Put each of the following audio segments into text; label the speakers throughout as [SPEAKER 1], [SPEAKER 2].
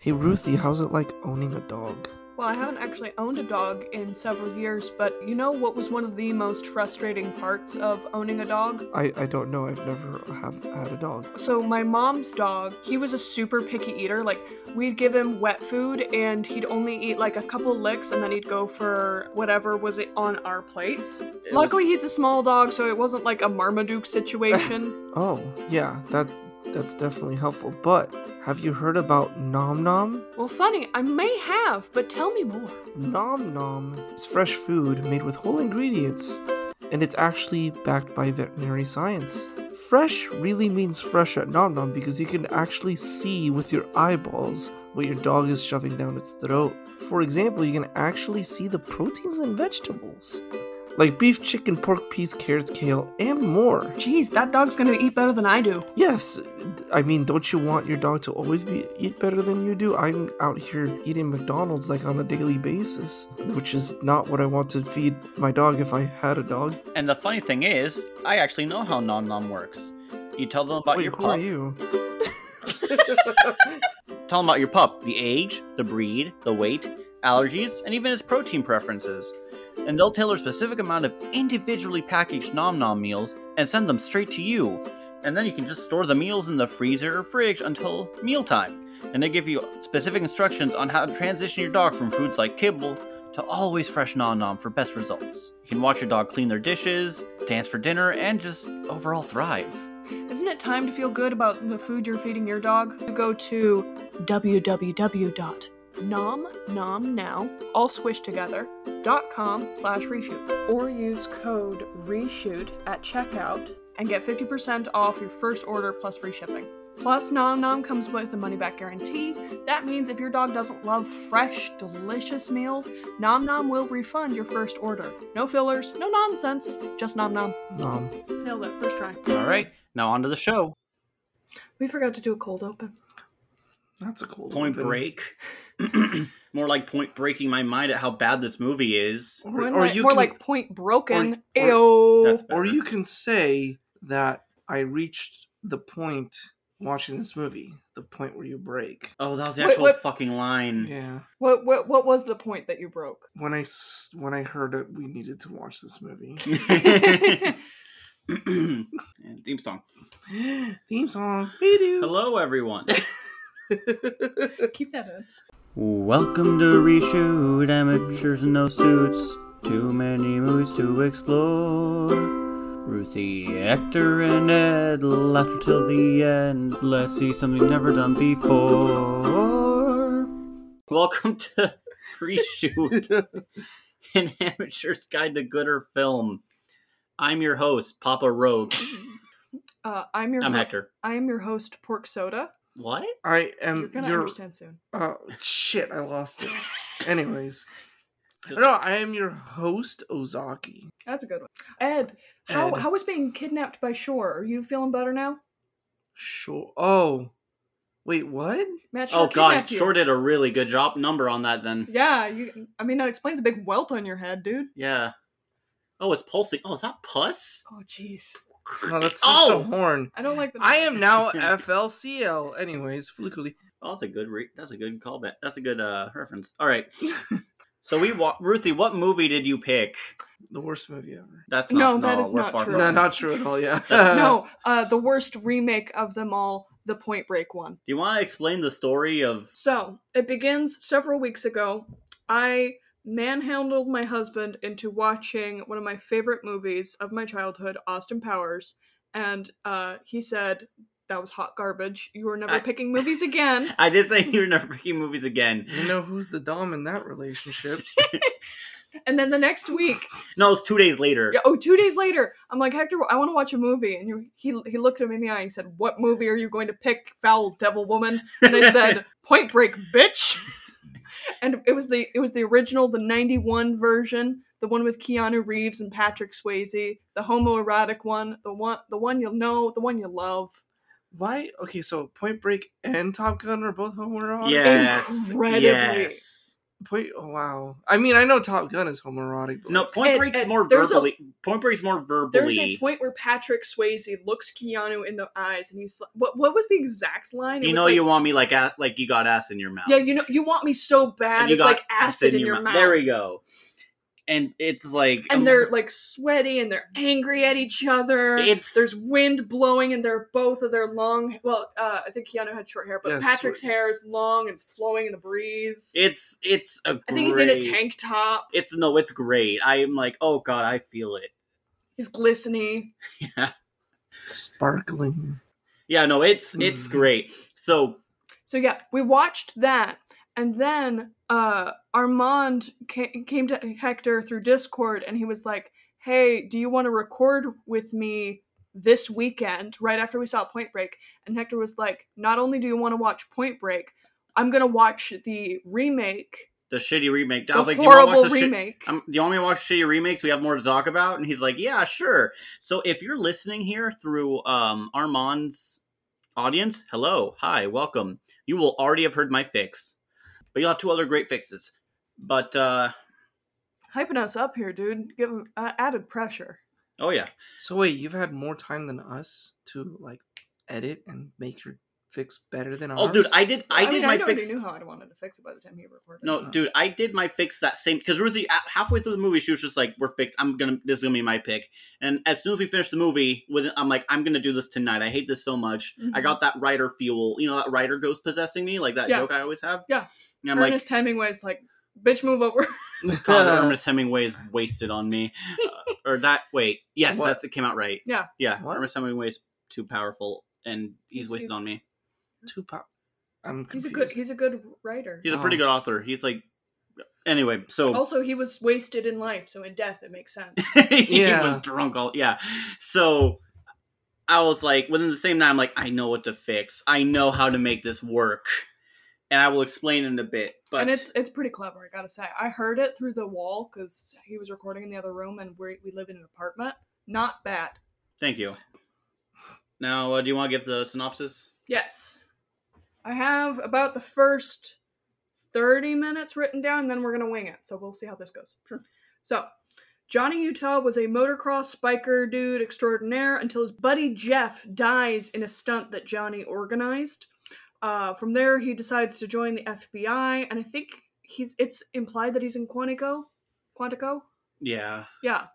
[SPEAKER 1] Hey Ruthie, how's it like owning a dog?
[SPEAKER 2] Well, I haven't actually owned a dog in several years, but you know what was one of the most frustrating parts of owning a dog?
[SPEAKER 1] I, I don't know. I've never have had a dog.
[SPEAKER 2] So, my mom's dog, he was a super picky eater. Like, we'd give him wet food and he'd only eat like a couple licks and then he'd go for whatever was it on our plates.
[SPEAKER 1] It was-
[SPEAKER 2] Luckily, he's a small dog, so it wasn't like a Marmaduke situation.
[SPEAKER 1] Oh, yeah, that that's definitely helpful. But have you heard about Nom Nom?
[SPEAKER 2] well, funny, I may have, but tell me more.
[SPEAKER 1] Nom Nom is fresh food made with whole ingredients, and it's actually backed by veterinary science. Fresh really means fresh at Nom Nom because you can actually see with your eyeballs what your dog is shoving down its throat. For example, you can actually see the proteins in vegetables, like beef, chicken, pork, peas, carrots, kale, and more.
[SPEAKER 2] Jeez, that dog's gonna eat better than I do.
[SPEAKER 1] Yes, I mean, don't you want your dog to always be eat better than you do? I'm out here eating McDonald's like on a daily basis, which is not what I want to feed my dog if I had a dog.
[SPEAKER 3] And the funny thing is, I actually know how Nom Nom works. You tell them about
[SPEAKER 1] Wait,
[SPEAKER 3] your
[SPEAKER 1] who are
[SPEAKER 3] pup.
[SPEAKER 1] you?
[SPEAKER 3] Tell them about your pup, the age, the breed, the weight, allergies, and even its protein preferences. And they'll tailor a specific amount of individually packaged Nom Nom meals and send them straight to you. And then you can just store the meals in the freezer or fridge until mealtime. And they give you specific instructions on how to transition your dog from foods like kibble to always fresh Nom Nom for best results. You can watch your dog clean their dishes, dance for dinner, and just overall thrive.
[SPEAKER 2] Isn't it time to feel good about the food you're feeding your dog? You go to www.nomnomnow, all squished together, .com slash reshoot
[SPEAKER 4] or use code reshoot at checkout.
[SPEAKER 2] and get 50% off your first order plus free shipping. Plus, Nom Nom comes with a money back guarantee. That means if your dog doesn't love fresh, delicious meals, Nom Nom will refund your first order. No fillers, no nonsense, just Nom Nom.
[SPEAKER 1] Nom.
[SPEAKER 2] Nailed it, first try.
[SPEAKER 3] All right, now on to the show.
[SPEAKER 2] We forgot to do a cold open.
[SPEAKER 1] That's a cool
[SPEAKER 3] Point
[SPEAKER 1] open.
[SPEAKER 3] Break. More like Point Breaking my mind at how bad this movie is.
[SPEAKER 1] Or,
[SPEAKER 2] We're
[SPEAKER 1] or
[SPEAKER 2] like,
[SPEAKER 1] you
[SPEAKER 2] more
[SPEAKER 1] can,
[SPEAKER 2] like point broken.
[SPEAKER 1] or-
[SPEAKER 2] Ayo.
[SPEAKER 3] That's
[SPEAKER 1] or
[SPEAKER 3] better.
[SPEAKER 1] you can say that I reached the point watching this movie, the point where you break.
[SPEAKER 3] Oh, that was the
[SPEAKER 2] Wait,
[SPEAKER 3] actual
[SPEAKER 2] what-
[SPEAKER 3] fucking line.
[SPEAKER 1] Yeah.
[SPEAKER 2] What what what was the point that you broke?
[SPEAKER 1] When I s- when I heard it, we needed to watch this movie.
[SPEAKER 3] And Theme song.
[SPEAKER 1] Theme song.
[SPEAKER 3] Hello, everyone.
[SPEAKER 2] Uh, Keep that in.
[SPEAKER 3] Welcome to Reshoot Amateurs in No Suits. Too many movies to explore. Ruthie, Hector, and Ed laughter till the end. Let's see something never done before. Welcome to Reshoot, an amateur's guide to gooder film. I'm your host, Papa Rogue.
[SPEAKER 2] Uh, I'm your
[SPEAKER 3] I'm
[SPEAKER 2] ho-
[SPEAKER 3] Hector.
[SPEAKER 2] I am your host, Pork Soda.
[SPEAKER 3] What?
[SPEAKER 1] I am.
[SPEAKER 2] You're gonna
[SPEAKER 1] your-
[SPEAKER 2] understand soon.
[SPEAKER 1] Oh shit! I lost it. Anyways, no, I am your host Ozaki.
[SPEAKER 2] That's a good one. Ed, how
[SPEAKER 1] Ed.
[SPEAKER 2] how was being kidnapped by Shore? Are you feeling better now?
[SPEAKER 1] Sure. Oh, wait, what?
[SPEAKER 2] Matt Shore
[SPEAKER 3] Oh god,
[SPEAKER 2] kidnapped you.
[SPEAKER 3] Shore did a really good job number on that then.
[SPEAKER 2] Yeah, you. I mean, that explains a big welt on your head, dude.
[SPEAKER 3] Yeah. Oh, it's pulsing. Oh, is that pus?
[SPEAKER 2] Oh jeez,
[SPEAKER 1] No, that's just a
[SPEAKER 3] oh,
[SPEAKER 1] horn.
[SPEAKER 2] I don't like the.
[SPEAKER 1] I am now FLCL. Anyways, Fluculi.
[SPEAKER 3] Oh, that's a good. Re- that's a good callback. That's a good uh, reference. All right. so we, wa- Ruthie, what movie did you pick?
[SPEAKER 1] The worst movie ever.
[SPEAKER 3] That's
[SPEAKER 2] No,
[SPEAKER 3] not,
[SPEAKER 2] that is
[SPEAKER 3] we're
[SPEAKER 2] not
[SPEAKER 3] far
[SPEAKER 2] true.
[SPEAKER 3] from
[SPEAKER 1] No,
[SPEAKER 3] it.
[SPEAKER 1] not true at all. Yeah.
[SPEAKER 2] No, uh, the worst remake of them all, the Point Break one.
[SPEAKER 3] Do you want to explain the story of?
[SPEAKER 2] So it begins several weeks ago. I manhandled my husband into watching one of my favorite movies of my childhood, Austin Powers, and uh, he said that was hot garbage. You are never
[SPEAKER 3] I-
[SPEAKER 2] picking movies again.
[SPEAKER 3] I did say you were never picking movies again.
[SPEAKER 1] You know who's the dom in that relationship?
[SPEAKER 2] And then the next week,
[SPEAKER 3] No, it's two days later.
[SPEAKER 2] yeah, oh, two days later, I'm like Hector, I want to watch a movie, and you, he he looked at me in the eye and said, "What movie are you going to pick, foul devil woman?" And I said, "Point Break, bitch." and it was the it was the original, the '91 version, the one with Keanu Reeves and Patrick Swayze, the homoerotic one, the one the one you'll know, the one you love.
[SPEAKER 1] Why? Okay, so Point Break and Top Gun are both homoerotic.
[SPEAKER 3] Yes.
[SPEAKER 2] "Oh, Incredibly.
[SPEAKER 3] Yes.
[SPEAKER 1] Point. oh, wow. I mean, I know Top Gun is homoerotic. But
[SPEAKER 3] No,
[SPEAKER 1] like,
[SPEAKER 3] Point
[SPEAKER 2] And-
[SPEAKER 3] Break's
[SPEAKER 2] and
[SPEAKER 3] more
[SPEAKER 2] there's a-
[SPEAKER 3] verbally. Point Break's more
[SPEAKER 2] There's a
[SPEAKER 3] verbally.
[SPEAKER 2] point where Patrick Swayze looks Keanu in the eyes, and he's like, "What? What was the exact line?" It
[SPEAKER 3] You
[SPEAKER 2] was
[SPEAKER 3] know,
[SPEAKER 2] like,
[SPEAKER 3] you want me like a- like you got ass in your mouth.
[SPEAKER 2] Yeah, you know, you want me so bad.
[SPEAKER 3] you
[SPEAKER 2] It's like acid in your, mouth.
[SPEAKER 3] There we go. And it's like, um,
[SPEAKER 2] And they're like sweaty and they're angry at each other.
[SPEAKER 3] It's-
[SPEAKER 2] There's wind blowing and they're both of their long. Well, uh, I think Keanu had short hair, but
[SPEAKER 1] Yeah,
[SPEAKER 2] Patrick's
[SPEAKER 1] sweet.
[SPEAKER 2] hair is long and it's flowing in the breeze.
[SPEAKER 3] it's it's a. Great,
[SPEAKER 2] I think he's in a tank top.
[SPEAKER 3] It's no, it's great. I'm like, oh god, I feel it.
[SPEAKER 2] He's glistening.
[SPEAKER 1] sparkling.
[SPEAKER 3] Yeah, no, it's it's
[SPEAKER 1] Mm.
[SPEAKER 3] great. So
[SPEAKER 2] So yeah, we watched that, and then uh, Armand ca- came to Hector through Discord, and he was like, "Hey, do you want to record with me this weekend?" Right after we saw Point Break, and Hector was like, "Not only do you want to watch Point Break, I'm gonna watch the remake,
[SPEAKER 3] the shitty remake. I
[SPEAKER 2] the
[SPEAKER 3] was like, do you wanna watch
[SPEAKER 2] horrible
[SPEAKER 3] the shit-
[SPEAKER 2] remake."
[SPEAKER 3] Um, do you want me to watch shitty remakes? We have more to talk about. And he's like, yeah, sure. So if you're listening here through um, Armand's audience, hello, hi, welcome. You will already have heard my fix, but you'll have two other great fixes. But uh,
[SPEAKER 2] Hyping us up here, dude. Give uh, added pressure.
[SPEAKER 3] oh yeah,
[SPEAKER 1] So wait, you've had more time than us to like edit and make your fix better than ours.
[SPEAKER 3] oh dude, I did, I, did
[SPEAKER 2] mean,
[SPEAKER 3] my
[SPEAKER 2] I already
[SPEAKER 3] fix.
[SPEAKER 2] knew how I wanted to fix it by the time he recorded.
[SPEAKER 3] No,
[SPEAKER 1] Oh.
[SPEAKER 3] dude, I did my fix that same because Rosie a- halfway through the movie she was just like, "We're fixed. I'm gonna this is gonna be my pick." And as soon as we finished the movie, with I'm like, "I'm gonna do this tonight. I hate this so much. I
[SPEAKER 2] Mhm.
[SPEAKER 3] got that writer fuel. You know that writer ghost possessing me, like that
[SPEAKER 2] Yeah.
[SPEAKER 3] joke I always have."
[SPEAKER 2] Yeah.
[SPEAKER 3] and I'm
[SPEAKER 2] Ernest Hemingway's like, "Bitch, move over."
[SPEAKER 3] like, "God, that Ernest Hemingway is wasted on me," Uh, or that. Wait, yes,
[SPEAKER 1] What?
[SPEAKER 3] that's it came out right.
[SPEAKER 2] Yeah.
[SPEAKER 3] yeah.
[SPEAKER 1] What?
[SPEAKER 3] Ernest Hemingway's too powerful, and he's
[SPEAKER 2] He's-
[SPEAKER 3] wasted
[SPEAKER 2] he's-
[SPEAKER 3] on me.
[SPEAKER 1] Tupac. I'm
[SPEAKER 2] He's
[SPEAKER 1] confused.
[SPEAKER 2] a good. He's a good writer.
[SPEAKER 3] He's a pretty
[SPEAKER 1] Oh.
[SPEAKER 3] good author. He's like, anyway, so
[SPEAKER 2] Also, he was wasted in life, so in death it makes sense.
[SPEAKER 3] he
[SPEAKER 1] Yeah.
[SPEAKER 3] was drunk all yeah. So I was like, within the same night, I'm like, I know what to fix. I know how to make this work, and I will explain in a bit. But
[SPEAKER 2] and it's it's pretty clever, I gotta say. I heard it through the wall because he was recording in the other room, and we we live in an apartment. Not bad.
[SPEAKER 3] thank you. Now, uh, do you want to give the synopsis?
[SPEAKER 2] Yes, I have about the first thirty minutes written down, and then we're gonna wing it. So we'll see how this goes. Sure. So. Johnny Utah was a motocross biker dude extraordinaire until his buddy Jeff dies in a stunt that Johnny organized. Uh, from there, he decides to join the FBI, and I think he's. It's implied that he's in Quantico. Quantico,
[SPEAKER 3] Yeah,
[SPEAKER 2] yeah.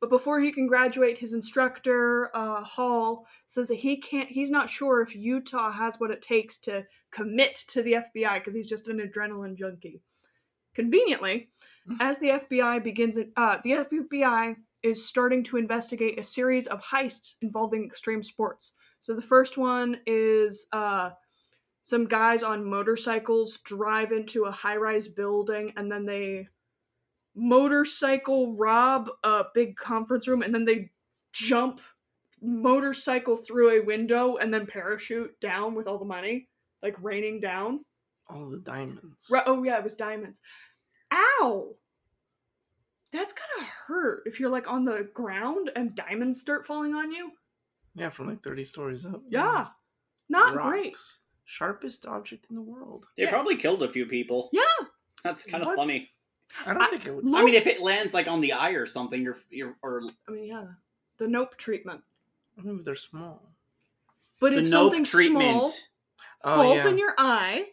[SPEAKER 2] But before he can graduate, his instructor uh, Hall says that he can't. He's not sure if Utah has what it takes to commit to the FBI because he's just an adrenaline junkie. Conveniently, as the FBI begins, uh, the FBI is starting to investigate a series of heists involving extreme sports. So the first one is uh, some guys on motorcycles drive into a high-rise building and then they motorcycle rob a big conference room and then they jump motorcycle through a window and then parachute down with all the money like raining down
[SPEAKER 1] All the diamonds.
[SPEAKER 2] Ri- oh yeah it was diamonds ow that's gonna hurt if you're like on the ground and diamonds start falling on you
[SPEAKER 1] Yeah, from like 30 stories up.
[SPEAKER 2] yeah not
[SPEAKER 1] Rocks.
[SPEAKER 2] great
[SPEAKER 1] Sharpest object in the world.
[SPEAKER 3] they
[SPEAKER 2] Yes.
[SPEAKER 3] probably killed a few people.
[SPEAKER 2] Yeah.
[SPEAKER 3] that's kind of
[SPEAKER 1] What?
[SPEAKER 3] funny.
[SPEAKER 1] I don't
[SPEAKER 2] I-
[SPEAKER 1] think it would.
[SPEAKER 2] look-
[SPEAKER 3] I mean, if it lands like on the eye or something, you're you're or
[SPEAKER 2] i mean yeah the nope treatment
[SPEAKER 1] I mean, they're small.
[SPEAKER 2] but
[SPEAKER 3] the
[SPEAKER 2] if
[SPEAKER 3] nope
[SPEAKER 2] something
[SPEAKER 3] treatment.
[SPEAKER 2] small
[SPEAKER 1] Oh,
[SPEAKER 2] falls
[SPEAKER 1] yeah.
[SPEAKER 2] in your eye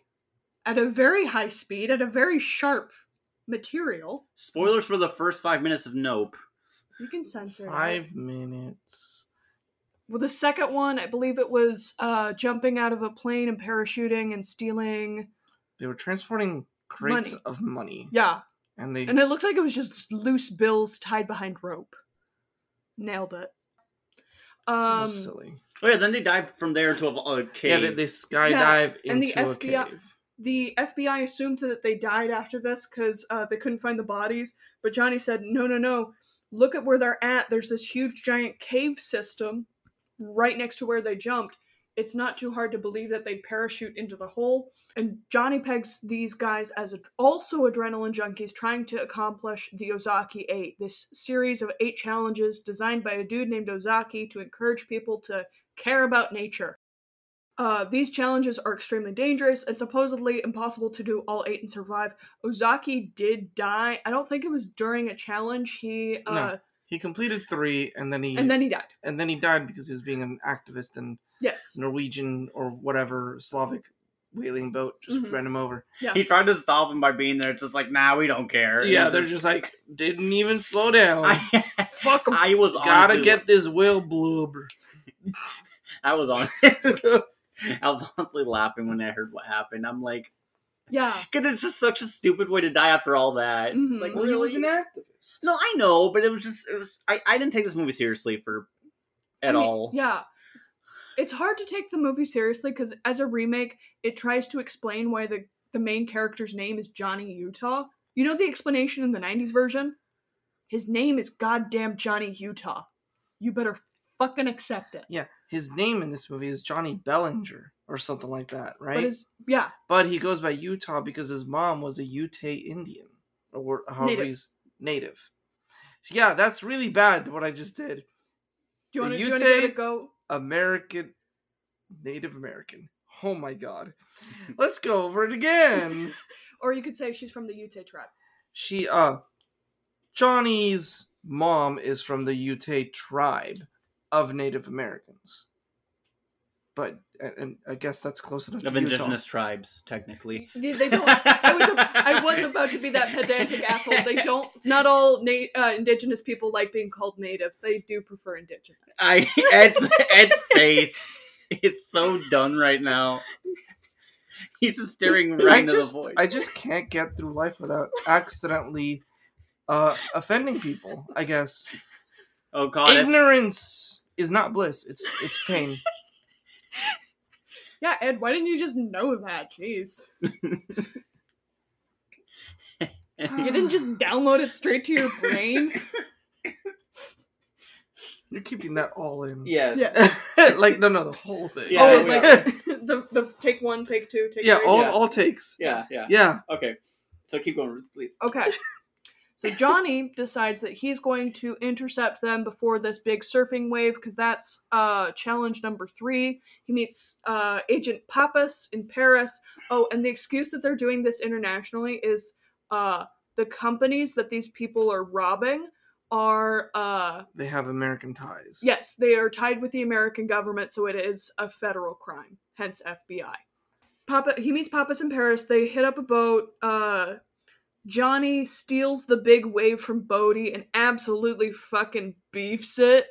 [SPEAKER 2] at a very high speed, at a very sharp material.
[SPEAKER 3] Spoilers for the first five minutes of Nope.
[SPEAKER 2] You can censor it.
[SPEAKER 1] Five minutes.
[SPEAKER 2] Well, the second one, I believe it was uh, jumping out of a plane and parachuting and stealing.
[SPEAKER 1] They were transporting crates
[SPEAKER 2] Money.
[SPEAKER 1] of money.
[SPEAKER 2] Yeah,
[SPEAKER 1] And they.
[SPEAKER 2] and it looked like it was just loose bills tied behind rope. Nailed it.
[SPEAKER 1] oh,
[SPEAKER 2] Um,
[SPEAKER 1] silly.
[SPEAKER 3] Oh yeah, then they dive from there to a, a cave.
[SPEAKER 1] Yeah, they, they skydive
[SPEAKER 2] and the
[SPEAKER 1] into a
[SPEAKER 2] FBI
[SPEAKER 1] cave.
[SPEAKER 2] the FBI assumed that they died after this because uh, they couldn't find the bodies. But Johnny said, no, no, no. Look at where they're at. There's this huge, giant cave system right next to where they jumped. It's not too hard to believe that they'd parachute into the hole. And Johnny pegs these guys as ad- also adrenaline junkies trying to accomplish the Ozaki 8, this series of eight challenges designed by a dude named Ozaki to encourage people to care about nature. Uh, these challenges are extremely dangerous and supposedly impossible to do all eight and survive. Ozaki did die. I don't think it was during a challenge. He uh,
[SPEAKER 1] No. He completed three, and then he
[SPEAKER 2] and then he died.
[SPEAKER 1] and then he died because he was being an activist and
[SPEAKER 2] Yes.
[SPEAKER 1] Norwegian or whatever Slavic whaling boat just
[SPEAKER 2] Mhm.
[SPEAKER 1] ran him over.
[SPEAKER 3] He tried to stop him by being there. It's just like, nah, we don't care.
[SPEAKER 1] Yeah,
[SPEAKER 3] And
[SPEAKER 1] they're just like didn't even slow down.
[SPEAKER 3] I,
[SPEAKER 1] Fuck 'em.
[SPEAKER 3] I was
[SPEAKER 1] Gotta
[SPEAKER 3] honestly-
[SPEAKER 1] get this whale blubber.
[SPEAKER 3] I was on. I was honestly laughing when I heard what happened. I'm like,
[SPEAKER 2] Yeah.
[SPEAKER 3] because it's just such a stupid way to die after all that. It's
[SPEAKER 2] Mhm.
[SPEAKER 3] Like,
[SPEAKER 1] Well, he was an
[SPEAKER 3] really?
[SPEAKER 1] activist.
[SPEAKER 3] No, I know, but it was just it was. I, I didn't take this movie seriously for at
[SPEAKER 2] I mean,
[SPEAKER 3] all.
[SPEAKER 2] Yeah. It's hard to take the movie seriously because as a remake, it tries to explain why the, the main character's name is Johnny Utah. You know the explanation in the 90s version? His name is goddamn Johnny Utah. You better fucking accept it.
[SPEAKER 1] Yeah, his name in this movie is Johnny Bellinger or something like that, right?
[SPEAKER 2] But
[SPEAKER 1] But,
[SPEAKER 2] it's, yeah,
[SPEAKER 1] he goes by Utah because his mom was a Utah Indian or wh- however
[SPEAKER 2] Native.
[SPEAKER 1] he's native. So yeah, that's really bad what I just did.
[SPEAKER 2] do you want
[SPEAKER 1] The
[SPEAKER 2] to give it a
[SPEAKER 1] Ute-
[SPEAKER 2] go?
[SPEAKER 1] American, Native American. Oh my God. Let's go over it again.
[SPEAKER 2] Or you could say she's from the Utah tribe.
[SPEAKER 1] she, uh, Johnny's mom is from the Ute tribe of Native Americans. But, and, and I guess that's close enough
[SPEAKER 3] Of
[SPEAKER 1] to Utah.
[SPEAKER 3] indigenous tribes, technically.
[SPEAKER 2] They, they don't. I was, a, I was about to be that pedantic asshole. They don't. Not all na- uh, indigenous people like being called natives. They do prefer indigenous.
[SPEAKER 3] I Ed's Ed's face. It's so done right now. He's just staring right
[SPEAKER 1] I
[SPEAKER 3] into
[SPEAKER 1] just,
[SPEAKER 3] the void.
[SPEAKER 1] I just can't get through life without accidentally uh, offending people, I guess.
[SPEAKER 3] oh god, Ed's-
[SPEAKER 1] Ignorance is not bliss, it's, it's pain.
[SPEAKER 2] Yeah, Ed, why didn't you just know that? Jeez. You didn't just download it straight to your brain?
[SPEAKER 1] You're keeping that all in.
[SPEAKER 3] yes.
[SPEAKER 2] Yeah.
[SPEAKER 1] like, no, no, the whole thing.
[SPEAKER 3] Yeah,
[SPEAKER 2] oh,
[SPEAKER 3] we
[SPEAKER 2] like
[SPEAKER 3] are.
[SPEAKER 2] the, the take one, take two, take
[SPEAKER 1] yeah,
[SPEAKER 2] three.
[SPEAKER 1] all
[SPEAKER 3] Yeah.
[SPEAKER 1] all takes.
[SPEAKER 3] yeah, yeah,
[SPEAKER 1] Yeah.
[SPEAKER 3] Okay, so keep going, Ruth, please.
[SPEAKER 2] Okay. So Johnny decides that he's going to intercept them before this big surfing wave because that's uh, challenge number three. He meets uh, Agent Pappas in Paris. Oh, and the excuse that they're doing this internationally is uh, the companies that these people are robbing are uh,
[SPEAKER 1] They have American ties.
[SPEAKER 2] Yes, they are tied with the American government, so it is a federal crime, hence FBI. Papa he meets Papas in Paris, they hit up a boat, uh Johnny steals the big wave from Bodhi and absolutely fucking beefs it.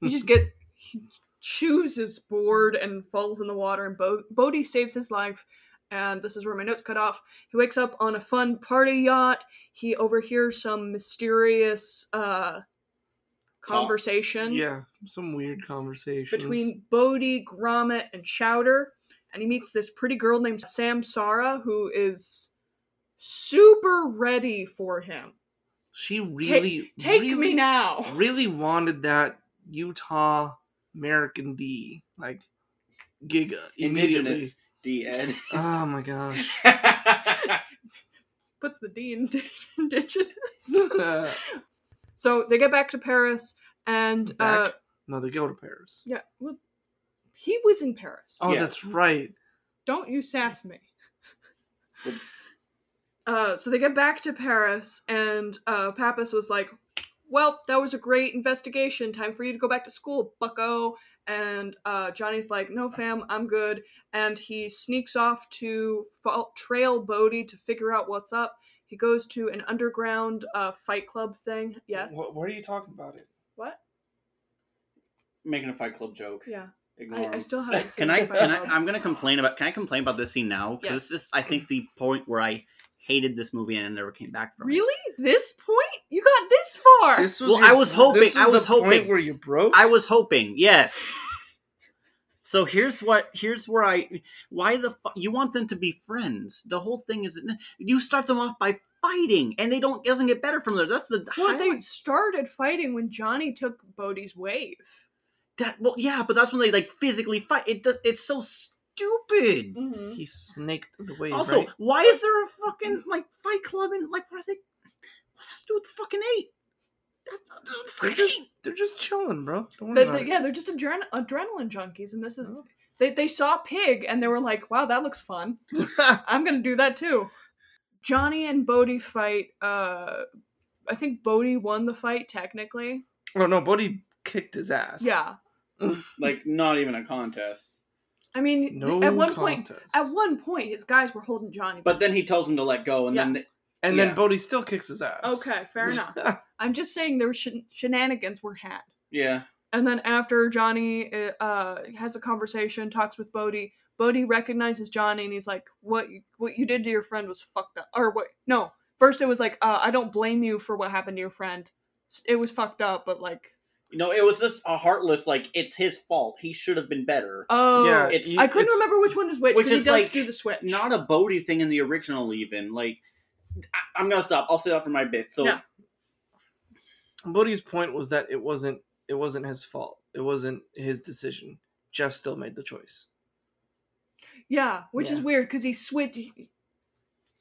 [SPEAKER 2] He just get he chews his board and falls in the water and Bo- Bodhi saves his life. And this is where my notes cut off. He wakes up on a fun party yacht. He overhears some mysterious uh conversation
[SPEAKER 1] Yeah. Some weird conversations.
[SPEAKER 2] between Bodhi, Grommet, and Chowder. And he meets this pretty girl named Samsara who is super ready for him.
[SPEAKER 1] she really
[SPEAKER 2] Take
[SPEAKER 1] really,
[SPEAKER 2] me now.
[SPEAKER 1] Really wanted that Utah American D. Like Giga. Immediately.
[SPEAKER 3] Indigenous D Ed.
[SPEAKER 1] Oh my gosh.
[SPEAKER 2] Puts the D in indigenous.
[SPEAKER 1] Uh,
[SPEAKER 2] so they get back to Paris and uh
[SPEAKER 1] Back? no, they go to Paris.
[SPEAKER 2] yeah, well he was in Paris.
[SPEAKER 1] Oh,
[SPEAKER 3] Yeah.
[SPEAKER 1] that's right.
[SPEAKER 2] Don't you sass me.
[SPEAKER 3] Good.
[SPEAKER 2] Uh, so they get back to Paris, and uh, Pappas was like, Well, that was a great investigation. Time for you to go back to school, bucko. And uh, Johnny's like, No, fam, I'm good. And he sneaks off to fo- trail Bodhi to figure out what's up. He goes to an underground uh, fight club thing. Yes.
[SPEAKER 1] What, what are you talking about it?
[SPEAKER 2] What?
[SPEAKER 3] Making a Fight Club joke.
[SPEAKER 2] Yeah.
[SPEAKER 3] Ignore
[SPEAKER 2] I, I
[SPEAKER 3] him.
[SPEAKER 2] still haven't seen
[SPEAKER 3] Can I?
[SPEAKER 2] the Fight
[SPEAKER 3] Can I?
[SPEAKER 2] Club.
[SPEAKER 3] I'm gonna complain about. Can I complain about this scene now? Because it's just. I think the point where I hated this movie and I never came back from. it.
[SPEAKER 2] Really? This point? You got this far?
[SPEAKER 1] This was
[SPEAKER 3] Well,
[SPEAKER 1] your-
[SPEAKER 3] I was hoping-
[SPEAKER 1] This
[SPEAKER 3] I
[SPEAKER 1] is
[SPEAKER 3] was
[SPEAKER 1] the point
[SPEAKER 3] hoping.
[SPEAKER 1] where you broke.
[SPEAKER 3] I was hoping. Yes. so here's what. Here's where I. Why the fu- you want them to be friends? The whole thing is you start them off by fighting, and they don't doesn't get better from there. That's the
[SPEAKER 2] Well, they
[SPEAKER 3] highlight.
[SPEAKER 2] started fighting when Johnny took Bodhi's wave.
[SPEAKER 3] That well, yeah, but that's when they like physically fight. It does. It's so stupid.
[SPEAKER 1] He snaked the wave.
[SPEAKER 3] Also,
[SPEAKER 1] right?
[SPEAKER 3] why is there a fucking like fight club and like what are they? What's that to do with fucking eight? That's not to do with
[SPEAKER 1] They're
[SPEAKER 3] fucking
[SPEAKER 1] just
[SPEAKER 3] eight.
[SPEAKER 1] they're just chilling, bro. Don't worry
[SPEAKER 2] They-
[SPEAKER 1] about
[SPEAKER 2] they-
[SPEAKER 1] it.
[SPEAKER 2] yeah, they're just adren- adrenaline junkies, and this is They they saw pig and they were like, "Wow, that looks fun. I'm gonna do that too." Johnny and Bodhi fight. Uh, I think Bodhi won the fight technically.
[SPEAKER 1] Oh no, Bodhi kicked his ass.
[SPEAKER 2] Yeah,
[SPEAKER 3] like not even a contest.
[SPEAKER 2] I mean,
[SPEAKER 1] No
[SPEAKER 2] at one point,
[SPEAKER 1] contest.
[SPEAKER 2] at one point, his guys were holding Johnny.
[SPEAKER 3] But then he tells him to let go, and
[SPEAKER 2] Yeah.
[SPEAKER 3] then
[SPEAKER 1] and
[SPEAKER 3] yeah.
[SPEAKER 1] then Bodhi still kicks his ass.
[SPEAKER 2] okay, fair enough. I'm just saying there were shen- shenanigans were had.
[SPEAKER 3] yeah,
[SPEAKER 2] And then after Johnny uh, uh, has a conversation, talks with Bodhi. Bodhi recognizes Johnny, and he's like, "What what you did to your friend was fucked up." Or what? No, first it was like, uh, "I don't blame you for what happened to your friend. S- It was fucked up, but like,
[SPEAKER 3] you know, it was just a heartless. Like it's his fault. He should have been better.
[SPEAKER 2] oh,
[SPEAKER 1] yeah,
[SPEAKER 3] it's-
[SPEAKER 1] you-
[SPEAKER 2] I couldn't
[SPEAKER 1] it's-
[SPEAKER 2] remember which one was which
[SPEAKER 3] Which
[SPEAKER 2] because he
[SPEAKER 3] is
[SPEAKER 2] does
[SPEAKER 3] like
[SPEAKER 2] do the switch.
[SPEAKER 3] not a Bodhi thing in the original, even like. I- I'm gonna stop. I'll say that for my bit. So
[SPEAKER 2] Yeah.
[SPEAKER 1] Bodhi's point was that it wasn't it wasn't his fault. It wasn't his decision. Jeff still made the choice.
[SPEAKER 2] Yeah, which is
[SPEAKER 1] Yeah.
[SPEAKER 2] weird because he switch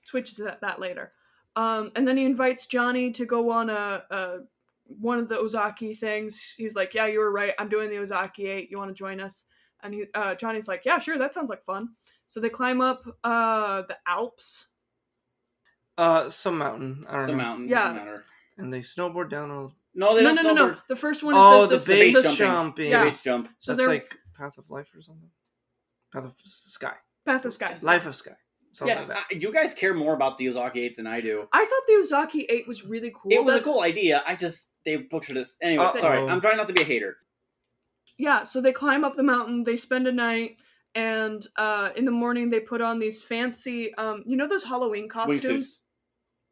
[SPEAKER 2] switches that, that later. Um, and then he invites Johnny to go on a, a one of the Ozaki things. He's like, "Yeah, you were right. I'm doing the Ozaki Eight. You want to join us?" And he, uh, Johnny's like, "Yeah, sure. That sounds like fun." So they climb up uh, the Alps.
[SPEAKER 1] Uh, some mountain. I don't
[SPEAKER 3] some
[SPEAKER 1] know.
[SPEAKER 3] mountain
[SPEAKER 2] Yeah.
[SPEAKER 3] doesn't matter.
[SPEAKER 1] And they snowboard down a.
[SPEAKER 3] No, Oh, they
[SPEAKER 2] no,
[SPEAKER 3] don't
[SPEAKER 2] no, no, no.
[SPEAKER 3] snowboard.
[SPEAKER 2] The first one is
[SPEAKER 1] Oh,
[SPEAKER 2] the,
[SPEAKER 1] the,
[SPEAKER 2] the,
[SPEAKER 3] base
[SPEAKER 1] base
[SPEAKER 3] jumping.
[SPEAKER 1] jumping.
[SPEAKER 2] Yeah.
[SPEAKER 3] Base jump.
[SPEAKER 2] So
[SPEAKER 1] That's
[SPEAKER 2] they're-
[SPEAKER 1] like Path of Life or something. Path of S- Sky.
[SPEAKER 2] Path of Sky.
[SPEAKER 1] Life of Sky. Something
[SPEAKER 2] Yes.
[SPEAKER 1] like
[SPEAKER 3] Uh,
[SPEAKER 1] that.
[SPEAKER 3] you guys care more about the Ozaki 8 than I do.
[SPEAKER 2] I thought the Ozaki Eight was really cool.
[SPEAKER 3] it was
[SPEAKER 2] That's-
[SPEAKER 3] a cool idea. I just they butchered this. Anyway,
[SPEAKER 1] Uh-oh.
[SPEAKER 3] sorry. I'm trying not to be a hater.
[SPEAKER 2] yeah so they climb up the mountain they spend a night and uh, in the morning they put on these fancy um, you know those halloween costumes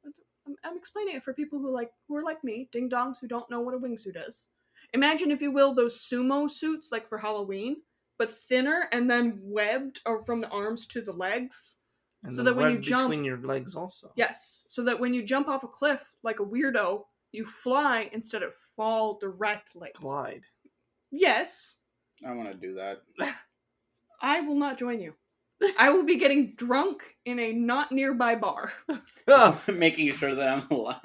[SPEAKER 2] I'm, I'm explaining it for people who like who are like me ding dongs who don't know what a wingsuit is imagine if you will those sumo suits like for halloween but thinner and then webbed or from the arms to the legs
[SPEAKER 1] And
[SPEAKER 2] So
[SPEAKER 1] then
[SPEAKER 2] that when you
[SPEAKER 1] web
[SPEAKER 2] jump-
[SPEAKER 1] between your legs also.
[SPEAKER 2] yes so that when you jump off a cliff like a weirdo you fly instead of fall directly
[SPEAKER 1] Glide.
[SPEAKER 2] yes
[SPEAKER 3] I want to do that.
[SPEAKER 2] I will not join you. I will be getting drunk in a not nearby bar.
[SPEAKER 3] Making sure that I'm alive.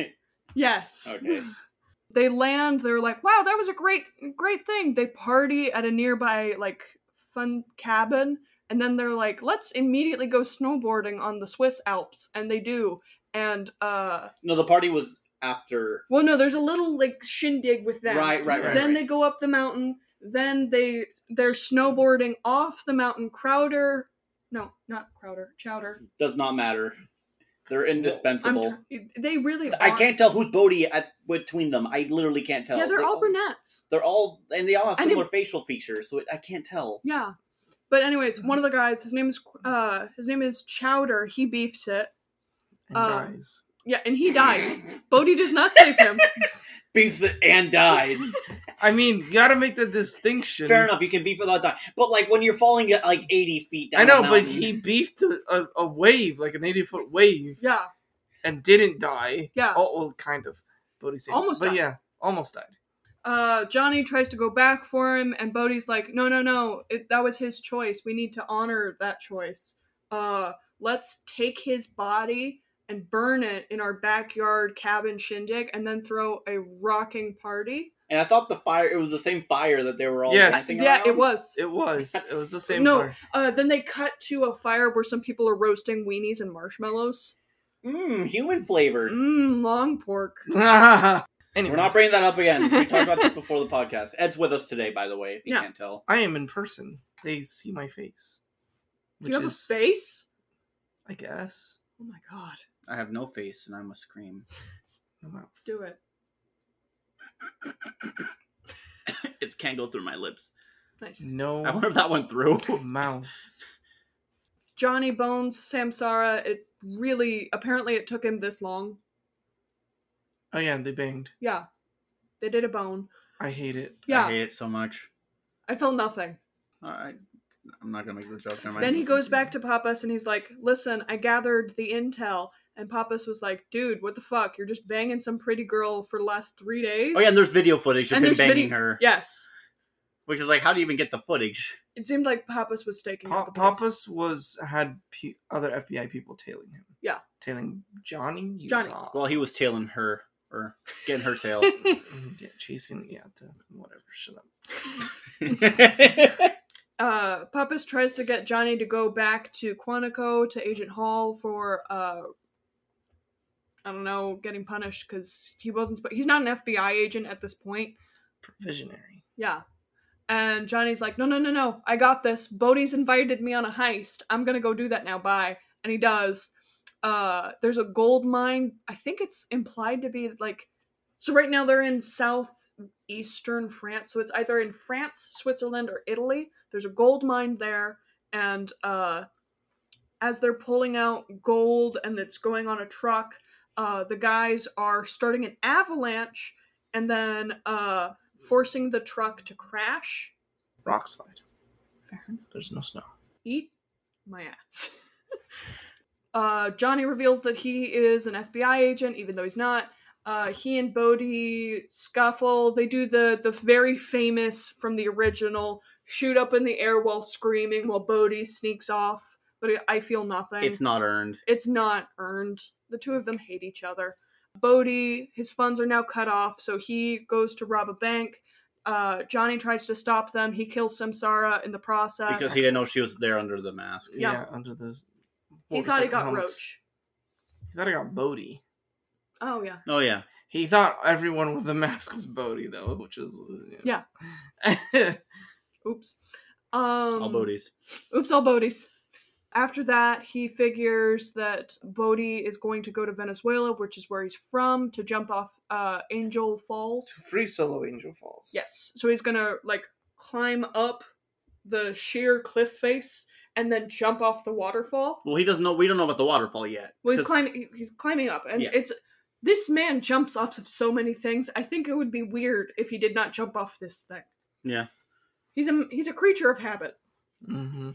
[SPEAKER 2] Yes.
[SPEAKER 3] Okay.
[SPEAKER 2] They land, they're like, wow, that was a great great thing. They party at a nearby like fun cabin, and then they're like, let's immediately go snowboarding on the Swiss Alps, and they do. And uh
[SPEAKER 3] No, the party was after.
[SPEAKER 2] well no, there's a little like shindig with them.
[SPEAKER 3] Right, right, right.
[SPEAKER 2] then
[SPEAKER 3] right.
[SPEAKER 2] they go up the mountain, then they they're snowboarding off the mountain. Crowder no, not Crowder, Chowder.
[SPEAKER 3] Does not matter. They're
[SPEAKER 2] I'm
[SPEAKER 3] indispensable.
[SPEAKER 2] tr- they really
[SPEAKER 3] I
[SPEAKER 2] are.
[SPEAKER 3] can't tell who's Bodhi at, between them. I literally can't tell.
[SPEAKER 2] Uh, Yeah, they're
[SPEAKER 3] They
[SPEAKER 2] all brunettes.
[SPEAKER 3] They're all, and they all have
[SPEAKER 2] I didn't-
[SPEAKER 3] similar facial features, so it, I can't tell.
[SPEAKER 2] Yeah. But anyways, one of the guys, his name is uh his name is Chowder. He beefs it.
[SPEAKER 1] And
[SPEAKER 2] Um,
[SPEAKER 1] guys.
[SPEAKER 2] Yeah, and he dies. Bodhi does not save him.
[SPEAKER 3] Beefs it and dies.
[SPEAKER 1] I mean, gotta make the distinction.
[SPEAKER 3] Fair enough, you can beef without dying, but like when you're falling at like 80 feet down,
[SPEAKER 1] I know,
[SPEAKER 3] a
[SPEAKER 1] but
[SPEAKER 3] mountain-
[SPEAKER 1] he beefed a, a, a wave, like an 80 foot wave,
[SPEAKER 2] Yeah,
[SPEAKER 1] and didn't die.
[SPEAKER 2] yeah.
[SPEAKER 1] Oh, well, kind of. Bodhi saved him.
[SPEAKER 2] Almost
[SPEAKER 1] But
[SPEAKER 2] died.
[SPEAKER 1] yeah, almost died.
[SPEAKER 2] Uh Johnny tries to go back for him and Bodhi's like, "No, no, no. It, that was his choice. We need to honor that choice. Uh let's take his body and burn it in our backyard cabin shindig and then throw a rocking party."
[SPEAKER 3] And I thought the fire, it was the same fire that they were all
[SPEAKER 1] Yes.
[SPEAKER 3] dancing
[SPEAKER 2] Yeah, it
[SPEAKER 3] around.
[SPEAKER 2] was.
[SPEAKER 1] It was. It was the same.
[SPEAKER 2] No.
[SPEAKER 1] fire.
[SPEAKER 2] Uh, then they cut to a fire where some people are roasting weenies and marshmallows.
[SPEAKER 3] Mmm, human flavored.
[SPEAKER 2] Mmm, long pork.
[SPEAKER 1] Anyways,
[SPEAKER 3] We're not bringing that up again. We talked about this before the podcast. Ed's with us today, by the way, if you
[SPEAKER 2] Yeah.
[SPEAKER 3] can't tell.
[SPEAKER 1] I am in person. They see my face,
[SPEAKER 2] Do
[SPEAKER 1] which
[SPEAKER 2] you have
[SPEAKER 1] is,
[SPEAKER 2] a face?
[SPEAKER 1] I guess,
[SPEAKER 2] Oh my god.
[SPEAKER 3] I have no face and I must scream.
[SPEAKER 1] my mouth.
[SPEAKER 2] Do it.
[SPEAKER 3] it can't go through my lips.
[SPEAKER 2] Nice.
[SPEAKER 3] I
[SPEAKER 1] No
[SPEAKER 3] wonder if that went through.
[SPEAKER 1] mouth.
[SPEAKER 2] Johnny Bones, Samsara, it really, apparently it took him this long.
[SPEAKER 1] Oh yeah, they banged.
[SPEAKER 2] Yeah. They did a bone.
[SPEAKER 1] I hate it.
[SPEAKER 3] I
[SPEAKER 2] Yeah.
[SPEAKER 3] hate it so much.
[SPEAKER 2] I felt nothing.
[SPEAKER 3] All right. I'm not going to make the joke. never mind.
[SPEAKER 2] Then he goes back to Pappas and he's like, listen, I gathered the intel. And Pappas was like, dude, what the fuck? You're just banging some pretty girl for the last three days?
[SPEAKER 3] Oh, yeah, and there's video footage of
[SPEAKER 2] And
[SPEAKER 3] him
[SPEAKER 2] there's
[SPEAKER 3] banging
[SPEAKER 2] video-
[SPEAKER 3] her.
[SPEAKER 2] Yes.
[SPEAKER 3] Which is like, how do you even get the footage?
[SPEAKER 2] It seemed like Pappas was staking
[SPEAKER 1] Pa-
[SPEAKER 2] out the place.
[SPEAKER 1] Pappas was had pe other FBI people tailing him.
[SPEAKER 2] Yeah.
[SPEAKER 1] tailing Johnny Utah.
[SPEAKER 2] Johnny.
[SPEAKER 3] Well, he was tailing her, or getting her tail.
[SPEAKER 1] Mm, yeah, chasing. Yeah, to, whatever. Shut up.
[SPEAKER 2] uh, Pappas tries to get Johnny to go back to Quantico to Agent Hall for uh, I don't know, getting punished because he wasn't. Sp- he's not an FBI agent at this point.
[SPEAKER 1] Provisionary.
[SPEAKER 2] Yeah. And Johnny's like, no, no, no, no, I got this. Bodie's invited me on a heist. I'm gonna go do that now. Bye. And he does. Uh, there's a gold mine. I think it's implied to be like. So right now they're in southeastern France. So it's either in France, Switzerland, or Italy. There's a gold mine there, and uh, as they're pulling out gold and it's going on a truck, uh, the guys are starting an avalanche and then uh, forcing the truck to crash.
[SPEAKER 1] Rock slide.
[SPEAKER 2] Fair
[SPEAKER 1] There's no snow.
[SPEAKER 2] Eat my ass. uh, Johnny reveals that he is an FBI agent, even though he's not. Uh, he and Bodhi scuffle. They do the the very famous from the original shoot up in the air while screaming, while Bodhi sneaks off. But I feel nothing.
[SPEAKER 5] It's not earned.
[SPEAKER 2] It's not earned. The two of them hate each other. Bodhi, his funds are now cut off, so he goes to rob a bank. Uh, Johnny tries to stop them. He kills Samsara in the process.
[SPEAKER 5] Because he didn't know she was there under the mask.
[SPEAKER 2] Yeah.
[SPEAKER 1] under those.
[SPEAKER 2] He
[SPEAKER 1] what was
[SPEAKER 2] thought
[SPEAKER 1] that,
[SPEAKER 2] he got
[SPEAKER 1] helmets?
[SPEAKER 2] Roach.
[SPEAKER 1] He thought he got Bodhi.
[SPEAKER 2] Oh yeah.
[SPEAKER 5] Oh yeah.
[SPEAKER 1] He thought everyone with a mask was Bodhi, though, which was. uh,
[SPEAKER 2] Yeah. Oops. Um,
[SPEAKER 5] All Bodies.
[SPEAKER 2] Oops, all Bodhi's. After that, he figures that Bodhi is going to go to Venezuela, which is where he's from, to jump off uh, Angel Falls.
[SPEAKER 1] Free solo Angel Falls.
[SPEAKER 2] Yes. So he's gonna like climb up the sheer cliff face and then jump off the waterfall.
[SPEAKER 5] Well, he doesn't know. We don't know about the waterfall yet.
[SPEAKER 2] Well, he's
[SPEAKER 5] 'Cause-
[SPEAKER 2] climbing. he- He's climbing up, and
[SPEAKER 5] Yeah.
[SPEAKER 2] it's this man jumps off of so many things. I think it would be weird if he did not jump off this thing.
[SPEAKER 5] Yeah.
[SPEAKER 2] He's a he's a creature of habit.
[SPEAKER 1] Mm-hmm.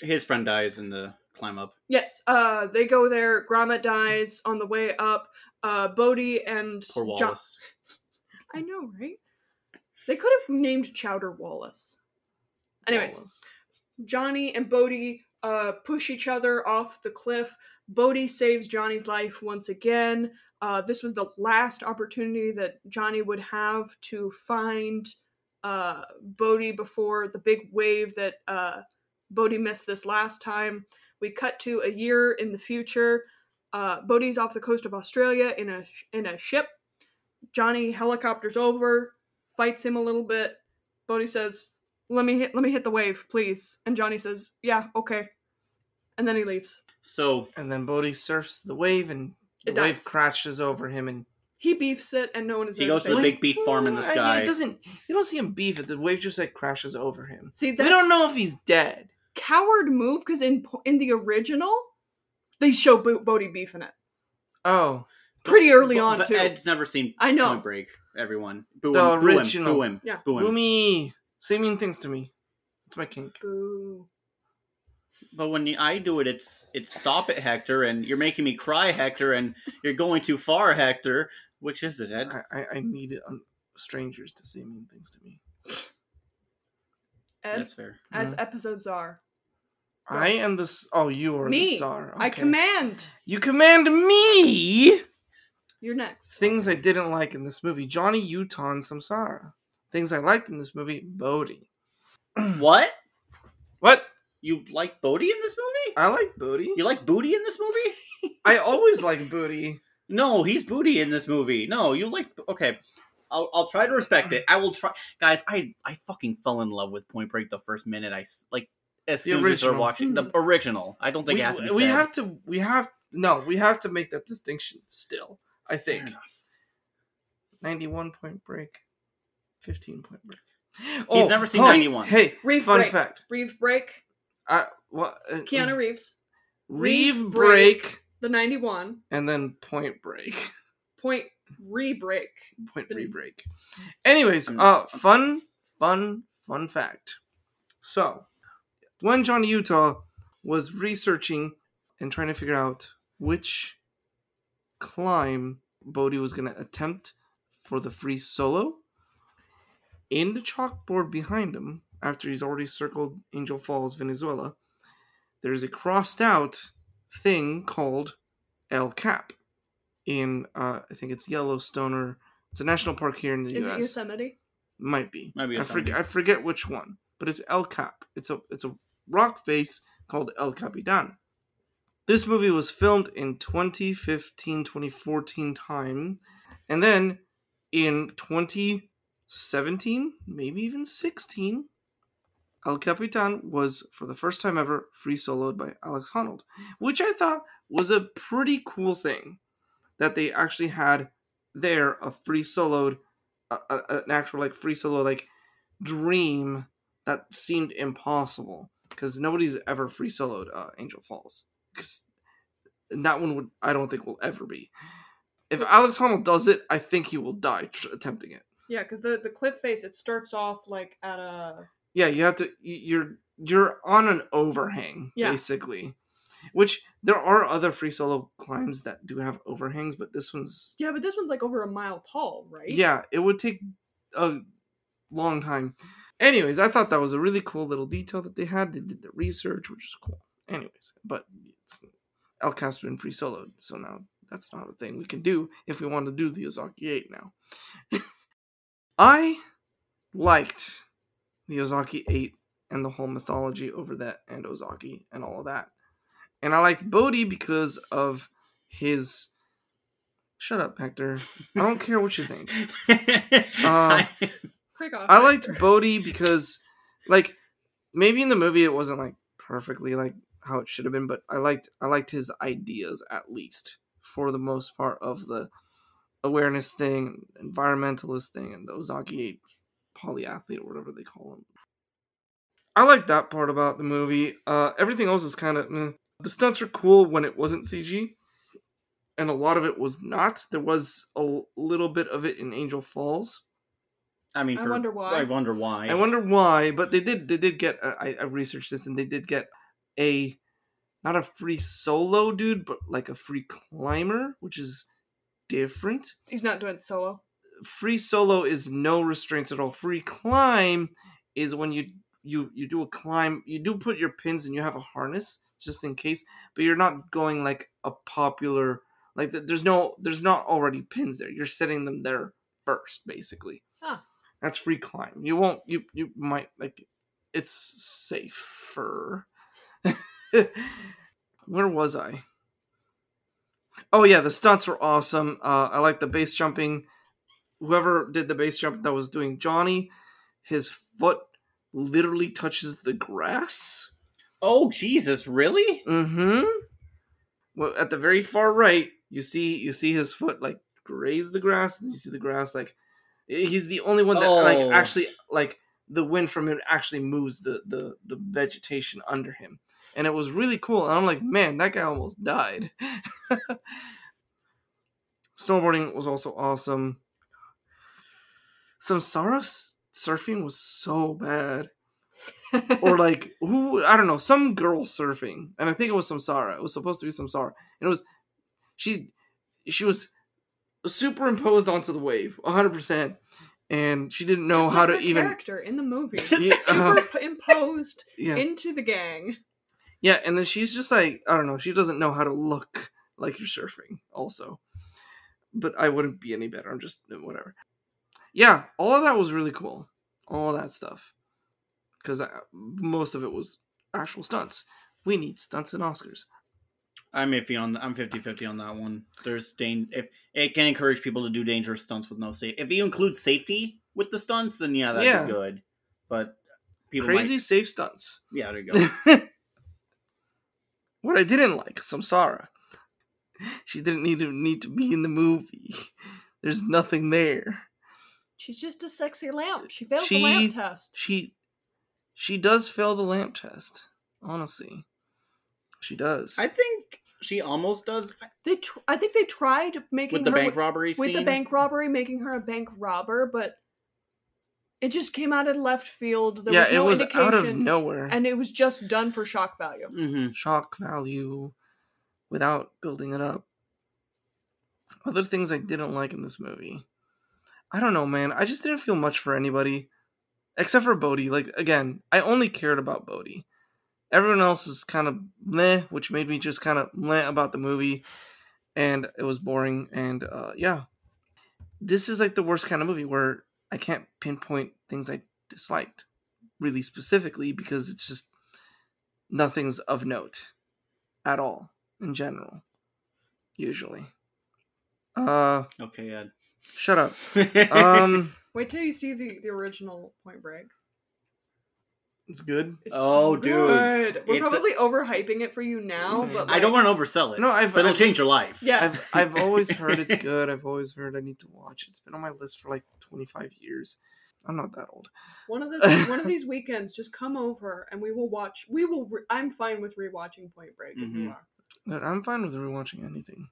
[SPEAKER 5] His friend dies in the climb up.
[SPEAKER 2] Yes. Uh, they go there. Grommet dies on the way up. Uh, Bodhi and
[SPEAKER 5] Poor
[SPEAKER 2] Jo-
[SPEAKER 5] Wallace.
[SPEAKER 2] I know, right? They could have named Chowder Wallace. Anyways, Johnny and Bodhi uh, push each other off the cliff. Bodhi saves Johnny's life once again. Uh, this was the last opportunity that Johnny would have to find uh, Bodhi before the big wave that uh, Bodhi missed this last time. We cut to a year in the future. Uh, Bodhi's off the coast of Australia in a in a ship. Johnny helicopters over, fights him a little bit. Bodhi says, let me hit let me hit the wave, please. And Johnny says, Yeah, okay. And then he leaves.
[SPEAKER 5] So
[SPEAKER 1] And then Bodhi surfs the wave, and the
[SPEAKER 2] It
[SPEAKER 1] wave
[SPEAKER 2] dies. crashes
[SPEAKER 1] crashes over him, and
[SPEAKER 2] He beefs it and no one is
[SPEAKER 5] He
[SPEAKER 2] there
[SPEAKER 5] goes to the
[SPEAKER 2] save
[SPEAKER 5] big
[SPEAKER 2] him.
[SPEAKER 5] beef farm in the
[SPEAKER 1] Uh, yeah,
[SPEAKER 5] sky.
[SPEAKER 1] It doesn't. You don't see him beef it. The wave just like crashes over him.
[SPEAKER 2] See
[SPEAKER 1] We
[SPEAKER 2] that's
[SPEAKER 1] don't know if he's dead.
[SPEAKER 2] coward move because in po- in the original they show Bo- Bodhi beefing it.
[SPEAKER 1] Oh,
[SPEAKER 2] Pretty early on
[SPEAKER 5] but
[SPEAKER 2] too.
[SPEAKER 5] Ed's never seen
[SPEAKER 2] I know.
[SPEAKER 5] Point Break. Everyone. Boo
[SPEAKER 1] The
[SPEAKER 5] him, boo him,
[SPEAKER 1] original.
[SPEAKER 5] Boo him.
[SPEAKER 2] Yeah.
[SPEAKER 5] Boo him.
[SPEAKER 1] Boomy, say mean things to me. It's my kink.
[SPEAKER 2] Boo.
[SPEAKER 5] But when I do it, it's it's stop it, Hector, and you're making me cry, Hector, and you're going too far, Hector. Which is it, Ed?
[SPEAKER 1] I, I, I need um, strangers to say mean things to me.
[SPEAKER 2] Ed,
[SPEAKER 5] That's fair.
[SPEAKER 2] as episodes are.
[SPEAKER 1] I am the. s- Oh, you are
[SPEAKER 2] Me.
[SPEAKER 1] the czar.
[SPEAKER 2] I
[SPEAKER 1] Okay.
[SPEAKER 2] command.
[SPEAKER 1] You command me.
[SPEAKER 2] You're next.
[SPEAKER 1] Things I didn't like in this movie: Johnny Utah and Samsara. Things I liked in this movie: Bodhi.
[SPEAKER 5] What?
[SPEAKER 1] What?
[SPEAKER 5] You like Bodhi in this movie?
[SPEAKER 1] I like Bodhi.
[SPEAKER 5] You like Booty in this movie?
[SPEAKER 1] I always like Bodhi.
[SPEAKER 5] No, he's Booty in this movie. No, you like okay. I'll, I'll try to respect it. I will try, guys. I I fucking fell in love with Point Break the first minute. I s- like as
[SPEAKER 1] The
[SPEAKER 5] soon as we started
[SPEAKER 1] original. Hmm.
[SPEAKER 5] watching the original. I don't think
[SPEAKER 1] we,
[SPEAKER 5] it has to be.
[SPEAKER 1] we
[SPEAKER 5] said.
[SPEAKER 1] have to we have no we have to make that distinction still i
[SPEAKER 5] Fair
[SPEAKER 1] think
[SPEAKER 5] enough.
[SPEAKER 1] 91 point break 15 point break Oh,
[SPEAKER 5] never seen 91.
[SPEAKER 1] hey
[SPEAKER 2] Reeve
[SPEAKER 1] fun
[SPEAKER 2] break.
[SPEAKER 1] fact
[SPEAKER 2] Reeve break.
[SPEAKER 1] I, well, uh,
[SPEAKER 5] Oh.
[SPEAKER 2] Keanu Reeves.
[SPEAKER 1] reeve
[SPEAKER 2] Reeve
[SPEAKER 1] break,
[SPEAKER 2] The 91.
[SPEAKER 1] and then point break
[SPEAKER 2] Point re-break.
[SPEAKER 1] point
[SPEAKER 2] The-
[SPEAKER 1] re-break anyways
[SPEAKER 5] I'm-
[SPEAKER 1] uh fun fun fun fact so when johnny utah was researching and trying to figure out which climb Bodhi was going to attempt for the free solo. In the chalkboard behind him, after he's already circled Angel Falls, Venezuela, there's a crossed out thing called El Cap. In, uh, I think it's Yellowstone or it's a national park here in the
[SPEAKER 2] Is it
[SPEAKER 1] US.
[SPEAKER 2] Yosemite?
[SPEAKER 1] Might be.
[SPEAKER 5] Might be
[SPEAKER 1] I
[SPEAKER 5] Yosemite.
[SPEAKER 1] forget, I forget which one. but it's El Cap. It's a it's a rock face called El Capitan. This movie was filmed in 2015, 2014 time, and then in 2017, maybe even 16, El Capitan was for the first time ever free soloed by Alex Honnold, which I thought was a pretty cool thing that they actually had there a free soloed, a, a, an actual like free solo like dream that seemed impossible because nobody's ever free soloed uh, Angel Falls because that one would I don't think will ever be. If Alex Honnold does it, I think he will die tr- attempting it.
[SPEAKER 2] Yeah, because the the cliff face it starts off like at a
[SPEAKER 1] Yeah, you have to. y- You're you're on an overhang
[SPEAKER 2] Yeah.
[SPEAKER 1] basically, which there are other free solo climbs that do have overhangs, but this one's
[SPEAKER 2] yeah, but this one's like over a mile tall, right?
[SPEAKER 1] yeah, it would take a long time. Anyways, I thought that was a really cool little detail that they had. They did the research, which is cool. Anyways, but it's, El Cap's been free soloed, so now that's not a thing we can do if we want to do the Ozaki 8 now. I liked the Ozaki 8 and the whole mythology over that and Ozaki and all of that. And I liked Bodhi because of his. Shut up, Hector. I don't care what you think.
[SPEAKER 5] I-
[SPEAKER 2] Craig off.
[SPEAKER 1] I liked Bodhi because, like, maybe in the movie it wasn't like perfectly like how it should have been, but I liked I liked his ideas at least for the most part of the awareness thing, environmentalist thing, and the Ozaki polyathlete or whatever they call him. I like that part about the movie. Uh, everything else is kind of meh. the stunts are cool when it wasn't CG, and a lot of it was not. There was a l- little bit of it in Angel Falls.
[SPEAKER 5] I mean,
[SPEAKER 2] I
[SPEAKER 5] for-
[SPEAKER 2] wonder why.
[SPEAKER 5] I wonder why.
[SPEAKER 1] Um, I wonder why, but they did. They did get. uh, I, I researched this, and they did get a not a free solo dude, but like a free climber, which is different.
[SPEAKER 2] He's not doing it solo.
[SPEAKER 1] Free solo is no restraints at all. Free climb is when you you you do a climb. You do put your pins, and you have a harness just in case. But you're not going like a popular like. th- There's no. There's not already pins there. You're setting them there first, basically.
[SPEAKER 2] Huh.
[SPEAKER 1] That's free climb. You won't. You you might like. It's safer. Where was I? Oh yeah, the stunts were awesome. Uh, I like the base jumping. Whoever did the base jump that was doing Johnny, his foot literally touches the grass.
[SPEAKER 5] oh Jesus, really?
[SPEAKER 1] Mm-hmm. Well, at the very far right, you see you see his foot like graze the grass, and you see the grass like eh, he's the only one that
[SPEAKER 5] Oh.
[SPEAKER 1] like actually like the wind from him actually moves the the the vegetation under him, and it was really cool. And I'm like, man, that guy almost died. Snowboarding was also awesome. Samsara s- surfing was so bad or like who I don't know, some girl surfing, and I think it was Samsara. It was supposed to be Samsara, and it was she. She was superimposed onto the wave, hundred percent, and she didn't know
[SPEAKER 2] Just
[SPEAKER 1] how
[SPEAKER 2] like
[SPEAKER 1] to
[SPEAKER 2] her
[SPEAKER 1] even.
[SPEAKER 2] character in the movie.
[SPEAKER 1] Yeah, uh,
[SPEAKER 2] Superimposed
[SPEAKER 1] yeah,
[SPEAKER 2] into the gang.
[SPEAKER 1] yeah, and then she's just like I don't know. She doesn't know how to look like you're surfing, also. But I wouldn't be any better. I'm just uh, whatever. Yeah, all of that was really cool. All that stuff, because most of it was actual stunts. We need stunts and Oscars.
[SPEAKER 5] I'm iffy on. I'm 50-50 on that one. There's dan- if it can encourage people to do dangerous stunts with no safety. If you include safety with the stunts, then yeah, that'd
[SPEAKER 1] Yeah.
[SPEAKER 5] be good. But people
[SPEAKER 1] crazy
[SPEAKER 5] might-
[SPEAKER 1] safe stunts.
[SPEAKER 5] yeah, there you go.
[SPEAKER 1] what I didn't like, Samsara. She didn't need to need to be in the movie. There's nothing there.
[SPEAKER 2] She's just a sexy lamp. She failed
[SPEAKER 1] She-
[SPEAKER 2] the lamp test.
[SPEAKER 1] She she does fail the lamp test. Honestly. She does.
[SPEAKER 5] I think she almost does
[SPEAKER 2] They, tr- I think they tried making
[SPEAKER 5] with the
[SPEAKER 2] her
[SPEAKER 5] bank robbery
[SPEAKER 2] with the
[SPEAKER 5] scene.
[SPEAKER 2] bank robbery, making her a bank robber, but it just came out of left field. There
[SPEAKER 1] yeah,
[SPEAKER 2] was no
[SPEAKER 1] it was
[SPEAKER 2] indication,
[SPEAKER 1] out of nowhere.
[SPEAKER 2] and it was just done for shock value.
[SPEAKER 5] hmm
[SPEAKER 1] shock value without building it up. Other things I didn't like in this movie. I don't know, man. I just didn't feel much for anybody. Except for Bodhi. Like, again, I only cared about Bodhi. Everyone else is kind of meh, which made me just kind of meh about the movie. And it was boring. And uh, yeah. This is like the worst kind of movie where I can't pinpoint things I disliked. really specifically because it's just nothing's of note at all in general. Usually. Uh
[SPEAKER 5] Okay, Ed.
[SPEAKER 1] shut up. Um
[SPEAKER 2] Wait till you see the, the original Point Break.
[SPEAKER 1] it's good.
[SPEAKER 2] It's
[SPEAKER 5] Oh,
[SPEAKER 2] so
[SPEAKER 5] dude.
[SPEAKER 2] good. We're
[SPEAKER 5] It's a-
[SPEAKER 2] probably overhyping it for you now, but
[SPEAKER 5] I don't want to oversell it.
[SPEAKER 1] No, I've
[SPEAKER 5] but it'll
[SPEAKER 1] I've,
[SPEAKER 5] change your life.
[SPEAKER 2] Yeah.
[SPEAKER 1] I've I've always heard it's good. I've always heard I need to watch it. It's been on my list for like 25 years. I'm not that old.
[SPEAKER 2] one of this one of these weekends. Just come over and we will watch. We will. Re- I'm fine with rewatching Point Break if you
[SPEAKER 1] Mm-hmm.
[SPEAKER 5] Mhm.
[SPEAKER 2] are.
[SPEAKER 1] But I'm fine with rewatching anything.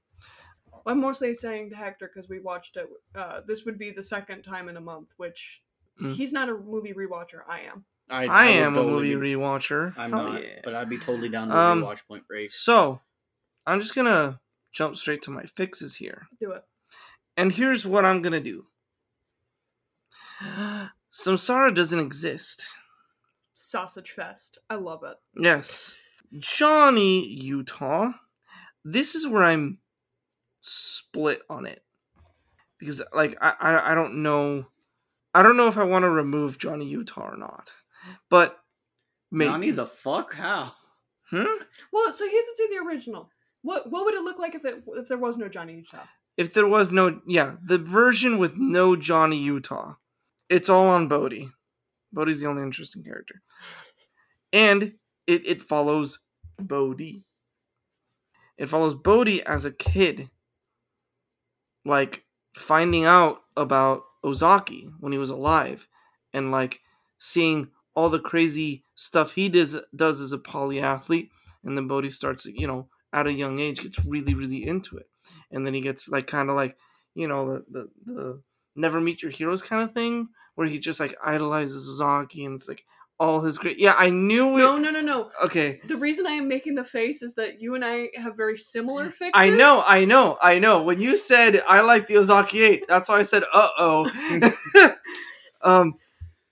[SPEAKER 2] I'm mostly saying to Hector because we watched it. Uh, this would be the second time in a month, which
[SPEAKER 1] Mm.
[SPEAKER 2] he's not a movie rewatcher. I am.
[SPEAKER 5] I,
[SPEAKER 1] I,
[SPEAKER 5] would
[SPEAKER 1] am a
[SPEAKER 5] totally
[SPEAKER 1] movie
[SPEAKER 5] be-
[SPEAKER 1] rewatcher.
[SPEAKER 5] I'm
[SPEAKER 1] Hell
[SPEAKER 5] not,
[SPEAKER 1] yeah.
[SPEAKER 5] but I'd be totally down to
[SPEAKER 1] Um,
[SPEAKER 5] rewatch Point Break.
[SPEAKER 1] So, I'm just gonna jump straight to my fixes here.
[SPEAKER 2] Do it.
[SPEAKER 1] And here's what I'm gonna do. Samsara doesn't exist.
[SPEAKER 2] Sausage Fest. I love it.
[SPEAKER 1] Yes. Johnny Utah. This is where I'm split on it. Because like I I, I don't know I don't know if I want to remove Johnny Utah or not. But maybe
[SPEAKER 5] Johnny the fuck? How?
[SPEAKER 1] Hmm?
[SPEAKER 2] Well, so here's the the original. What what would it look like if it if there was no Johnny Utah?
[SPEAKER 1] if there was no yeah the version with no johnny utah it's all on bodhi bodhi's the only interesting character and it, it follows bodhi it follows bodhi as a kid like finding out about ozaki when he was alive and like seeing all the crazy stuff he does does as a polyathlete and then bodhi starts you know at a young age gets really really into it and then he gets like kind of like you know the, the the never meet your heroes kind of thing where he just like idolizes Zaki and it's like all his great yeah I knew it
[SPEAKER 2] No, no, no, no.
[SPEAKER 1] okay
[SPEAKER 2] The reason I am making the face is that you and I have very similar fixes.
[SPEAKER 1] I know I know I know when you said I like the Ozaki eight that's why I said uh oh um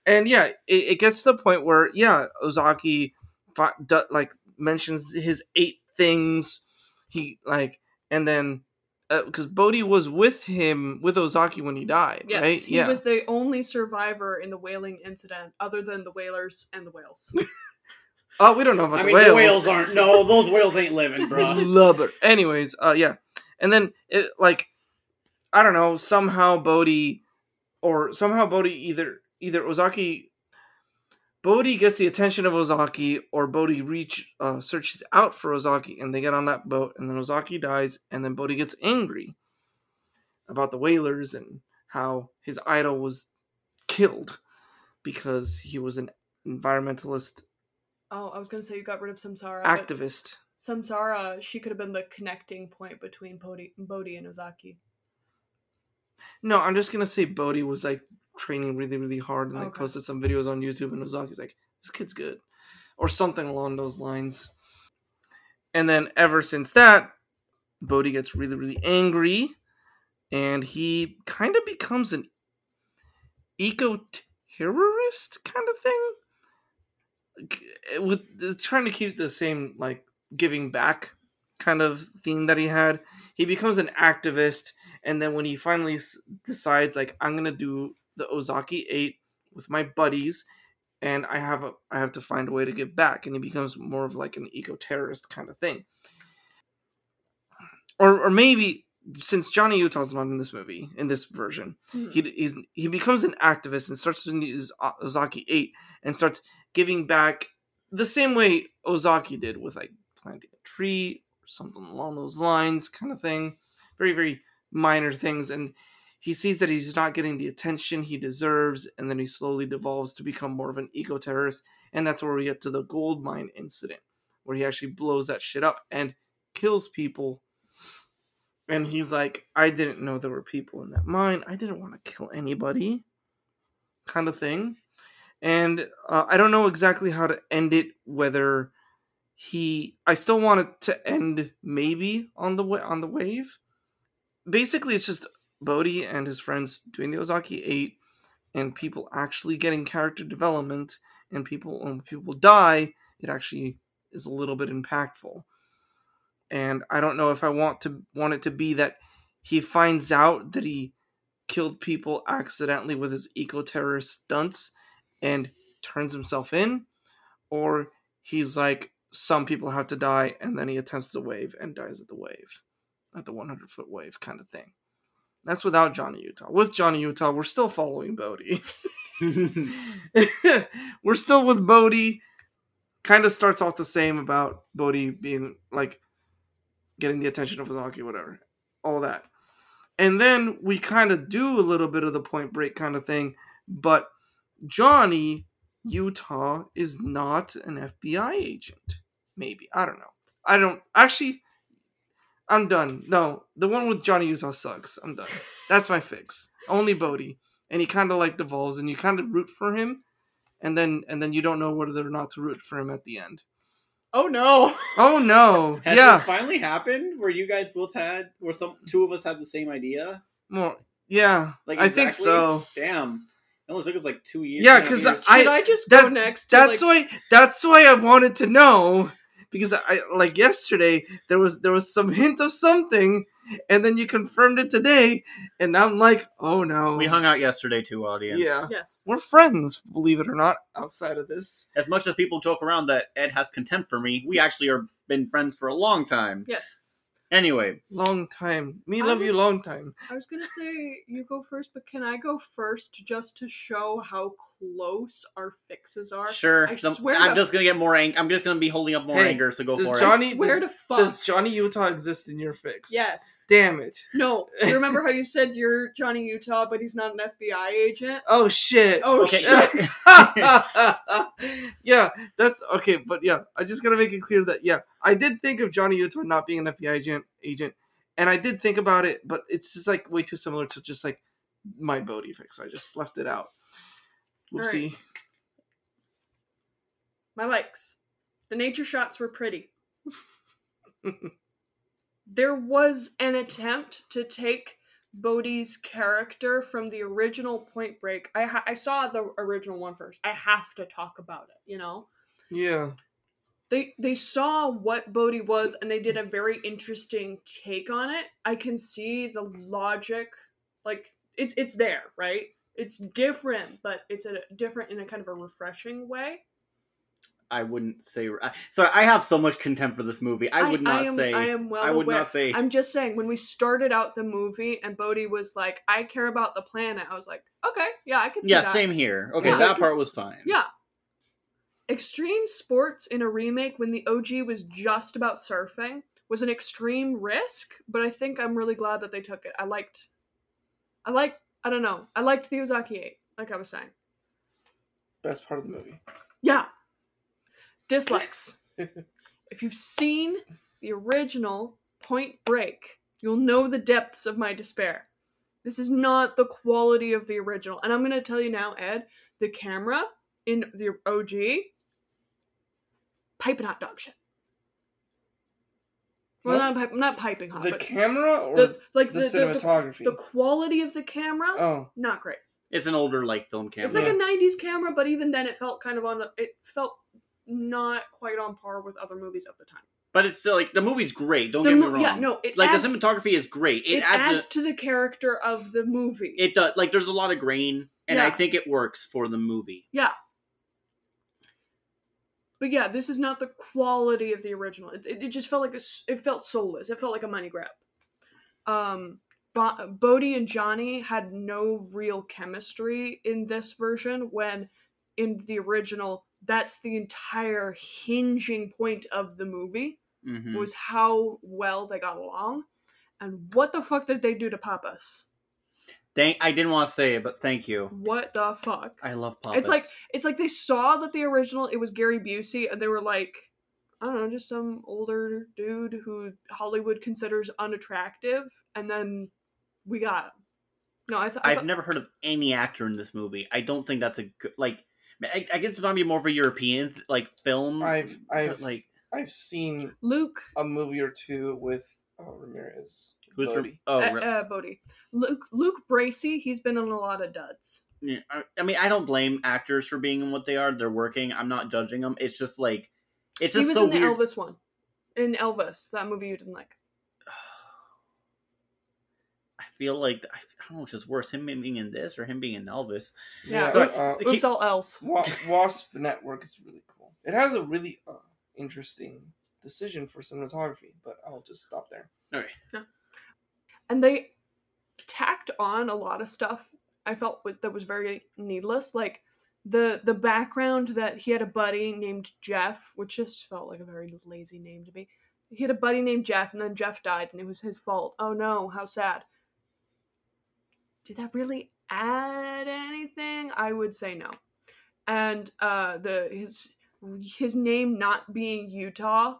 [SPEAKER 1] and yeah it, it gets to the point where yeah Ozaki fi- do, like mentions his eight things he like and then because Bodhi was with him with Ozaki when he died
[SPEAKER 2] Yes,
[SPEAKER 1] right
[SPEAKER 2] he was the only survivor in the whaling incident, other than the whalers and the whales.
[SPEAKER 1] Oh, we don't know about
[SPEAKER 5] I
[SPEAKER 1] the
[SPEAKER 5] mean,
[SPEAKER 1] whales.
[SPEAKER 5] the whales aren't. No, those whales ain't living, bro.
[SPEAKER 1] Lubber. Anyways, uh, yeah, and then it like, I don't know. Somehow Bodhi, or somehow Bodhi either either Ozaki, Bodhi gets the attention of Ozaki, or Bodhi reach uh, searches out for Ozaki, and they get on that boat, and then Ozaki dies, and then Bodhi gets angry about the whalers and how his idol was killed because he was an environmentalist
[SPEAKER 2] oh, I was gonna say you got rid of Samsara. but
[SPEAKER 1] activist.
[SPEAKER 2] Samsara, she could have been the connecting point between Bodhi, Bodhi and Ozaki.
[SPEAKER 1] No, I'm just gonna say Bodhi was like training really, really hard and like
[SPEAKER 2] Okay.
[SPEAKER 1] posted some videos on YouTube and Ozaki's like, this kid's good. Or something along those lines. And then ever since that, Bodhi gets really, really angry and he kind of becomes an eco terrorist kind of thing. Like, With uh, trying to keep the same like giving back kind of theme that he had. He becomes an activist and then when he finally s- decides like i'm gonna do the ozaki 8 with my buddies and i have a i have to find a way to give back and he becomes more of like an eco-terrorist kind of thing or or maybe since johnny utah's not in this movie in this version he he's, he becomes an activist and starts to use O- Ozaki Eight and starts giving back the same way Ozaki did with like planting a tree or something along those lines, kind of thing. Very very minor things, and he sees that he's not getting the attention he deserves, and then he slowly devolves to become more of an eco terrorist, and that's where we get to the gold mine incident, where he actually blows that shit up and kills people and he's like, I didn't know there were people in that mine. I didn't want to kill anybody, kind of thing. And uh, I don't know exactly how to end it. Whether he, I still want it to end maybe on the wa- on the wave. Basically, it's just Bodhi and his friends doing the Ozaki Eight, and people actually getting character development. And people, when people die, it actually is a little bit impactful and I don't know if I want to want it to be that he finds out that he killed people accidentally with his eco terrorist stunts, and turns himself in, or he's like, some people have to die, and then he attempts the wave and dies at the wave, at the 100 foot wave kind of thing. That's without Johnny Utah. With Johnny Utah, we're still following Bodhi. we're still with Bodhi. Kind of starts off the same about Bodhi being like getting the attention of Ozaki, whatever, all that. And then we kind of do a little bit of the point break kind of thing, but Johnny Utah is not an FBI agent. Maybe. I don't know. I don't actually I'm done. No, the one with Johnny Utah sucks. I'm done. That's my fix. Only Bodhi. And he kind of like devolves and you kind of root for him and then and then you don't know whether or not to root for him at the end.
[SPEAKER 2] Oh no.
[SPEAKER 1] Oh no.
[SPEAKER 3] Has
[SPEAKER 1] yeah.
[SPEAKER 3] this finally happened where you guys both had where some two of us had the same idea?
[SPEAKER 1] More. Yeah.
[SPEAKER 3] Like
[SPEAKER 1] I think
[SPEAKER 3] exactly?
[SPEAKER 1] so.
[SPEAKER 3] Damn. It only took us like two years.
[SPEAKER 1] Yeah,
[SPEAKER 3] nine
[SPEAKER 1] 'cause
[SPEAKER 3] years.
[SPEAKER 1] I-
[SPEAKER 2] Should I, just
[SPEAKER 1] that-
[SPEAKER 2] go next? to,
[SPEAKER 1] That's
[SPEAKER 2] like,
[SPEAKER 1] why. That's why I wanted to know because I like yesterday there was there was some hint of something, and then you confirmed it today, and I'm like, oh no,
[SPEAKER 5] We hung out yesterday too, audience.
[SPEAKER 1] Yeah,
[SPEAKER 2] Yes.
[SPEAKER 1] we're friends, believe it or not. Outside of this,
[SPEAKER 5] As much as people joke around that Ed has contempt for me, we actually are been friends for a long time.
[SPEAKER 2] Yes.
[SPEAKER 5] Anyway,
[SPEAKER 1] long time. Me
[SPEAKER 2] I
[SPEAKER 1] love you,
[SPEAKER 2] was-
[SPEAKER 1] long time.
[SPEAKER 2] I was gonna say you go first, but can I go first just to show how close our fixes are?
[SPEAKER 5] sure.
[SPEAKER 2] I
[SPEAKER 5] the-
[SPEAKER 2] swear
[SPEAKER 5] I'm
[SPEAKER 2] to-
[SPEAKER 5] just gonna get more ang- I'm just gonna be holding up more
[SPEAKER 1] Hey,
[SPEAKER 5] anger, so go
[SPEAKER 1] does
[SPEAKER 5] for
[SPEAKER 1] Johnny-
[SPEAKER 2] I
[SPEAKER 5] it.
[SPEAKER 2] swear
[SPEAKER 1] does-
[SPEAKER 2] to fuck.
[SPEAKER 1] Does Johnny Utah exist in your fix?
[SPEAKER 2] yes.
[SPEAKER 1] Damn it.
[SPEAKER 2] No. You remember how you said you're Johnny Utah, but he's not an FBI agent?
[SPEAKER 1] Oh shit.
[SPEAKER 2] Oh
[SPEAKER 5] Okay.
[SPEAKER 2] shit.
[SPEAKER 1] yeah, that's okay, but yeah, I just gotta make it clear that yeah, I did think of Johnny Utah not being an FBI agent, agent, and I did think about it, but it's just like way too similar to just like my Bodhi fix. I just left it out. Whoopsie.
[SPEAKER 2] My likes. The nature shots were pretty. there was an attempt to take Bodhi's character from the original Point Break. I ha- I saw the original one first. I have to talk about it, you know?
[SPEAKER 1] Yeah.
[SPEAKER 2] they they saw what Bodhi was and they did a very interesting take on it. I can see the logic, like it's it's there, right? It's different, but it's a different in a kind of a refreshing way.
[SPEAKER 5] I wouldn't say. I, sorry, I have so much contempt for this movie. I would not
[SPEAKER 2] am,
[SPEAKER 5] say.
[SPEAKER 2] I am well
[SPEAKER 5] I would
[SPEAKER 2] aware.
[SPEAKER 5] not say.
[SPEAKER 2] I'm just saying when we started out the movie and Bodhi was like, "I care about the planet," I was like, "Okay, yeah, I can see
[SPEAKER 5] yeah,
[SPEAKER 2] that."
[SPEAKER 5] same here. Okay,
[SPEAKER 2] Yeah,
[SPEAKER 5] that
[SPEAKER 2] it's-
[SPEAKER 5] part was fine.
[SPEAKER 2] Yeah. Extreme sports in a remake when the OG was just about surfing was an extreme risk, but I think I'm really glad that they took it. I liked I like I don't know. I liked the Ozaki 8, like I was saying.
[SPEAKER 1] Best part of the movie.
[SPEAKER 2] Yeah. Dislikes. if you've seen the original Point Break, you'll know the depths of my despair. This is not the quality of the original. And I'm going to tell you now, Ed, the camera in the OG, piping hot dog shit. Well, not, pipe, not piping hot,
[SPEAKER 1] The
[SPEAKER 2] Ah, but
[SPEAKER 1] camera or
[SPEAKER 2] the,
[SPEAKER 1] the,
[SPEAKER 2] like the, the,
[SPEAKER 1] cinematography?
[SPEAKER 2] the, the quality of the camera,
[SPEAKER 1] oh.
[SPEAKER 2] not great.
[SPEAKER 5] It's an older like film camera.
[SPEAKER 2] It's like a 90s camera, but even then it felt kind of on, it felt not quite on par with other movies of the time.
[SPEAKER 5] but it's still like the movie's great. Don't
[SPEAKER 2] The
[SPEAKER 5] get me
[SPEAKER 2] mo-
[SPEAKER 5] wrong.
[SPEAKER 2] Yeah, no, it
[SPEAKER 5] like
[SPEAKER 2] adds,
[SPEAKER 5] the cinematography is great. It,
[SPEAKER 2] it
[SPEAKER 5] adds.
[SPEAKER 2] adds
[SPEAKER 5] a,
[SPEAKER 2] to the character of the movie.
[SPEAKER 5] it does. Like there's a lot of grain, and I
[SPEAKER 2] Yeah.
[SPEAKER 5] think it works for the movie.
[SPEAKER 2] but yeah, this is not the quality of the original. It, it, it just felt like a, s- it felt soulless. It felt like a money grab. Um, Bo- Bodhi and Johnny had no real chemistry in this version. When in the original, that's the entire hinging point of the movie
[SPEAKER 5] Mhm.
[SPEAKER 2] was how well they got along, and what the fuck did they do to Papas?
[SPEAKER 5] Thank. I didn't want to say it, but thank you.
[SPEAKER 2] What the fuck?
[SPEAKER 5] I love Papa.
[SPEAKER 2] It's like it's like they saw that the original it was Gary Busey and they were like, I don't know, just some older dude who Hollywood considers unattractive, and then we got him. No, I, th- I
[SPEAKER 5] I've
[SPEAKER 2] thought
[SPEAKER 5] never heard of any actor in this movie. I don't think that's a good like. I, I guess it might be more of a European like film.
[SPEAKER 1] I've
[SPEAKER 5] but,
[SPEAKER 1] I've
[SPEAKER 5] like
[SPEAKER 1] I've seen
[SPEAKER 2] Luke
[SPEAKER 1] a movie or two with uh, Ramirez.
[SPEAKER 5] who's
[SPEAKER 1] Bodhi.
[SPEAKER 5] from? Oh,
[SPEAKER 2] uh,
[SPEAKER 5] re-
[SPEAKER 2] uh, Bodie, Luke Luke Bracey, he's been in a lot of duds.
[SPEAKER 5] yeah, I, I mean, I don't blame actors for being in what they are. They're working. I'm not judging them. It's just like it's
[SPEAKER 2] he
[SPEAKER 5] just
[SPEAKER 2] was
[SPEAKER 5] so
[SPEAKER 2] in the
[SPEAKER 5] weird.
[SPEAKER 2] Elvis one, in Elvis that movie you didn't like.
[SPEAKER 5] I
[SPEAKER 3] feel like I don't know which is worse, him being in this or him being in Elvis.
[SPEAKER 2] Yeah,
[SPEAKER 3] Sorry,
[SPEAKER 1] uh,
[SPEAKER 3] They
[SPEAKER 2] Oops,
[SPEAKER 3] keep-
[SPEAKER 2] all else.
[SPEAKER 1] Wa- Wasp Network is really cool. It has a really uh, interesting decision for cinematography, but I'll just stop there.
[SPEAKER 2] and they tacked on a lot of stuff I felt was that was very needless. Like the the background that he had a buddy named Jeff, which just felt like a very lazy name to me. He had a buddy named Jeff, and then Jeff died, and it was his fault. Oh no, how sad. Did that really add anything? I would say no. And uh, the his his name not being Utah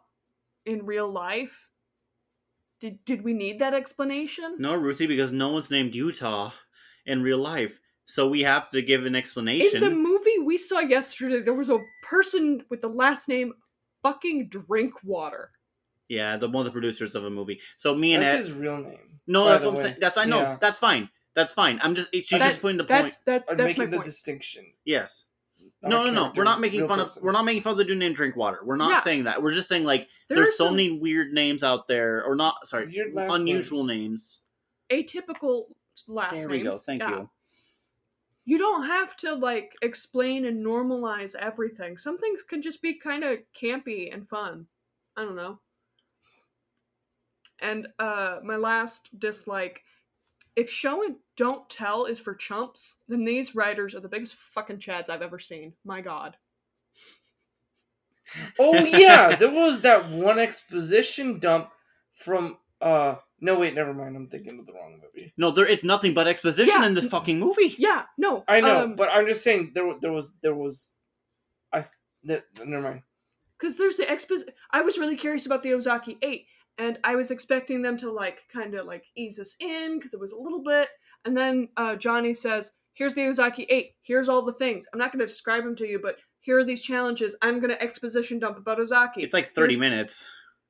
[SPEAKER 2] in real life. Did did we need that explanation?
[SPEAKER 3] No, Ruthie, because no one's named Utah in real life, so we have to give an
[SPEAKER 2] In
[SPEAKER 3] explanation.
[SPEAKER 2] the movie we saw yesterday, there was a person with the last name fucking Drinkwater.
[SPEAKER 3] yeah, the one of the producers of a movie. So me and
[SPEAKER 1] That's
[SPEAKER 3] Ed-
[SPEAKER 1] his real name.
[SPEAKER 3] no,
[SPEAKER 1] by
[SPEAKER 3] that's
[SPEAKER 1] the
[SPEAKER 3] what I'm
[SPEAKER 1] way.
[SPEAKER 3] saying. That's I know.
[SPEAKER 1] Yeah.
[SPEAKER 3] That's fine. That's fine. I'm just it, she's
[SPEAKER 2] That-
[SPEAKER 3] just putting the point.
[SPEAKER 2] That's that.
[SPEAKER 1] I'm
[SPEAKER 2] That's my
[SPEAKER 1] making the
[SPEAKER 2] point.
[SPEAKER 1] distinction.
[SPEAKER 3] Yes.
[SPEAKER 1] not
[SPEAKER 3] No,
[SPEAKER 1] a
[SPEAKER 3] no, no.
[SPEAKER 1] character,
[SPEAKER 3] We're not making
[SPEAKER 1] real
[SPEAKER 3] fun
[SPEAKER 1] person.
[SPEAKER 3] of. We're not making fun of the dude named Drinkwater. We're not
[SPEAKER 2] Yeah.
[SPEAKER 3] saying that. We're just saying like
[SPEAKER 2] There
[SPEAKER 3] there's
[SPEAKER 2] are
[SPEAKER 3] so
[SPEAKER 2] some
[SPEAKER 3] many weird names out there, or not. Sorry,
[SPEAKER 1] Weird last
[SPEAKER 3] unusual names.
[SPEAKER 2] atypical last names.
[SPEAKER 3] There we go. Thank
[SPEAKER 2] Yeah.
[SPEAKER 3] you.
[SPEAKER 2] You don't have to like explain and normalize everything. Some things can just be kind of campy and fun. I don't know. And uh my last dislike if show and don't tell is for chumps, then these writers are the biggest fucking chads I've ever seen. My god.
[SPEAKER 1] Oh yeah, there was that one exposition dump from. uh No wait, never mind. I'm thinking of the wrong movie.
[SPEAKER 3] No, there is nothing but exposition
[SPEAKER 2] Yeah.
[SPEAKER 3] in this fucking movie.
[SPEAKER 2] Yeah, no.
[SPEAKER 1] I know,
[SPEAKER 2] um,
[SPEAKER 1] but I'm just saying there. wa- There was. There was. I. th- That, never mind.
[SPEAKER 2] because there's the expos. I was really curious about the Ozaki Eight, and I was expecting them to like kind of like ease us in because it was a little bit. And then uh, Johnny says, "Here's the Ozaki Eight. Here's all the things. I'm not going to describe them to you, but here are these challenges. I'm going to exposition dump about Ozaki.
[SPEAKER 3] It's like 30
[SPEAKER 2] Here's-
[SPEAKER 3] minutes.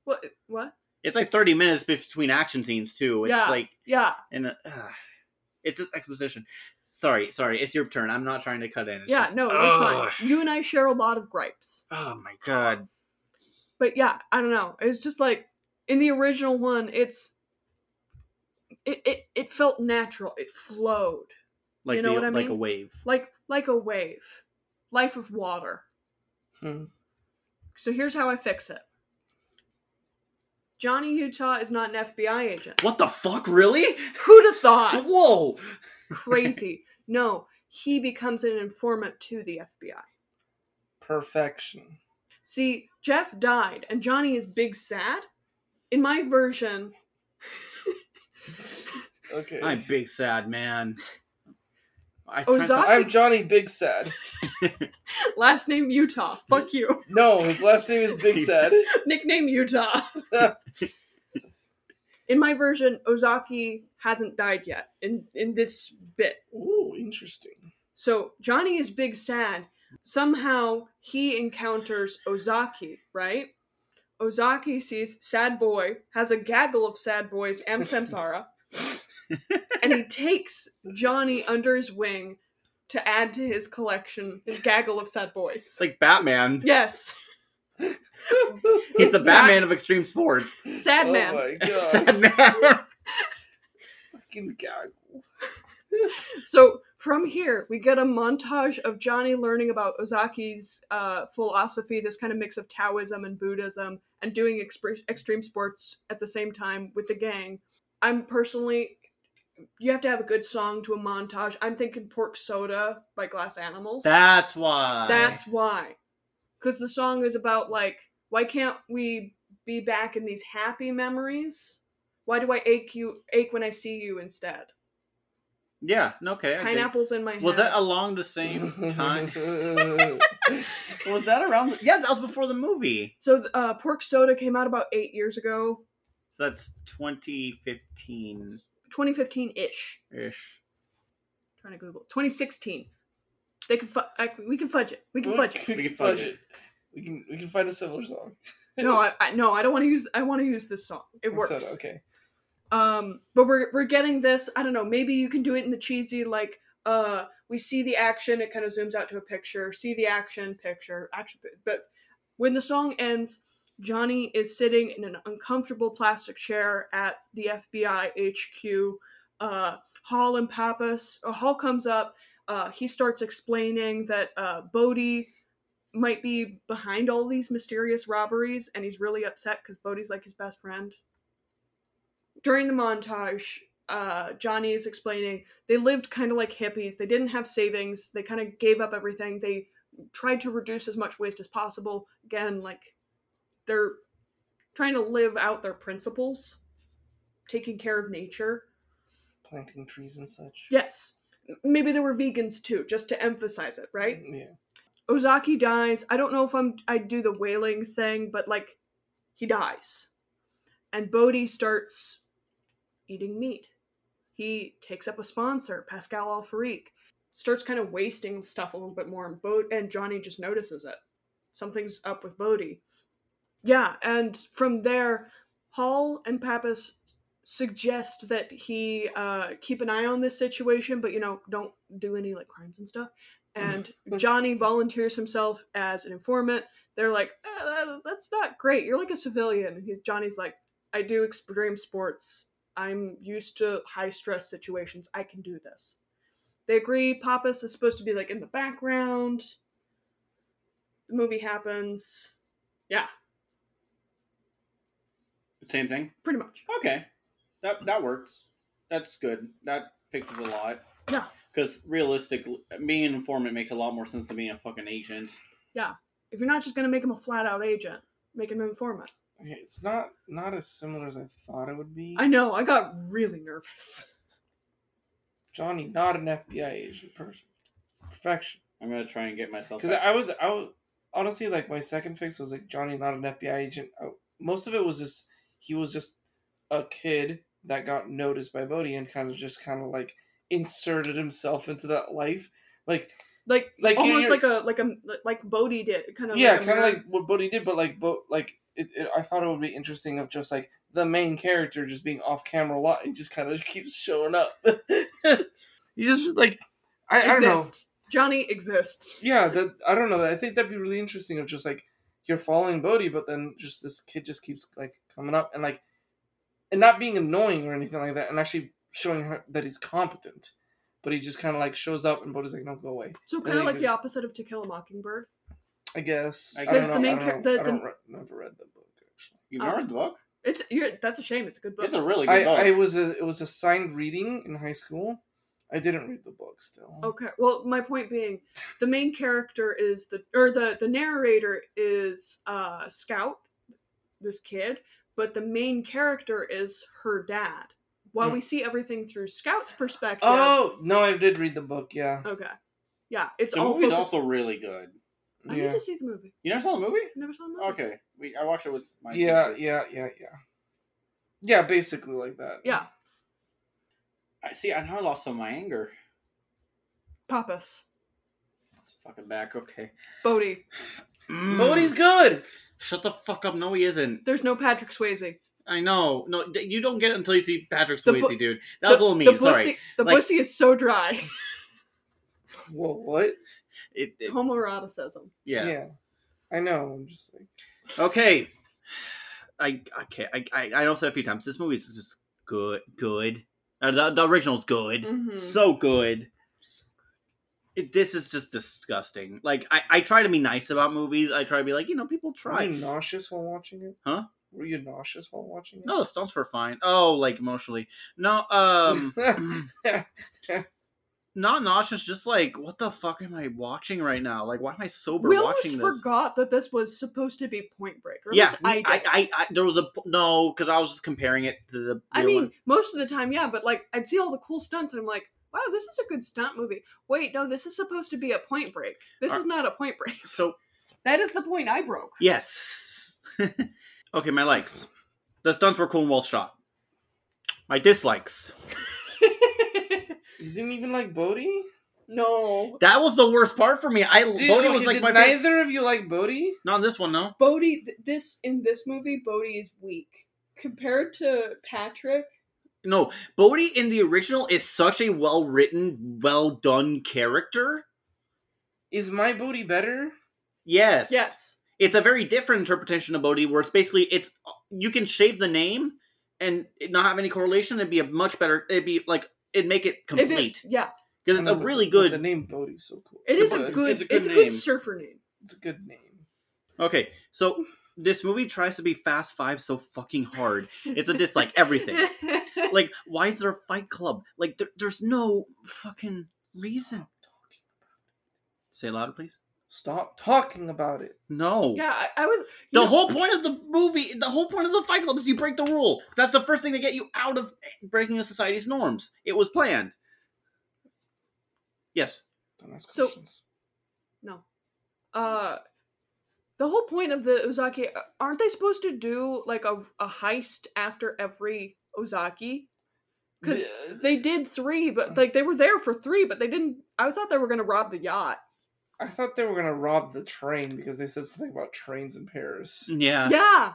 [SPEAKER 2] What? What?
[SPEAKER 3] It's like 30 minutes between action scenes too. It's
[SPEAKER 2] Yeah.
[SPEAKER 3] like
[SPEAKER 2] Yeah.
[SPEAKER 3] and uh, ah, it's just exposition. Sorry, sorry. It's your turn. I'm not trying to cut in. It's
[SPEAKER 2] yeah.
[SPEAKER 3] just-
[SPEAKER 2] no,
[SPEAKER 3] Ugh.
[SPEAKER 2] we're fine. You and I share a lot of gripes.
[SPEAKER 3] Oh my god.
[SPEAKER 2] but yeah, I don't know. It's just like in the original one, it's it it, it felt natural. It flowed
[SPEAKER 3] Like
[SPEAKER 2] know
[SPEAKER 3] the,
[SPEAKER 2] what I
[SPEAKER 3] like a
[SPEAKER 2] mean?
[SPEAKER 3] wave.
[SPEAKER 2] like like a wave, life of water.
[SPEAKER 1] Hmm.
[SPEAKER 2] So here's how I fix it. Johnny Utah is not an FBI agent.
[SPEAKER 3] What the fuck? Really?
[SPEAKER 2] Who'd have thought?
[SPEAKER 3] Whoa.
[SPEAKER 2] Crazy. No, he becomes an informant to the FBI.
[SPEAKER 1] Perfection.
[SPEAKER 2] See, Jeff died and Johnny is big sad. In my version,
[SPEAKER 1] Okay.
[SPEAKER 3] I'm big sad man. I
[SPEAKER 2] Ozaki-
[SPEAKER 1] I'm Johnny Big Sad.
[SPEAKER 2] last name Utah. Fuck you.
[SPEAKER 1] No, his last name is Big Sad.
[SPEAKER 2] nickname Utah. in my version, Ozaki hasn't died yet in in this bit.
[SPEAKER 1] Ooh, interesting.
[SPEAKER 2] So Johnny is big sad. Somehow he encounters Ozaki, right? Ozaki sees Sad Boy, has a gaggle of sad boys and Samsara, and he takes Johnny under his wing to add to his collection, his gaggle of sad boys.
[SPEAKER 3] It's like Batman.
[SPEAKER 2] Yes,
[SPEAKER 3] He's the Batman of extreme sports.
[SPEAKER 2] sad
[SPEAKER 1] oh
[SPEAKER 2] man.
[SPEAKER 1] my
[SPEAKER 3] Sad
[SPEAKER 1] god.
[SPEAKER 3] man.
[SPEAKER 1] Fucking gaggle.
[SPEAKER 2] So from here, we get a montage of Johnny learning about Ozaki's uh, philosophy, this kind of mix of Taoism and Buddhism, and doing expre- extreme sports at the same time with the gang. I'm personally, you have to have a good song to a montage. I'm thinking Pork Soda by Glass Animals.
[SPEAKER 3] That's why.
[SPEAKER 2] That's why. Because the song is about, like, why can't we be back in these happy memories? Why do I ache you ache when I see you instead?
[SPEAKER 3] yeah. no, Okay. I dig-
[SPEAKER 2] Pineapples in my hand.
[SPEAKER 3] Was that along the same time? was that around? The, yeah, that was before the movie.
[SPEAKER 2] So th- uh, Pork Soda came out about eight years ago,
[SPEAKER 3] So that's 2015
[SPEAKER 2] 2015 ish.
[SPEAKER 3] ish.
[SPEAKER 2] Trying to Google 2016. They can fu- I, we can fudge it. We can fudge it.
[SPEAKER 1] We can fudge it. We can we can find a similar song.
[SPEAKER 2] No, I, I no, I don't want to use. I want to use this song. It
[SPEAKER 1] Pork
[SPEAKER 2] works.
[SPEAKER 1] soda, okay.
[SPEAKER 2] Um, but we're we're getting this. I don't know. Maybe you can do it in the cheesy like. Uh, we see the action. It kind of zooms out to a picture. See the action picture. Action. pi- But when the song ends, Johnny is sitting in an uncomfortable plastic chair at the FBI HQ. uh, Hall and Pappas. Uh, Hall comes up. Uh, he starts explaining that uh, Bodhi might be behind all these mysterious robberies, and he's really upset because Bodhi's like his best friend. During the montage, uh, Johnny is explaining they lived kind of like hippies. They didn't have savings. They kind of gave up everything. They tried to reduce as much waste as possible. Again, like they're trying to live out their principles, taking care of nature.
[SPEAKER 1] planting trees and such.
[SPEAKER 2] Yes. M- Maybe there were vegans too, just to emphasize it, right?
[SPEAKER 1] Mm, Yeah.
[SPEAKER 2] Ozaki dies. I don't know if I'm I do the wailing thing, but like he dies. And Bodhi starts eating meat. He takes up a sponsor, Pascal Alfarique. Starts kind of wasting stuff a little bit more, and Bo- and Johnny just notices it. Something's up with Bodhi. Yeah, and from there, Hall and Pappas suggest that he uh, keep an eye on this situation, but you know, don't do any like crimes and stuff and Johnny volunteers himself as an informant. They're like, "Eh, that- "That's not great. You're like a civilian." He's Johnny's like, "I do extreme sports. I'm used to high stress situations. I can do this." They agree. Pappas is supposed to be like in the background. The movie happens. Yeah,
[SPEAKER 3] Same thing.
[SPEAKER 2] pretty much.
[SPEAKER 3] Okay, that that works. That's good. That fixes a lot.
[SPEAKER 2] Yeah.
[SPEAKER 3] Because realistically, being an informant makes a lot more sense than being a fucking agent.
[SPEAKER 2] If you're not just gonna make him a flat out agent, make him an informant.
[SPEAKER 1] Okay, it's not not as similar as I thought it would be.
[SPEAKER 2] I know. I got really nervous.
[SPEAKER 1] Johnny, not an FBI agent, perfect, perfection.
[SPEAKER 3] I'm gonna try and get myself.
[SPEAKER 1] Because
[SPEAKER 3] back.
[SPEAKER 1] I was, I was honestly like my second fix was like Johnny, not an FBI agent. I, most of it was just he was just a kid that got noticed by Bodhi and kind of just kind of like inserted himself into that life. Like
[SPEAKER 2] Like,
[SPEAKER 1] Like,
[SPEAKER 2] like
[SPEAKER 1] you-
[SPEAKER 2] almost
[SPEAKER 1] you're-
[SPEAKER 2] like a like a like Bodhi did. Kind of.
[SPEAKER 1] yeah,
[SPEAKER 2] like a
[SPEAKER 1] kind of
[SPEAKER 2] man-
[SPEAKER 1] like what Bodhi did, but like, but like, it, it, I thought it would be interesting of just like the main character just being off camera a lot and just kind of keeps showing up. you just like, I, I don't know.
[SPEAKER 2] exists. Johnny exists.
[SPEAKER 1] Yeah, that I don't know. I think that'd be really interesting of just like you're following Bodhi, but then just this kid just keeps like coming up and like, and not being annoying or anything like that, and actually showing her that he's competent. But he just kind of like shows up, and Bodhi's like, "No, go away."
[SPEAKER 2] So kind of like the
[SPEAKER 1] Anyways.
[SPEAKER 2] opposite of To Kill a Mockingbird.
[SPEAKER 1] I guess.
[SPEAKER 3] I
[SPEAKER 1] I don't
[SPEAKER 3] guess
[SPEAKER 1] know.
[SPEAKER 3] the
[SPEAKER 1] I
[SPEAKER 2] main
[SPEAKER 1] don't,
[SPEAKER 2] char-
[SPEAKER 1] know.
[SPEAKER 2] the-
[SPEAKER 1] I
[SPEAKER 2] the-
[SPEAKER 1] don't re- never read the book actually.
[SPEAKER 3] You've
[SPEAKER 2] uh,
[SPEAKER 3] never read the book?
[SPEAKER 2] It's you're, that's a shame. It's a good book.
[SPEAKER 3] It's a really good
[SPEAKER 1] I,
[SPEAKER 3] book.
[SPEAKER 1] I was a, it was assigned reading in high school. I didn't read the book still.
[SPEAKER 2] okay. Well, my point being, the main character is the or the the narrator is uh Scout, this kid, but the main character is her dad. While we see everything through Scout's perspective.
[SPEAKER 1] Hmm. Oh no, I did read the book. Yeah,
[SPEAKER 2] Okay. Yeah, it's
[SPEAKER 3] the
[SPEAKER 2] all
[SPEAKER 3] movie's
[SPEAKER 2] focused-
[SPEAKER 3] also really good.
[SPEAKER 2] I need
[SPEAKER 1] yeah,
[SPEAKER 2] to see the movie.
[SPEAKER 3] You never saw the movie?
[SPEAKER 2] I never saw the movie.
[SPEAKER 3] Okay, we, I watched it with my.
[SPEAKER 1] yeah,
[SPEAKER 3] teacher.
[SPEAKER 1] yeah, yeah, yeah. Yeah, basically like that.
[SPEAKER 2] Yeah,
[SPEAKER 3] I see. I now I lost some of my anger.
[SPEAKER 2] Pappas,
[SPEAKER 3] It's fucking back. Okay.
[SPEAKER 2] Bodhi.
[SPEAKER 3] Mm.
[SPEAKER 1] Bodhi's good.
[SPEAKER 3] Shut the fuck up. No, he isn't.
[SPEAKER 2] There's no Patrick Swayze.
[SPEAKER 3] I know. No, d- you don't get it until you see Patrick
[SPEAKER 2] The
[SPEAKER 3] Swayze,
[SPEAKER 2] bu-
[SPEAKER 3] dude. That was a
[SPEAKER 2] the,
[SPEAKER 3] little mean.
[SPEAKER 2] The
[SPEAKER 3] Sorry.
[SPEAKER 2] pussy, the
[SPEAKER 3] Like-
[SPEAKER 2] pussy is so dry.
[SPEAKER 1] Whoa, what?
[SPEAKER 3] It, it-
[SPEAKER 2] Homoeroticism.
[SPEAKER 3] yeah.
[SPEAKER 1] I know. I'm just like
[SPEAKER 3] Okay. I I can't. I I, I know said a few times this movie is just good. Good. Uh, the, the original's good.
[SPEAKER 2] Mm-hmm.
[SPEAKER 3] So good. It, this is just disgusting. Like I, I try to be nice about movies. I try to be like you know people
[SPEAKER 1] were
[SPEAKER 3] try.
[SPEAKER 1] you nauseous while watching it?
[SPEAKER 3] Huh?
[SPEAKER 1] Were you nauseous while watching it?
[SPEAKER 3] No, the stunts were fine. Oh, like emotionally. No, um, not nauseous. Just like what the fuck am I watching right now? Like why am I sober
[SPEAKER 2] we almost
[SPEAKER 3] watching this?
[SPEAKER 2] forgot that this was supposed to be Point Break. Or at
[SPEAKER 3] yeah,
[SPEAKER 2] least I did.
[SPEAKER 3] I, I, I, there was a no because I was just comparing it to the.
[SPEAKER 2] I
[SPEAKER 3] real
[SPEAKER 2] mean,
[SPEAKER 3] one.
[SPEAKER 2] most of the time, yeah, but like I'd see all the cool stunts and I'm like, wow, this is a good stunt movie. Wait, no, this is supposed to be a Point Break. This
[SPEAKER 3] Are-
[SPEAKER 2] is not a Point Break.
[SPEAKER 3] so
[SPEAKER 2] That is the point I broke.
[SPEAKER 3] Yes. okay, my likes. The stunts were cool and well shot. My dislikes.
[SPEAKER 1] you didn't even like Bodhi.
[SPEAKER 2] no.
[SPEAKER 3] That was the worst part for me. I
[SPEAKER 1] Dude,
[SPEAKER 3] Bodhi was
[SPEAKER 1] okay,
[SPEAKER 3] like
[SPEAKER 1] did
[SPEAKER 3] my favorite.
[SPEAKER 1] neither of you like Bodhi.
[SPEAKER 3] Not this one, no.
[SPEAKER 2] Bodhi, th- this, in this movie, Bodhi is weak. Compared to Patrick,
[SPEAKER 3] No, Bodhi in the original is such a well written, well done character.
[SPEAKER 1] Is my Bodhi better?
[SPEAKER 3] Yes.
[SPEAKER 2] yes.
[SPEAKER 3] It's a very different interpretation of Bodhi where it's basically it's you can shave the name and it not have any correlation, it'd be a much better. It'd be like it'd make it
[SPEAKER 2] If it-
[SPEAKER 3] complete
[SPEAKER 2] yeah,
[SPEAKER 3] because it's
[SPEAKER 1] I
[SPEAKER 3] a
[SPEAKER 1] know, but-
[SPEAKER 3] really
[SPEAKER 1] but
[SPEAKER 3] good.
[SPEAKER 1] The name Bodhi's so cool.
[SPEAKER 2] it is
[SPEAKER 3] good-
[SPEAKER 2] a good. It's a good,
[SPEAKER 3] name.
[SPEAKER 2] surfer name.
[SPEAKER 1] It's a good name.
[SPEAKER 3] Okay, so this movie tries to be Fast Five so fucking hard. It's a dislike everything. Like, why is there a Fight Club? Like, there, there's no fucking reason. Say it louder, please.
[SPEAKER 1] Stop talking about it.
[SPEAKER 3] No.
[SPEAKER 2] yeah, I, I was you
[SPEAKER 3] The
[SPEAKER 2] know,
[SPEAKER 3] whole point of the movie, the whole point of the Fight Club is you break the rule. That's the first thing to get you out of breaking a society's norms. It was planned. Yes.
[SPEAKER 1] Don't ask
[SPEAKER 2] So-
[SPEAKER 1] questions.
[SPEAKER 2] No, uh, the whole point of the Ozaki aren't they supposed to do like a a heist after every Ozaki? Because
[SPEAKER 1] Yeah,
[SPEAKER 2] they did three, but like they were there for three, but they didn't. I thought they were gonna rob the yacht.
[SPEAKER 1] I thought they were gonna rob the train because they said something about trains in Paris.
[SPEAKER 3] Yeah.
[SPEAKER 2] yeah,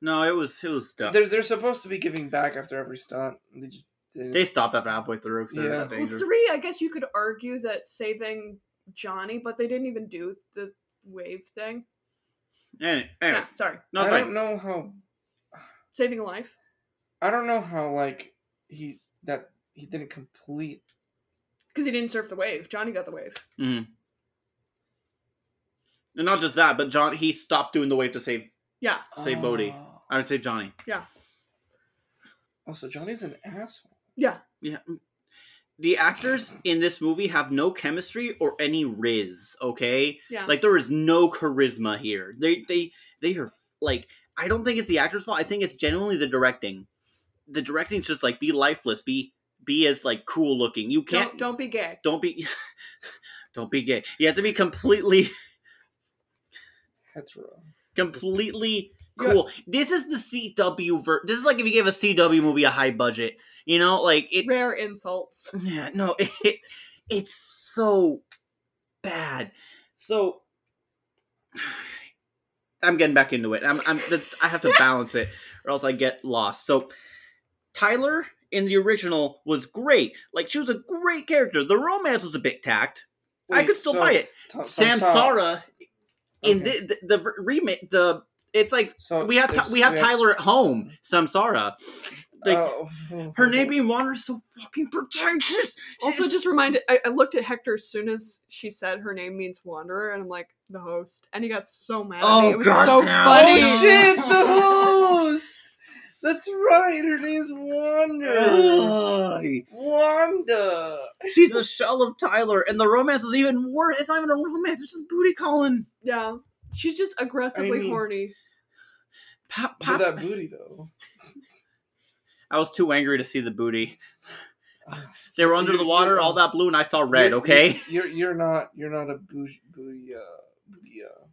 [SPEAKER 3] No, it was it was dumb.
[SPEAKER 1] They're they're supposed to be giving back after every stunt. and They just didn't.
[SPEAKER 3] They stopped after halfway through because
[SPEAKER 1] Yeah.
[SPEAKER 3] yeah.
[SPEAKER 1] Well,
[SPEAKER 2] well, three. I guess you could argue that saving Johnny, but they didn't even do the wave thing.
[SPEAKER 3] Anyway,
[SPEAKER 2] Yeah, sorry,
[SPEAKER 3] no, it's
[SPEAKER 1] I don't
[SPEAKER 3] fine.
[SPEAKER 1] know how.
[SPEAKER 2] saving a life.
[SPEAKER 1] I don't know how like he that he didn't complete.
[SPEAKER 2] Because he didn't surf the wave. Johnny got the wave.
[SPEAKER 3] Mhm. And not just that, but John he stopped doing the wave to save.
[SPEAKER 2] Yeah.
[SPEAKER 3] Say Bodhi.
[SPEAKER 1] Oh.
[SPEAKER 3] I would say Johnny.
[SPEAKER 1] Also, Johnny's an asshole.
[SPEAKER 2] Yeah.
[SPEAKER 3] Yeah. The actors in this movie have no chemistry or any riz. Okay.
[SPEAKER 2] Yeah.
[SPEAKER 3] Like there is no charisma here. They they they are like I don't think it's the actors' fault. I think it's genuinely the directing. The directing's just like be lifeless, be be as like cool looking. You can't
[SPEAKER 2] don't don't be gay.
[SPEAKER 3] don't be don't be gay. You have to be completely
[SPEAKER 1] Hetero.
[SPEAKER 3] completely
[SPEAKER 2] Yeah.
[SPEAKER 3] cool. This is the CW ver. This is like if you gave a CW movie a high budget. You know, like it.
[SPEAKER 2] Rare insults.
[SPEAKER 3] Yeah, no, it, it's so bad. So I'm getting back into it. I'm, I'm the, I have to balance it, or else I get lost. So Tyler in the original was great. Like she was a great character. The romance was a bit tacked. I
[SPEAKER 1] Wait,
[SPEAKER 3] could still
[SPEAKER 1] so
[SPEAKER 3] buy it.
[SPEAKER 1] Tom-
[SPEAKER 3] Samsara in
[SPEAKER 1] Okay.
[SPEAKER 3] the, the the remake the it's like
[SPEAKER 1] So
[SPEAKER 3] we have
[SPEAKER 1] there's-
[SPEAKER 3] Ty- we have
[SPEAKER 1] we
[SPEAKER 3] Tyler at home. Samsara. Like,
[SPEAKER 1] oh.
[SPEAKER 3] her name being Wander is so fucking pretentious. She
[SPEAKER 2] Also,
[SPEAKER 3] is-
[SPEAKER 2] just reminded. I, I looked at Hector as soon as she said her name means wanderer, and I'm like the host, and he got so mad. at
[SPEAKER 3] Oh,
[SPEAKER 2] me. It was
[SPEAKER 3] God,
[SPEAKER 2] so
[SPEAKER 3] no.
[SPEAKER 2] funny.
[SPEAKER 1] Oh shit! The host. That's right. Her name's Wanda.
[SPEAKER 3] Ugh.
[SPEAKER 1] Wanda.
[SPEAKER 3] She's a shell of Tyler, and the romance was even worse. It's not even a romance; it's just booty calling.
[SPEAKER 2] Yeah, she's just aggressively
[SPEAKER 1] mean-
[SPEAKER 2] horny.
[SPEAKER 3] Pop,
[SPEAKER 1] But
[SPEAKER 3] pop.
[SPEAKER 1] that booty though.
[SPEAKER 3] I was too angry to see the booty. They were under
[SPEAKER 1] You're-
[SPEAKER 3] the water,
[SPEAKER 1] you're-
[SPEAKER 3] all that blue, and I saw red.
[SPEAKER 1] You're-
[SPEAKER 3] Okay,
[SPEAKER 1] You're you're not you're not a booty booty uh, booty uh,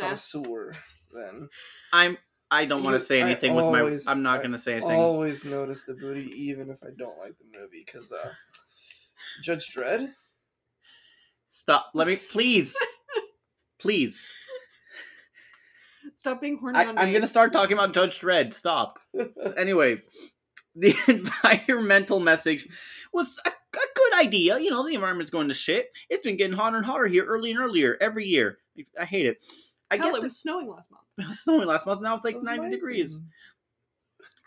[SPEAKER 2] Nasty.
[SPEAKER 1] connoisseur then.
[SPEAKER 3] I'm. I don't want
[SPEAKER 1] You-
[SPEAKER 3] to say
[SPEAKER 1] I
[SPEAKER 3] anything with
[SPEAKER 1] always-
[SPEAKER 3] my. I'm not
[SPEAKER 1] I
[SPEAKER 3] going to say anything.
[SPEAKER 1] Always notice the booty even if I don't like the movie because uh, Judge Dredd.
[SPEAKER 3] Stop. Let me, please, please.
[SPEAKER 2] Stop being horny
[SPEAKER 3] I,
[SPEAKER 2] on
[SPEAKER 3] I'm
[SPEAKER 2] me.
[SPEAKER 3] going to start talking about Judge Dredd. Stop. So anyway, the environmental message was a, a good idea. You know, the environment's going to shit. It's been getting hotter and hotter here, early and earlier every year. I, I hate it. I
[SPEAKER 2] Hell,
[SPEAKER 3] get
[SPEAKER 2] it
[SPEAKER 3] the-
[SPEAKER 2] was snowing last month.
[SPEAKER 3] it was snowing last month. Now it's like
[SPEAKER 1] Those
[SPEAKER 3] ninety
[SPEAKER 1] might
[SPEAKER 3] degrees.
[SPEAKER 1] be-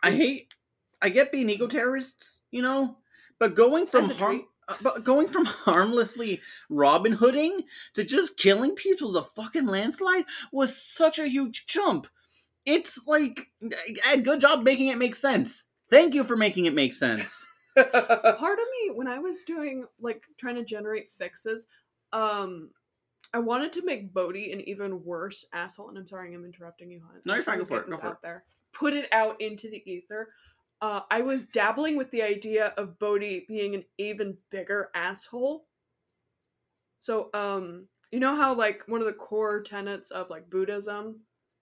[SPEAKER 3] I hate. I get being eco terrorists, you know, but going from
[SPEAKER 2] That's a
[SPEAKER 3] harm,
[SPEAKER 2] treat.
[SPEAKER 3] uh, but going from harmlessly Robin Hooding to just killing people with a fucking landslide was such a huge jump. It's like, Ed, good job making it make sense. Thank you for making it make sense.
[SPEAKER 2] part of me when i was doing like trying to generate fixes um i wanted to make bodhi an even worse asshole and i'm sorry i'm interrupting you hunt
[SPEAKER 3] No,
[SPEAKER 2] I
[SPEAKER 3] you're
[SPEAKER 2] just
[SPEAKER 3] fine,
[SPEAKER 2] wanna
[SPEAKER 3] go for
[SPEAKER 2] get
[SPEAKER 3] it, go
[SPEAKER 2] this
[SPEAKER 3] for
[SPEAKER 2] out there put it out into the ether uh, i was dabbling with the idea of bodhi being an even bigger asshole so um you know how like one of the core tenets of like buddhism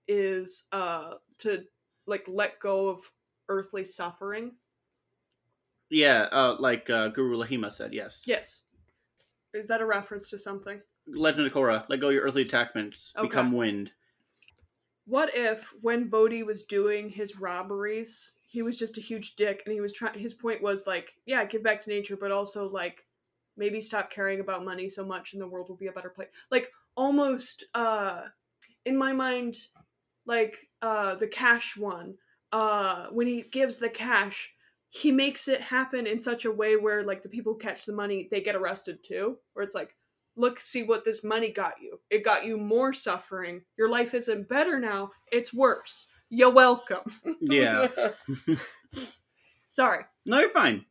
[SPEAKER 2] is uh to like let go of earthly suffering
[SPEAKER 3] yeah, uh, like uh, Guru Lahima said, yes.
[SPEAKER 2] Yes. Is that a reference to something?
[SPEAKER 3] Legend of Korra, let go of your earthly attachments,
[SPEAKER 2] Okay.
[SPEAKER 3] become wind.
[SPEAKER 2] What if when Bodhi was doing his robberies, he was just a huge dick and he was trying his point was like, yeah, give back to nature, but also like maybe stop caring about money so much and the world will be a better place. Like almost uh in my mind like uh the cash one uh when he gives the cash he makes it happen in such a way where like the people who catch the money they get arrested too where it's like look see what this money got you it got you more suffering your life isn't better now it's worse you're welcome
[SPEAKER 3] Yeah.
[SPEAKER 2] sorry
[SPEAKER 3] No, you're fine.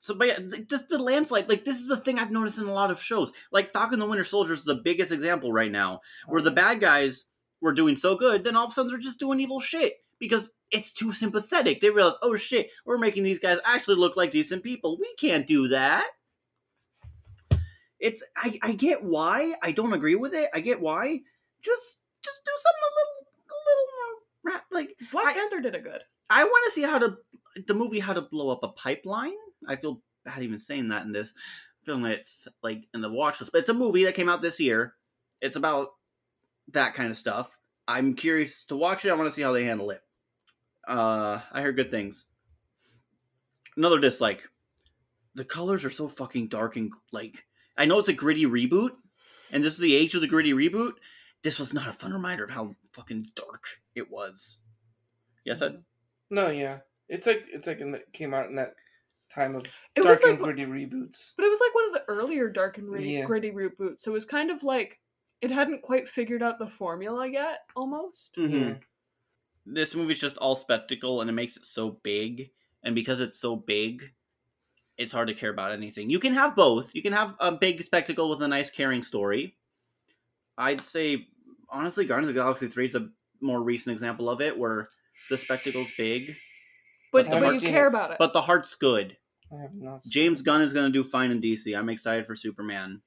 [SPEAKER 3] So, but yeah, th- just the landslide. Like, this is a thing I've noticed in a lot of shows. Like, Falcon the Winter Soldier is the biggest example right now, where the bad guys were doing so good, then all of a sudden they're just doing evil shit because it's too sympathetic. They realize, oh shit, we're making these guys actually look like decent people. We can't do that. It's I, I get why I don't agree with it. I get why. Just just do something a little a little more ra- like
[SPEAKER 2] black
[SPEAKER 3] I-
[SPEAKER 2] panther did it good
[SPEAKER 3] I want to see how to the movie how to blow up a pipeline. I feel bad even saying that in this film. It's like in the watch list, but it's a movie that came out this year. It's about that kind of stuff. I'm curious to watch it. I want to see how they handle it. Uh, I heard good things. Another dislike. The colors are so fucking dark and like I know it's a gritty reboot, and this is the age of the gritty reboot. This was not a fun reminder of how fucking dark it was. Yes, I.
[SPEAKER 1] No, yeah, it's like it's like in the, came out in that time of
[SPEAKER 2] it
[SPEAKER 1] dark
[SPEAKER 2] was like
[SPEAKER 1] and gritty reboots.
[SPEAKER 2] But it was like one of the earlier dark and gritty,
[SPEAKER 1] Yeah.
[SPEAKER 2] gritty reboot, so it was kind of like it hadn't quite figured out the formula yet, almost.
[SPEAKER 3] Mm-hmm.
[SPEAKER 1] Yeah.
[SPEAKER 3] This movie's just all spectacle, and it makes it so big. And because it's so big, it's hard to care about anything. You can have both. You can have a big spectacle with a nice, caring story. I'd say, honestly, Guardians of the Galaxy three is a more recent example of it, where the spectacle's big,
[SPEAKER 2] But
[SPEAKER 1] I've
[SPEAKER 2] but you
[SPEAKER 1] seen
[SPEAKER 2] care
[SPEAKER 1] it,
[SPEAKER 2] about it.
[SPEAKER 3] but the heart's good.
[SPEAKER 1] I have not. seen
[SPEAKER 3] James
[SPEAKER 1] it.
[SPEAKER 3] Gunn is going to do fine in DC. I'm excited for Superman.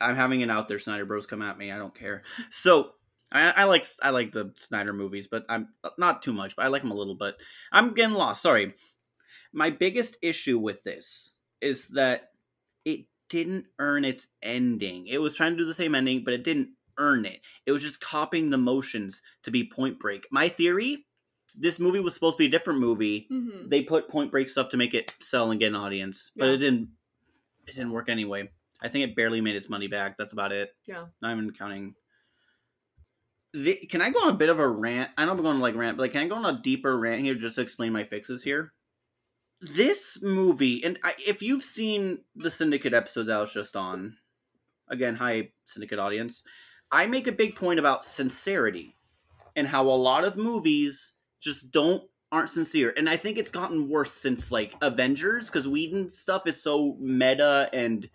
[SPEAKER 3] I'm having it out there. Snyder Bros, come at me. I don't care. So I, I like I like the Snyder movies, but I'm not too much. But I like them a little. But I'm getting lost. Sorry. My biggest issue with this is that it didn't earn its ending. It was trying to do the same ending, but it didn't earn it. It was just copying the motions to be Point Break. My theory: this movie was supposed to be a different movie
[SPEAKER 2] Mhm.
[SPEAKER 3] they put Point Break stuff to make it sell and get an audience, but
[SPEAKER 2] Yeah.
[SPEAKER 3] it didn't. It didn't work anyway. I think it barely made its money back. That's about it.
[SPEAKER 2] Yeah.
[SPEAKER 3] Not even counting. The, can I go on a bit of a rant? I know I'm going to like rant, but like, can I go on a deeper rant here just to explain my fixes here? This movie, and I, if you've seen the Syndicate episode that I was just on, again, hi Syndicate audience, I make a big point about sincerity and how a lot of movies just don't aren't sincere. And I think it's gotten worse since like Avengers because Whedon stuff is so meta and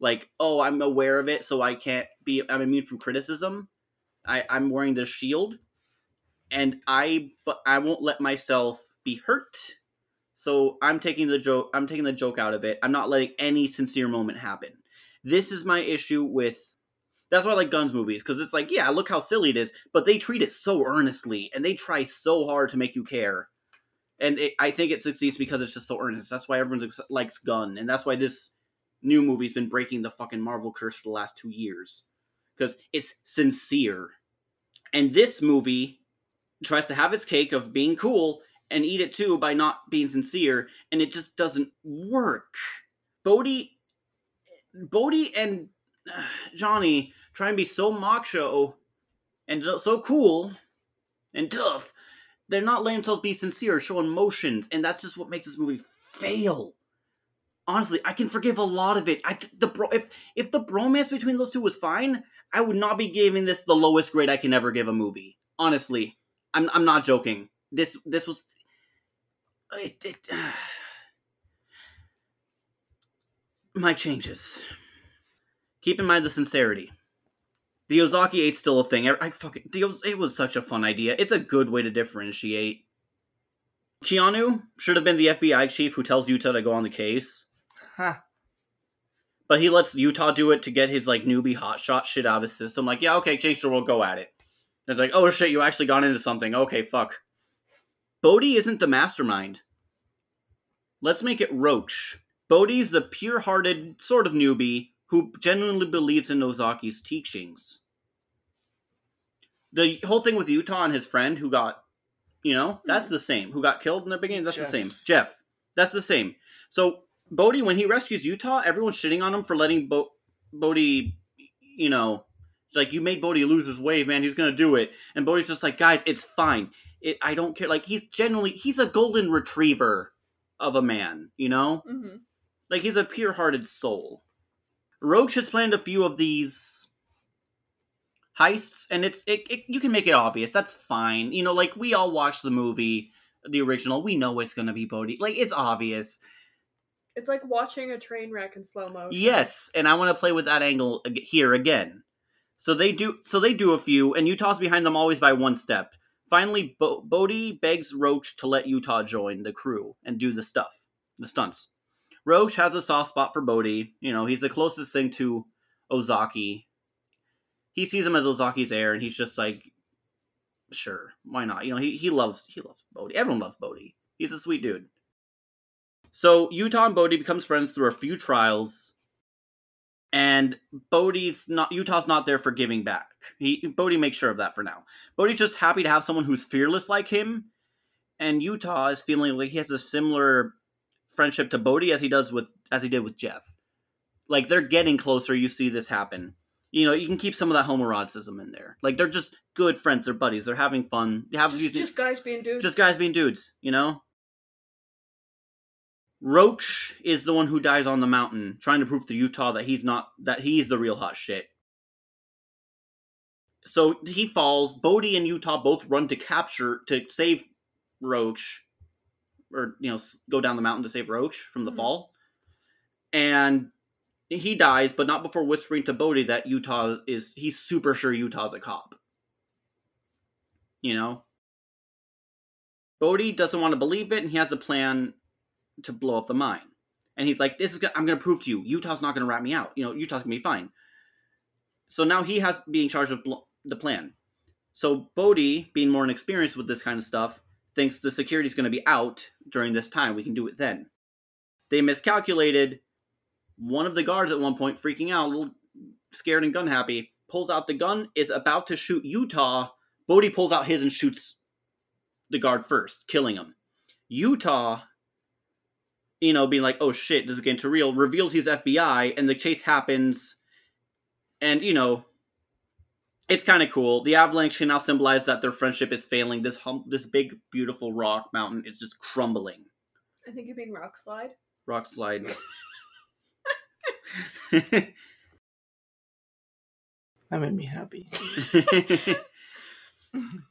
[SPEAKER 3] like, oh, I'm aware of it, so I can't be. I'm immune from criticism. I, I'm wearing this shield, and I but I won't let myself be hurt. So I'm taking the joke. I'm taking the joke out of it. I'm not letting any sincere moment happen. This is my issue with. That's why I like guns movies because it's like, yeah, look how silly it is, but they treat it so earnestly and they try so hard to make you care. And it, I think it succeeds because it's just so earnest. That's why everyone ex- likes Gun, and that's why this new movie's been breaking the fucking Marvel curse for the last two years because it's sincere. And this movie tries to have its cake of being cool and eat it too by not being sincere, and it just doesn't work. Bodhi, Bodhi and uh, Johnny try and be so macho and so- so cool and tough. They're not letting themselves be sincere, show emotions, and that's just what makes this movie fail honestly, I can forgive a lot of it. I the bro, if if the bromance between those two was fine, I would not be giving this the lowest grade I can ever give a movie. Honestly, I'm I'm not joking. This this was it. it my changes. Keep in mind the sincerity. The Ozaki eight's still a thing. I, I fucking the, Oz- it was such a fun idea. It's a good way to differentiate. Keanu should have been the FBI chief who tells Utah to go on the case,
[SPEAKER 1] Ha.
[SPEAKER 3] but he lets Utah do it to get his like newbie hotshot shit out of his system. Like, yeah, okay, change the world, go at it. And it's like, oh shit, you actually got into something. Okay, fuck. Bodhi isn't the mastermind. Let's make it Roach. Bodhi's the pure-hearted sort of newbie who genuinely believes in Ozaki's teachings. The whole thing with Utah and his friend who got you know, that's the same. Who got killed in the beginning? That's
[SPEAKER 1] Jeff.
[SPEAKER 3] the same. Jeff. That's the same. So Bodhi, when he rescues Utah, everyone's shitting on him for letting Bo- Bodhi, you know, It's like you made Bodhi lose his wave, man. He's gonna do it, and Bodhi's just like, guys, it's fine. It, I don't care. Like he's generally he's a golden retriever of a man, you know.
[SPEAKER 2] hmm
[SPEAKER 3] Like he's a pure-hearted soul. Roach has planned a few of these heists, and it's it, it you can make it obvious. That's fine. You know, like we all watched the movie, the original. We know it's gonna be Bodhi. Like it's obvious.
[SPEAKER 2] It's like watching a train wreck in slow motion.
[SPEAKER 3] Yes, and I want to play with that angle ag- here again. So they do. So they do a few, and Utah's behind them always by one step. Finally, Bo- Bodhi begs Roach to let Utah join the crew and do the stuff, the stunts. Roach has a soft spot for Bodhi. You know, he's the closest thing to Ozaki. He sees him as Ozaki's heir, and he's just like, sure, why not? You know, he, he loves he loves Bodhi. Everyone loves Bodhi. He's a sweet dude. So Utah and Bodhi becomes friends through a few trials, and Bodhi's not Utah's not there for giving back. He Bodhi makes sure of that for now. Bodhi's just happy to have someone who's fearless like him, and Utah is feeling like he has a similar friendship to Bodhi as he does with as he did with Jeff. Like they're getting closer. You see this happen. You know you can keep some of that homoeroticism in there. Like they're just good friends. They're buddies. They're having fun. They have
[SPEAKER 2] Just, just guys being dudes.
[SPEAKER 3] just guys being dudes, you know? Roach is the one who dies on the mountain, trying to prove to Utah that he's not that he's the real hot shit. So he falls. Bodhi and Utah both run to capture to save Roach, or you know, s- go down the mountain to save Roach from the
[SPEAKER 2] Mhm.
[SPEAKER 3] fall. And he dies, but not before whispering to Bodhi that Utah is he's super sure Utah's a cop. You know? Bodhi doesn't want to believe it and he has a plan to blow up the mine. And he's like, This is gonna, I'm gonna prove to you, Utah's not gonna rat me out. You know, Utah's gonna be fine. So now he has being charged with bl- the plan. So Bodhi, being more inexperienced with this kind of stuff, thinks the security's gonna be out during this time. We can do it then. They miscalculated one of the guards at one point freaking out a little scared and gun happy pulls out the gun is about to shoot utah bodhi pulls out his and shoots the guard first killing him utah you know being like oh shit this is getting too real reveals he's fbi and the chase happens and you know it's kind of cool the avalanche can now symbolize that their friendship is failing this hum- this big beautiful rock mountain is just crumbling
[SPEAKER 2] I think you're being rock slide.
[SPEAKER 3] rock slide
[SPEAKER 1] That made me happy.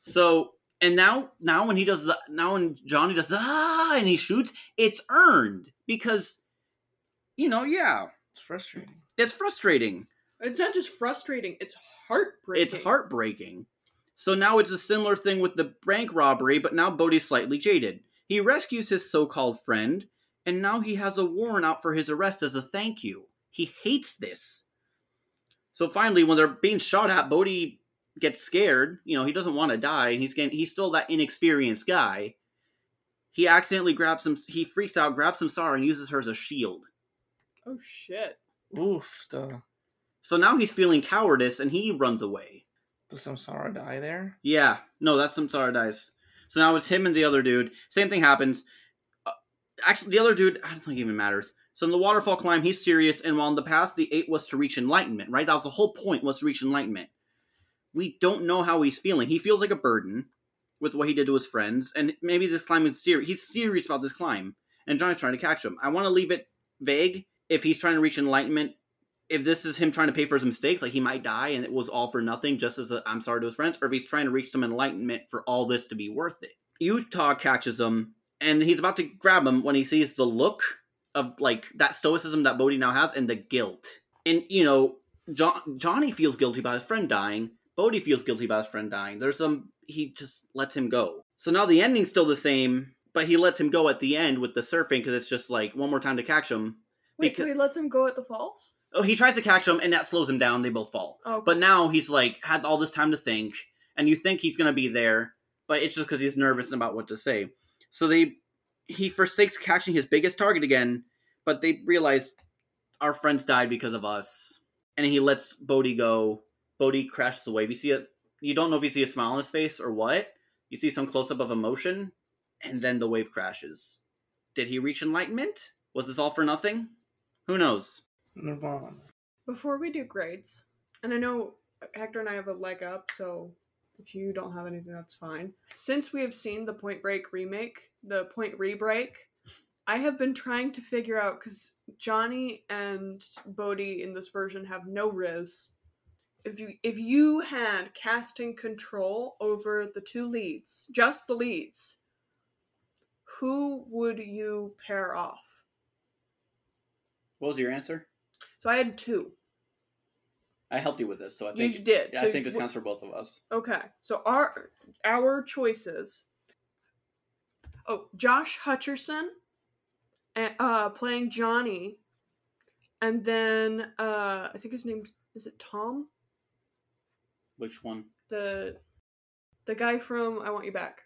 [SPEAKER 3] so and now now when he does the now when johnny does the, ah and he shoots it's earned because you know yeah
[SPEAKER 1] It's frustrating.
[SPEAKER 3] it's frustrating
[SPEAKER 2] It's not just frustrating, it's heartbreaking.
[SPEAKER 3] it's heartbreaking so now it's a similar thing with the bank robbery but now bodhi's slightly jaded he rescues his so-called friend and now he has a warrant out for his arrest as a thank you he hates this so finally when they're being shot at bodhi gets scared. You know, he doesn't want to die, and he's getting, he's still that inexperienced guy. He accidentally grabs him. He freaks out, grabs Samsara, and uses her as a shield.
[SPEAKER 2] Oh shit.
[SPEAKER 1] Oof, the
[SPEAKER 3] So now he's feeling cowardice, and he runs away.
[SPEAKER 1] the Samsara die there.
[SPEAKER 3] Yeah, no, that's Samsara dies. So now it's him and the other dude. Same thing happens. Uh, actually, the other dude, I don't think it even matters. So in the waterfall climb, he's serious, and while in the past the eight was to reach enlightenment, right? That was the whole point was to reach enlightenment. We don't know how he's feeling. He feels like a burden with what he did to his friends, and maybe this climb is serious. He's serious about this climb, and Johnny's trying to catch him. I want to leave it vague if he's trying to reach enlightenment. If this is him trying to pay for his mistakes, like he might die and it was all for nothing, just as a I'm sorry to his friends, or if he's trying to reach some enlightenment for all this to be worth it. Utah catches him, and he's about to grab him when he sees the look of like that stoicism that Bodhi now has and the guilt. And you know, jo- Johnny feels guilty about his friend dying. Bodhi feels guilty about his friend dying. There's some he just lets him go. So now the ending's still the same, but he lets him go at the end with the surfing because it's just like one more time to catch him.
[SPEAKER 2] Wait, so
[SPEAKER 3] Because-
[SPEAKER 2] he lets him go at the falls?
[SPEAKER 3] Oh, he tries to catch him and that slows him down. They both fall.
[SPEAKER 2] Oh
[SPEAKER 3] But now he's like had all this time to think, and you think he's gonna be there, but it's just because he's nervous about what to say. So they he forsakes catching his biggest target again, but they realize our friends died because of us, and he lets Bodhi go. Bodhi crashes away. You see it. You don't know if you see a smile on his face or what. You see some close up of emotion, and then the wave crashes. Did he reach enlightenment? Was this all for nothing? Who knows?
[SPEAKER 1] Nirvana.
[SPEAKER 2] before we do grades, and I know Hector and I have a leg up, so if you don't have anything, that's fine. Since we have seen the Point Break remake, the Point Rebreak, I have been trying to figure out because Johnny and Bodhi in this version have no Riz. If you if you had casting control over the two leads, just the leads, who would you pair off?
[SPEAKER 3] What was your answer?
[SPEAKER 2] So I had two.
[SPEAKER 3] I helped you with this, so I
[SPEAKER 2] You
[SPEAKER 3] think
[SPEAKER 2] did.
[SPEAKER 3] yeah,
[SPEAKER 2] so
[SPEAKER 3] I think this
[SPEAKER 2] w-
[SPEAKER 3] counts for both of us.
[SPEAKER 2] Okay. So our our choices. Oh, Josh Hutcherson, a- uh, playing Johnny, and then uh, I think his name is it Tom,
[SPEAKER 3] Which one?
[SPEAKER 2] the the guy from I Want You Back,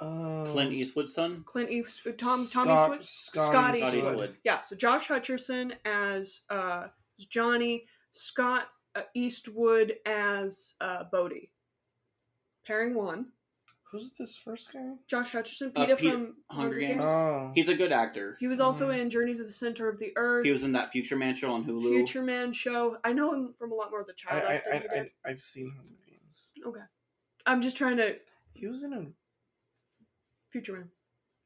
[SPEAKER 1] Um,
[SPEAKER 3] Clint Eastwood's son?
[SPEAKER 2] Clint Eastwood, Tom, Tom
[SPEAKER 1] Scott-
[SPEAKER 2] Eastwood,
[SPEAKER 1] Scott
[SPEAKER 3] Scott
[SPEAKER 1] Eastwood.
[SPEAKER 3] Eastwood.
[SPEAKER 2] Yeah. So Josh Hutcherson as uh, Johnny, Scott uh, Eastwood as uh, Bodie. Pairing one.
[SPEAKER 1] Who's this first guy?
[SPEAKER 2] Josh Hutcherson,
[SPEAKER 3] Uh,
[SPEAKER 2] Peter
[SPEAKER 3] Pete-
[SPEAKER 2] from
[SPEAKER 3] Hunger Games.
[SPEAKER 1] Oh.
[SPEAKER 3] He's a good actor.
[SPEAKER 2] He was also
[SPEAKER 1] Mm.
[SPEAKER 2] in Journey to the Center of the Earth,
[SPEAKER 3] He was in that Future Man show on Hulu.
[SPEAKER 2] Future Man show. I know him from a lot more of the
[SPEAKER 1] I,
[SPEAKER 2] child
[SPEAKER 1] I,
[SPEAKER 2] actor. he
[SPEAKER 1] I,
[SPEAKER 2] did.
[SPEAKER 1] I, I've seen Hunger Games.
[SPEAKER 2] I'm just trying to
[SPEAKER 1] He was in a
[SPEAKER 2] Future Man.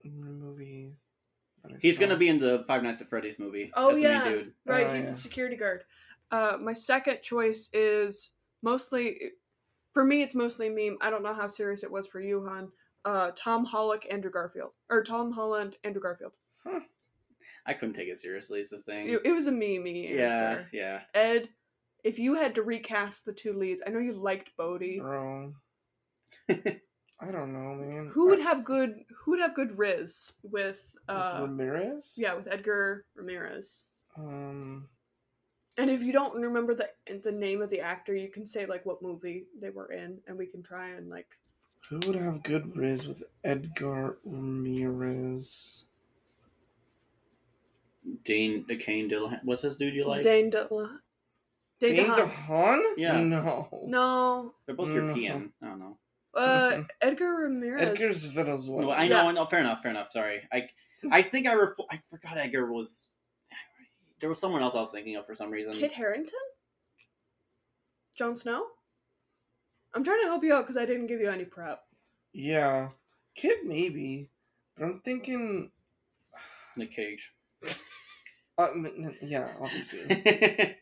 [SPEAKER 1] movie. that I
[SPEAKER 3] He's
[SPEAKER 1] saw.
[SPEAKER 3] gonna be in the Five Nights at Freddy's movie.
[SPEAKER 2] Oh,
[SPEAKER 3] as the
[SPEAKER 2] yeah.
[SPEAKER 3] main dude.
[SPEAKER 2] Right,
[SPEAKER 1] Oh,
[SPEAKER 2] he's
[SPEAKER 1] yeah.
[SPEAKER 2] the security guard. Uh, my second choice is mostly, for me, it's mostly meme. I don't know how serious it was for you, Han. Uh, Tom Holland, Andrew Garfield, or Tom Holland, Andrew Garfield.
[SPEAKER 3] I couldn't take it seriously. Is the thing.
[SPEAKER 2] It, it was a meme
[SPEAKER 3] yeah,
[SPEAKER 2] answer.
[SPEAKER 3] yeah.
[SPEAKER 2] Ed, if you had to recast the two leads, I know you liked Bodie.
[SPEAKER 1] Bro. I don't know, man.
[SPEAKER 2] Who would have good? Who would have good Riz with?
[SPEAKER 1] With
[SPEAKER 2] Uh,
[SPEAKER 1] Ramirez?
[SPEAKER 2] Yeah, with Edgar Ramirez.
[SPEAKER 1] Um.
[SPEAKER 2] And if you don't remember the the name of the actor, you can say like what movie they were in, and we can try and like.
[SPEAKER 1] Who would have good Riz with Edgar Ramirez?
[SPEAKER 3] Dane DeCane Dillahan. What's this dude you like?
[SPEAKER 2] Dane DeHaan. Dane
[SPEAKER 1] Dane
[SPEAKER 2] DeHaan.
[SPEAKER 1] DeHaan?
[SPEAKER 3] Yeah.
[SPEAKER 1] No.
[SPEAKER 2] No,
[SPEAKER 3] They're both
[SPEAKER 1] Mm.
[SPEAKER 3] European. I don't know.
[SPEAKER 2] uh, Edgar Ramirez.
[SPEAKER 1] Edgar's Venezuela.
[SPEAKER 3] Well, I know. I know. Fair enough. Fair enough. Sorry. I I think I ref- I forgot Edgar was. There was someone else I was thinking of for some reason.
[SPEAKER 2] Kit Harrington. Jon Snow. I'm trying to help you out because I didn't give you any prep.
[SPEAKER 1] Yeah. Kid, maybe. But I'm thinking.
[SPEAKER 3] Nick Cage.
[SPEAKER 1] Uh, m- n- yeah, obviously.
[SPEAKER 3] Pedro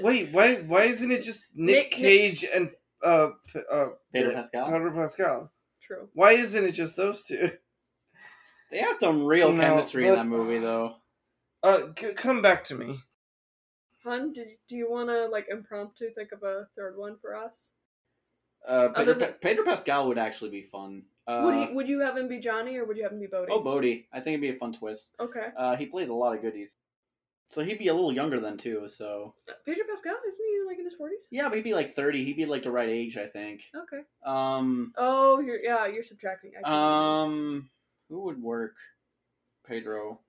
[SPEAKER 1] Wait, why why isn't it just Nick,
[SPEAKER 2] Nick-
[SPEAKER 1] Cage and uh, P- uh,
[SPEAKER 3] Pascal.
[SPEAKER 1] Pedro Pascal?
[SPEAKER 2] True.
[SPEAKER 1] Why isn't it just those two?
[SPEAKER 3] They have some real
[SPEAKER 1] No,
[SPEAKER 3] chemistry
[SPEAKER 1] but-
[SPEAKER 3] in that movie, though.
[SPEAKER 1] Uh, c- come back to me.
[SPEAKER 2] Hun, do, do you want to like impromptu think of a third one for us?
[SPEAKER 3] Uh, Pedro,
[SPEAKER 2] Other than-
[SPEAKER 3] Pa- Pedro Pascal would actually be fun. Uh,
[SPEAKER 2] would he? Would you have him be Johnny or would you have him be Bodie?
[SPEAKER 3] oh, Bodhi. I think it'd be a fun twist.
[SPEAKER 2] okay.
[SPEAKER 3] Uh, he plays a lot of goodies. So he'd be a little younger than too. So
[SPEAKER 2] Pedro Pascal isn't he like in his forties?
[SPEAKER 3] yeah, but he'd be like thirty. He'd be like the right age, I think.
[SPEAKER 2] Okay.
[SPEAKER 3] Um,
[SPEAKER 2] Oh, you're yeah, you're subtracting. I see.
[SPEAKER 3] um, who would work? Pedro.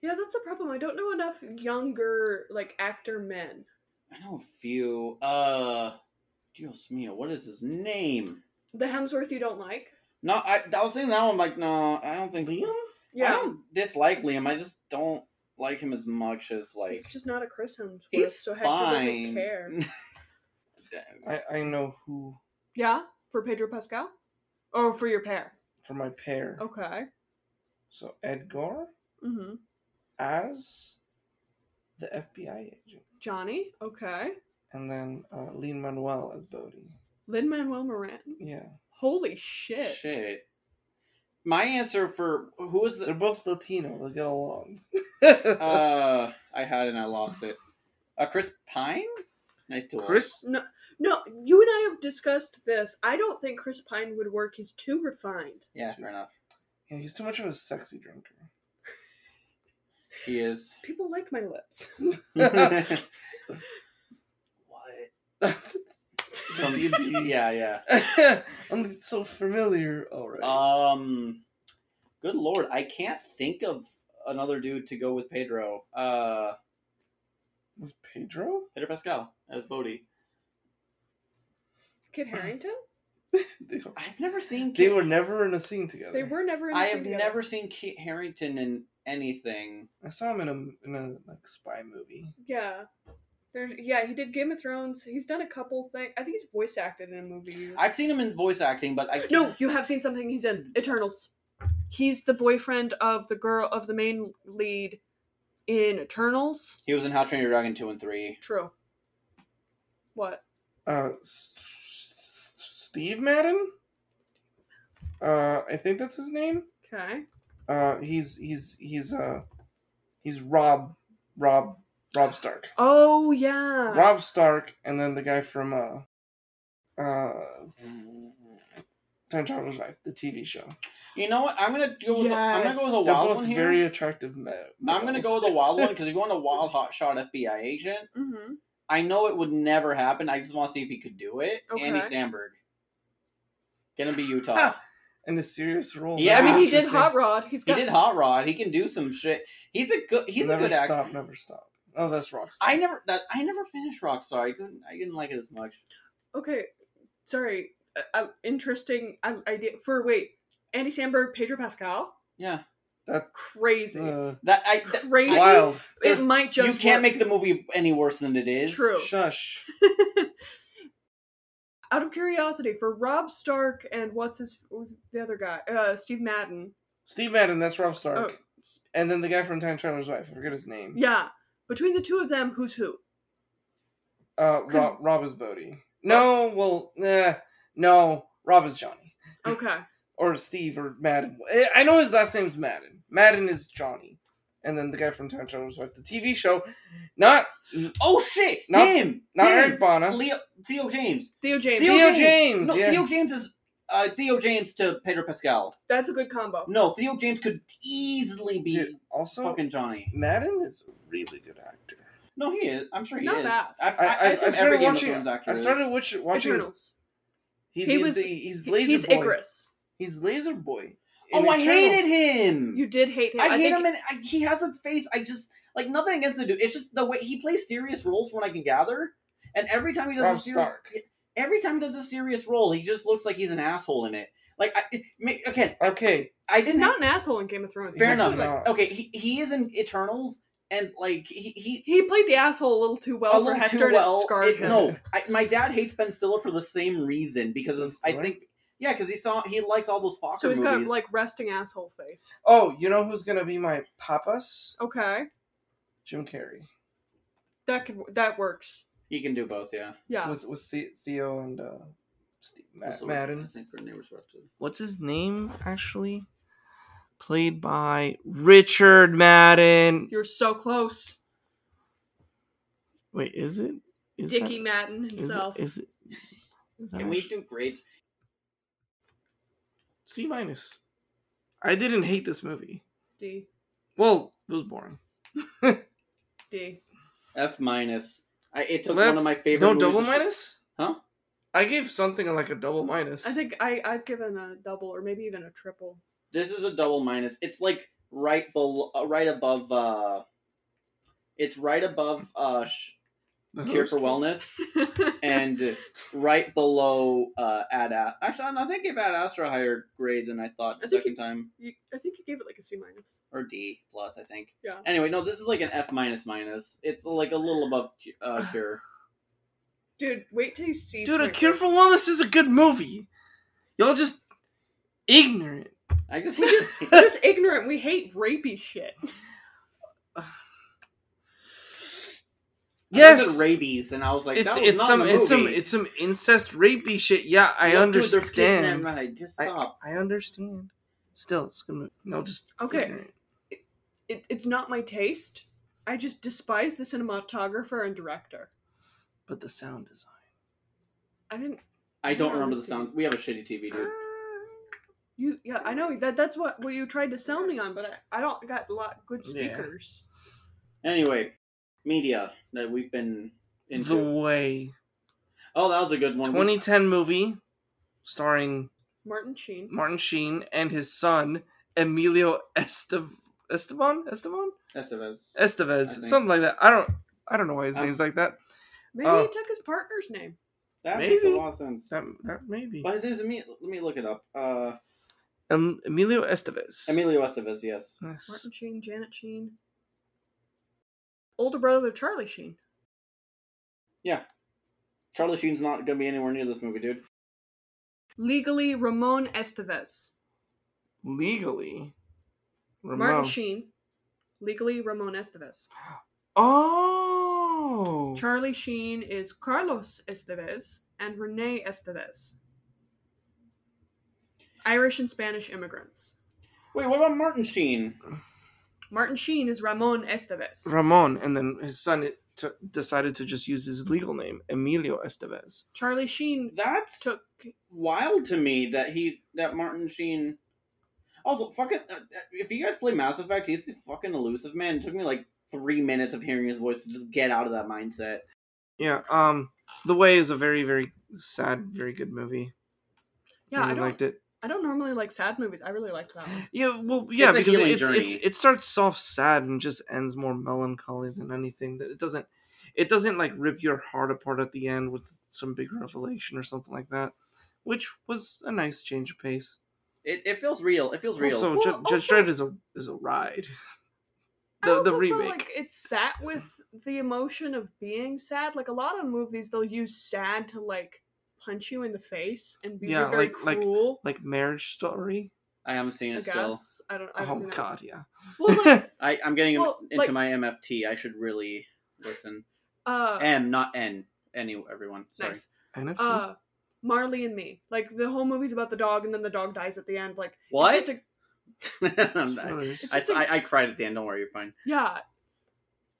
[SPEAKER 2] yeah, that's a problem. I don't know enough younger like actor men.
[SPEAKER 3] I know a few. Uh, Dios mío, what is his name?
[SPEAKER 2] The Hemsworth you don't like?
[SPEAKER 3] No, I, I was saying that one. Like, no, I don't think Liam. I
[SPEAKER 2] Yeah,
[SPEAKER 3] don't dislike Liam. I just don't like him as much as like.
[SPEAKER 2] it's just not a Chris Hemsworth,
[SPEAKER 3] he's
[SPEAKER 2] so Hector
[SPEAKER 3] fine.
[SPEAKER 2] doesn't care.
[SPEAKER 1] I, I know who
[SPEAKER 2] Yeah, for Pedro Pascal, or for your pair.
[SPEAKER 1] for my pair.
[SPEAKER 2] Okay.
[SPEAKER 1] So Edgar
[SPEAKER 2] Mm-hmm.
[SPEAKER 1] as the FBI agent,
[SPEAKER 2] Johnny. Okay.
[SPEAKER 1] and then uh, Lean Manuel as Bodhi.
[SPEAKER 2] Lin Manuel Moran.
[SPEAKER 1] Yeah,
[SPEAKER 2] Holy shit.
[SPEAKER 3] Shit. My answer for who was
[SPEAKER 1] they're
[SPEAKER 3] the
[SPEAKER 1] both Latino. They get along.
[SPEAKER 3] uh I had and I lost it. Uh Chris Pine? Nice tool.
[SPEAKER 1] Chris,
[SPEAKER 2] No, you and I have discussed this. I don't think Chris Pine would work. He's too refined.
[SPEAKER 3] Yeah, fair enough.
[SPEAKER 1] yeah, he's too much of a sexy drinker.
[SPEAKER 3] He is.
[SPEAKER 2] People like my lips.
[SPEAKER 3] what? From-
[SPEAKER 1] yeah.
[SPEAKER 3] yeah, yeah.
[SPEAKER 1] I'm so familiar already.
[SPEAKER 3] Um Good lord, I can't think of another dude to go with Pedro. Uh
[SPEAKER 1] With Pedro?
[SPEAKER 3] Pedro Pascal as Bodhi.
[SPEAKER 2] Kid Harrington?
[SPEAKER 1] They,
[SPEAKER 3] I've never seen
[SPEAKER 1] they
[SPEAKER 3] Kit-
[SPEAKER 1] were never in a scene together.
[SPEAKER 2] They were never in the
[SPEAKER 3] I
[SPEAKER 2] scene
[SPEAKER 3] have
[SPEAKER 2] together.
[SPEAKER 3] never seen Kit Harrington in anything.
[SPEAKER 1] I saw him in a in a like spy movie.
[SPEAKER 2] Yeah. There's yeah, he did Game of Thrones. He's done a couple things. I think he's voice acted in a movie.
[SPEAKER 3] I've seen him in voice acting, but I
[SPEAKER 2] no, you have seen something he's in Eternals. He's the boyfriend of the girl of the main lead in Eternals.
[SPEAKER 3] He was in How to Train Your Dragon two and three.
[SPEAKER 2] True. What?
[SPEAKER 1] Uh, S- S- Steve Madden. Uh, I think that's his name.
[SPEAKER 2] Okay.
[SPEAKER 1] Uh, he's he's he's uh, he's Rob Rob Rob Stark.
[SPEAKER 2] Oh yeah.
[SPEAKER 1] Rob Stark, and then the guy from uh, uh, Time Traveler's Wife, the TV show.
[SPEAKER 3] You know what? I'm gonna go. With I'm gonna go with a
[SPEAKER 2] Yes.
[SPEAKER 1] They're
[SPEAKER 3] wild
[SPEAKER 1] both
[SPEAKER 3] one Oh, here.
[SPEAKER 1] very attractive men.
[SPEAKER 3] I'm gonna go with a wild one because if you want a wild hotshot FBI agent,
[SPEAKER 2] Mm-hmm.
[SPEAKER 3] I know it would never happen. I just want to see if he could do it. Andy
[SPEAKER 2] Okay.
[SPEAKER 3] Samberg. Gonna be Utah.
[SPEAKER 1] in a serious role.
[SPEAKER 3] Yeah,
[SPEAKER 2] I
[SPEAKER 1] That'd
[SPEAKER 2] mean,
[SPEAKER 1] be
[SPEAKER 2] he did
[SPEAKER 1] interesting.
[SPEAKER 2] Hot Rod. He's
[SPEAKER 3] he
[SPEAKER 2] got
[SPEAKER 3] did Hot Rod. He can do some shit. He's a good. He's
[SPEAKER 1] never
[SPEAKER 3] a good
[SPEAKER 1] stop,
[SPEAKER 3] actor.
[SPEAKER 1] Never stop. Oh, that's Rockstar.
[SPEAKER 3] I never. That, I never finished Rockstar. I couldn't. I didn't like it as much.
[SPEAKER 2] Okay, sorry. Uh, interesting uh, idea for wait. Andy Samberg, Pedro Pascal,
[SPEAKER 3] Yeah.
[SPEAKER 2] crazy,
[SPEAKER 1] Uh,
[SPEAKER 3] That I. That,
[SPEAKER 2] crazy.
[SPEAKER 1] wild.
[SPEAKER 2] it
[SPEAKER 3] There's-
[SPEAKER 2] might just
[SPEAKER 3] you can't
[SPEAKER 2] work.
[SPEAKER 3] make the movie any worse than it is.
[SPEAKER 2] True.
[SPEAKER 1] Shush.
[SPEAKER 2] Out of curiosity, for Rob Stark and what's his the other guy, uh, Steve Madden.
[SPEAKER 1] Steve Madden. That's Rob Stark.
[SPEAKER 2] Oh,
[SPEAKER 1] And then the guy from Time Traveler's Wife. I forget his name.
[SPEAKER 2] yeah. Between the two of them, who's who?
[SPEAKER 1] Uh, Rob,
[SPEAKER 2] Cause-
[SPEAKER 1] Rob is Bodie. No, well, nah, no. Rob is Johnny
[SPEAKER 2] Okay,
[SPEAKER 1] or Steve or Madden. Eh, I know his last name's Madden. Madden is Johnny. And then the guy from Time Traveler's Wife, the TV show, not
[SPEAKER 3] Oh shit!
[SPEAKER 1] Not-
[SPEAKER 3] him.
[SPEAKER 1] not
[SPEAKER 3] him.
[SPEAKER 1] Eric Bana.
[SPEAKER 3] Leo. Theo James.
[SPEAKER 2] Theo James.
[SPEAKER 1] Theo James,
[SPEAKER 3] No,
[SPEAKER 1] yeah.
[SPEAKER 3] Theo James is. Uh, Theo James to Pedro Pascal.
[SPEAKER 2] That's a good combo.
[SPEAKER 3] No, Theo James could easily be
[SPEAKER 1] Dude, oh. also,
[SPEAKER 3] fucking Johnny.
[SPEAKER 1] Madden is a really good actor.
[SPEAKER 3] No, he is. I'm sure he
[SPEAKER 2] Not
[SPEAKER 3] is.
[SPEAKER 2] that.
[SPEAKER 3] I've,
[SPEAKER 1] I, I, I
[SPEAKER 3] I've seen every
[SPEAKER 1] started
[SPEAKER 3] Game of
[SPEAKER 1] watching.
[SPEAKER 3] Thrones actor
[SPEAKER 1] I
[SPEAKER 3] is.
[SPEAKER 1] started watch, watching.
[SPEAKER 2] Eternals.
[SPEAKER 1] He's,
[SPEAKER 2] He
[SPEAKER 1] he's
[SPEAKER 2] was-
[SPEAKER 1] the, he's Laser
[SPEAKER 2] He's
[SPEAKER 1] Boy.
[SPEAKER 2] Icarus.
[SPEAKER 1] He's Laser Boy.
[SPEAKER 3] Oh, I hated him.
[SPEAKER 2] You did hate him.
[SPEAKER 3] I, hate
[SPEAKER 2] think
[SPEAKER 3] him, and I, he has a face. I just like nothing against the dude. It's just the way he plays serious roles, from what I can gather. And every time he does
[SPEAKER 1] Rob
[SPEAKER 3] a serious,
[SPEAKER 1] Stark.
[SPEAKER 3] every time he does a serious role, he just looks like he's an asshole in it. Like I, ma- again,
[SPEAKER 1] Okay,
[SPEAKER 3] I
[SPEAKER 2] He's
[SPEAKER 3] didn't.
[SPEAKER 2] not an asshole in Game of Thrones.
[SPEAKER 3] fair
[SPEAKER 1] he's
[SPEAKER 3] enough.
[SPEAKER 1] not.
[SPEAKER 3] okay, he, he is in Eternals, and like he he.
[SPEAKER 2] He played the asshole a little too well
[SPEAKER 3] a
[SPEAKER 2] for
[SPEAKER 3] little
[SPEAKER 2] Hector,
[SPEAKER 3] too well.
[SPEAKER 2] and it scarred
[SPEAKER 3] it-
[SPEAKER 2] him.
[SPEAKER 3] No, I, my dad hates Ben Stiller for the same reason because of, I
[SPEAKER 1] Ben Stiller?
[SPEAKER 3] think yeah, because he saw he likes all those Fokker
[SPEAKER 2] So he's
[SPEAKER 3] movies.
[SPEAKER 2] got like resting asshole face.
[SPEAKER 1] Oh, you know who's gonna be my papas?
[SPEAKER 2] Okay,
[SPEAKER 1] Jim Carrey
[SPEAKER 2] that could that works.
[SPEAKER 3] he can do both. Yeah,
[SPEAKER 2] Yeah.
[SPEAKER 1] with with the- Theo and uh, Steve Ma-
[SPEAKER 3] Also,
[SPEAKER 1] Madden.
[SPEAKER 3] I think their neighbors were up to-
[SPEAKER 1] What's his name actually? Played by Richard Madden.
[SPEAKER 2] You're so close.
[SPEAKER 1] Wait, is it? Is
[SPEAKER 2] Dickie
[SPEAKER 1] that- is
[SPEAKER 2] Madden
[SPEAKER 1] it-
[SPEAKER 2] himself.
[SPEAKER 1] Is it? Is that
[SPEAKER 3] Can we
[SPEAKER 1] actually-
[SPEAKER 3] do grades?
[SPEAKER 1] C minus? I didn't hate this movie.
[SPEAKER 2] D.
[SPEAKER 1] Well, it was boring.
[SPEAKER 2] D.
[SPEAKER 3] F minus. I, it took one of
[SPEAKER 1] Let's-
[SPEAKER 3] my favorite.
[SPEAKER 1] No
[SPEAKER 3] movies
[SPEAKER 1] double
[SPEAKER 3] to-
[SPEAKER 1] minus?
[SPEAKER 3] Huh?
[SPEAKER 1] I gave something like a double minus.
[SPEAKER 2] I think I, I've given a double or maybe even a triple.
[SPEAKER 3] This is a double minus. It's like right below, uh, right above. uh It's right above uh sh-
[SPEAKER 1] The
[SPEAKER 3] Cure for
[SPEAKER 1] host-
[SPEAKER 3] Wellness and right below uh Ad. A- Actually, I think I gave Ad Astra a higher grade than I thought
[SPEAKER 2] I
[SPEAKER 3] the
[SPEAKER 2] think
[SPEAKER 3] second
[SPEAKER 2] you-
[SPEAKER 3] time
[SPEAKER 2] you, I think you gave it like a C minus.
[SPEAKER 3] or D plus. I think.
[SPEAKER 2] Yeah.
[SPEAKER 3] Anyway, no, this is like an F minus minus. It's like a little above uh, Cure.
[SPEAKER 2] Dude, wait till you see.
[SPEAKER 1] Dude, A
[SPEAKER 2] Point
[SPEAKER 1] Cure
[SPEAKER 2] Break.
[SPEAKER 1] for Wellness is a good movie. Y'all just ignorant.
[SPEAKER 3] I just.
[SPEAKER 2] We're just ignorant. We hate rapey shit.
[SPEAKER 3] I
[SPEAKER 1] Yes,
[SPEAKER 3] looked at rabies, and I was like,
[SPEAKER 1] it's
[SPEAKER 3] that was
[SPEAKER 1] it's
[SPEAKER 3] not
[SPEAKER 1] some
[SPEAKER 3] in the
[SPEAKER 1] it's some
[SPEAKER 3] movie.
[SPEAKER 1] it's some incest rapey shit. Yeah, I
[SPEAKER 3] Look, dude, there's kids in that
[SPEAKER 1] understand.
[SPEAKER 3] ride. Just
[SPEAKER 1] I-
[SPEAKER 3] stop.
[SPEAKER 1] I understand. Still, it's gonna no just
[SPEAKER 2] Okay.
[SPEAKER 1] ignorant.
[SPEAKER 2] It, it's not my taste. I just despise the cinematographer and director.
[SPEAKER 1] But the sound design.
[SPEAKER 2] I didn't.
[SPEAKER 3] I don't remember the
[SPEAKER 2] Honestly.
[SPEAKER 3] sound. We have a shitty TV, dude.
[SPEAKER 2] You yeah, I know that. That's what what you tried to sell me on, but I, I don't got a lot good
[SPEAKER 1] Yeah.
[SPEAKER 2] speakers.
[SPEAKER 3] Anyway, media that we've been into.
[SPEAKER 1] The way.
[SPEAKER 3] Oh, that was a good one.
[SPEAKER 1] 2010 movie, starring
[SPEAKER 2] Martin Sheen.
[SPEAKER 1] Martin Sheen and his son Emilio Estev- Esteban Esteban
[SPEAKER 3] Estevez.
[SPEAKER 1] Estevez,
[SPEAKER 3] think.
[SPEAKER 1] something like that. I don't I don't know why his
[SPEAKER 3] Um,
[SPEAKER 1] name's like that.
[SPEAKER 2] Maybe
[SPEAKER 1] Uh,
[SPEAKER 2] he took his partner's name.
[SPEAKER 3] That makes a
[SPEAKER 1] Maybe.
[SPEAKER 3] lot of sense.
[SPEAKER 1] That, that maybe.
[SPEAKER 3] But his name's Emilio. Let me look it up. Uh,
[SPEAKER 1] Um, Emilio Estevez.
[SPEAKER 3] Emilio Estevez. Yes.
[SPEAKER 1] Yes.
[SPEAKER 2] Martin Sheen, Janet Sheen. Older brother Charlie Sheen.
[SPEAKER 3] Charlie Sheen's not gonna be anywhere near this movie, dude.
[SPEAKER 2] Legally, Ramon Estevez.
[SPEAKER 1] Legally.
[SPEAKER 2] Martin
[SPEAKER 1] Ramon.
[SPEAKER 2] Sheen. Legally, Ramon Estevez.
[SPEAKER 1] Oh.
[SPEAKER 2] Charlie Sheen is Carlos Estevez and Renee Estevez. Irish and Spanish immigrants.
[SPEAKER 3] Wait, what about Martin Sheen?
[SPEAKER 2] Martin Sheen is Ramon Estevez.
[SPEAKER 1] Ramon, and then his son it t- decided to just use his legal name, Emilio Estevez.
[SPEAKER 2] Charlie Sheen
[SPEAKER 3] That's
[SPEAKER 2] took.
[SPEAKER 3] wild to me that he that Martin Sheen. Also, fucking, uh, if you guys play Mass Effect, he's the fucking elusive man. It took me like three minutes of hearing his voice to just get out of that mindset.
[SPEAKER 1] Yeah. Um, The Way is a very, very sad, very good movie.
[SPEAKER 2] Yeah, I
[SPEAKER 1] Really
[SPEAKER 2] don't.
[SPEAKER 1] liked it.
[SPEAKER 2] I don't normally like sad movies. I really liked that one.
[SPEAKER 1] Yeah, well, yeah,
[SPEAKER 3] It's a
[SPEAKER 1] because
[SPEAKER 3] healing
[SPEAKER 1] it's, it's
[SPEAKER 3] journey.
[SPEAKER 1] it starts off sad and just ends more melancholy than anything. That it doesn't, it doesn't like rip your heart apart at the end with some big revelation or something like that, which was a nice change of pace.
[SPEAKER 3] It, it feels real. It feels real.
[SPEAKER 1] Also,
[SPEAKER 2] Well,
[SPEAKER 1] Ju- Judge
[SPEAKER 2] also-
[SPEAKER 1] Dredd is a is a ride.
[SPEAKER 2] I
[SPEAKER 1] The
[SPEAKER 2] also
[SPEAKER 1] the
[SPEAKER 2] feel
[SPEAKER 1] remake.
[SPEAKER 2] like it's sat with the emotion of being sad. Like a lot of movies, they'll use sad to like punch you in the face and be
[SPEAKER 1] Yeah,
[SPEAKER 2] very
[SPEAKER 1] like- like-
[SPEAKER 2] cruel.
[SPEAKER 1] like Marriage Story.
[SPEAKER 3] I haven't seen
[SPEAKER 2] I
[SPEAKER 3] it still.
[SPEAKER 2] guess I don't. I haven't
[SPEAKER 1] Oh
[SPEAKER 2] seen that.
[SPEAKER 1] God, yeah.
[SPEAKER 2] Well, like,
[SPEAKER 3] I, I'm getting
[SPEAKER 2] Well,
[SPEAKER 3] into
[SPEAKER 2] like-
[SPEAKER 3] my MFT. I should really listen.
[SPEAKER 2] uh,
[SPEAKER 3] M, not N. Any everyone. Sorry.
[SPEAKER 2] nice.
[SPEAKER 1] NFT.
[SPEAKER 2] Uh, Marley and Me. Like the whole movie's about the dog, and then the dog dies at the end. Like
[SPEAKER 3] What?
[SPEAKER 2] It's just a,
[SPEAKER 3] I'm not-
[SPEAKER 1] Spoilers.
[SPEAKER 3] I,
[SPEAKER 2] just a-
[SPEAKER 3] I- I cried at the end. Don't worry, you're fine.
[SPEAKER 2] yeah.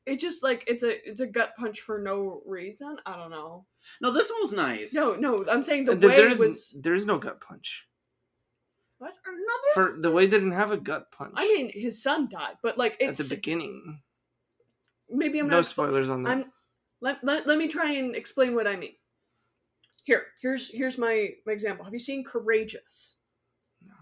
[SPEAKER 2] It just like it's a it's a gut punch for no reason. I don't know.
[SPEAKER 3] No, this one was nice.
[SPEAKER 2] No, no. I'm saying the
[SPEAKER 1] Th-
[SPEAKER 2] way
[SPEAKER 1] there's
[SPEAKER 2] was.
[SPEAKER 1] there's no gut punch.
[SPEAKER 2] What?
[SPEAKER 1] For the way didn't have a gut punch.
[SPEAKER 2] I mean, his son died, but like
[SPEAKER 1] at
[SPEAKER 2] it's
[SPEAKER 1] the beginning.
[SPEAKER 2] maybe I'm
[SPEAKER 1] No
[SPEAKER 2] not.
[SPEAKER 1] spoilers on that.
[SPEAKER 2] I'm let, let, let me try and explain what I mean. Here, here's here's my, my example. Have you seen Courageous?
[SPEAKER 1] No.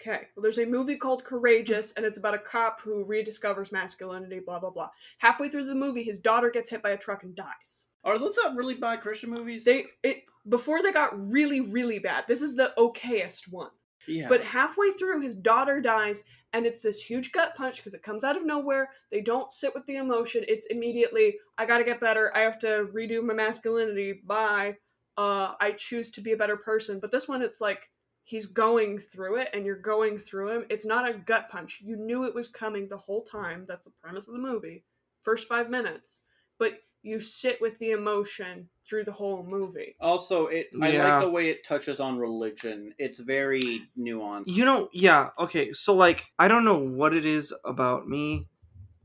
[SPEAKER 2] Okay. Well, there's a movie called Courageous, and it's about a cop who rediscovers masculinity. Blah blah blah. Halfway through the movie, his daughter gets hit by a truck and dies.
[SPEAKER 3] Are those not really bad Christian movies?
[SPEAKER 2] They it before they got really really bad. This is the okayest one.
[SPEAKER 3] yeah.
[SPEAKER 2] But halfway through, his daughter dies, and it's this huge gut punch because it comes out of nowhere. They don't sit with the emotion. It's immediately, I gotta get better. I have to redo my masculinity. Bye. Uh, I choose to be a better person. But this one, it's like he's going through it, and you're going through him. It's not a gut punch. You knew it was coming the whole time. That's the premise of the movie. First five minutes. But you sit with the emotion through the whole movie.
[SPEAKER 3] Also, it I
[SPEAKER 1] Yeah.
[SPEAKER 3] like the way it touches on religion. It's very nuanced.
[SPEAKER 1] You know, yeah, okay. So like I don't know what it is about me,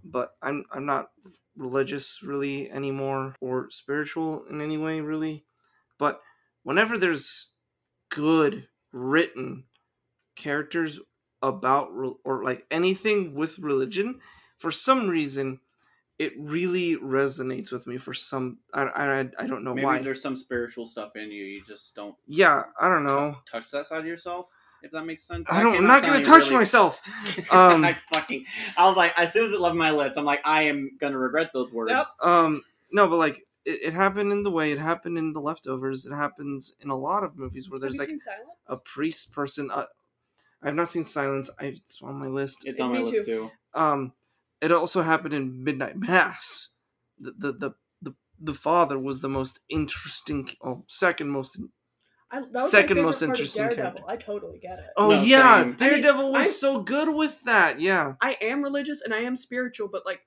[SPEAKER 1] but I'm I'm not religious really anymore or spiritual in any way really. But whenever there's good written characters about rel- or like anything with religion, for some reason it really resonates with me for some I I, I- I don't know
[SPEAKER 3] Maybe
[SPEAKER 1] why.
[SPEAKER 3] there's some spiritual stuff in you. You just don't
[SPEAKER 1] Yeah, I don't know.
[SPEAKER 3] touch that side of yourself. If that makes sense.
[SPEAKER 1] I
[SPEAKER 3] That
[SPEAKER 1] don't I'm
[SPEAKER 3] came
[SPEAKER 1] not
[SPEAKER 3] out
[SPEAKER 1] going to
[SPEAKER 3] sounding
[SPEAKER 1] touch
[SPEAKER 3] really-
[SPEAKER 1] myself. Um,
[SPEAKER 3] I fucking. I was like, as soon as it left my lips, I'm like, I am gonna regret those words.
[SPEAKER 2] Yep.
[SPEAKER 1] um no but like it, it happened in the way it happened in the leftovers it happens in a lot of movies where there's like
[SPEAKER 2] Silence?
[SPEAKER 1] a priest person uh, i've not seen silence I, it's on my list
[SPEAKER 3] It's on
[SPEAKER 2] Me
[SPEAKER 3] my
[SPEAKER 2] too.
[SPEAKER 3] list too.
[SPEAKER 1] um it also happened in midnight mass the the the, the the father was the most interesting, oh, second most.
[SPEAKER 2] I, that was my
[SPEAKER 1] Second
[SPEAKER 2] favorite
[SPEAKER 1] most
[SPEAKER 2] part of
[SPEAKER 1] interesting
[SPEAKER 2] Daredevil.
[SPEAKER 1] character.
[SPEAKER 2] I totally get it.
[SPEAKER 1] Oh
[SPEAKER 3] No,
[SPEAKER 1] yeah,
[SPEAKER 3] same.
[SPEAKER 1] Daredevil was
[SPEAKER 2] I-
[SPEAKER 1] so good with that. Yeah,
[SPEAKER 2] I am religious and I am spiritual, but like,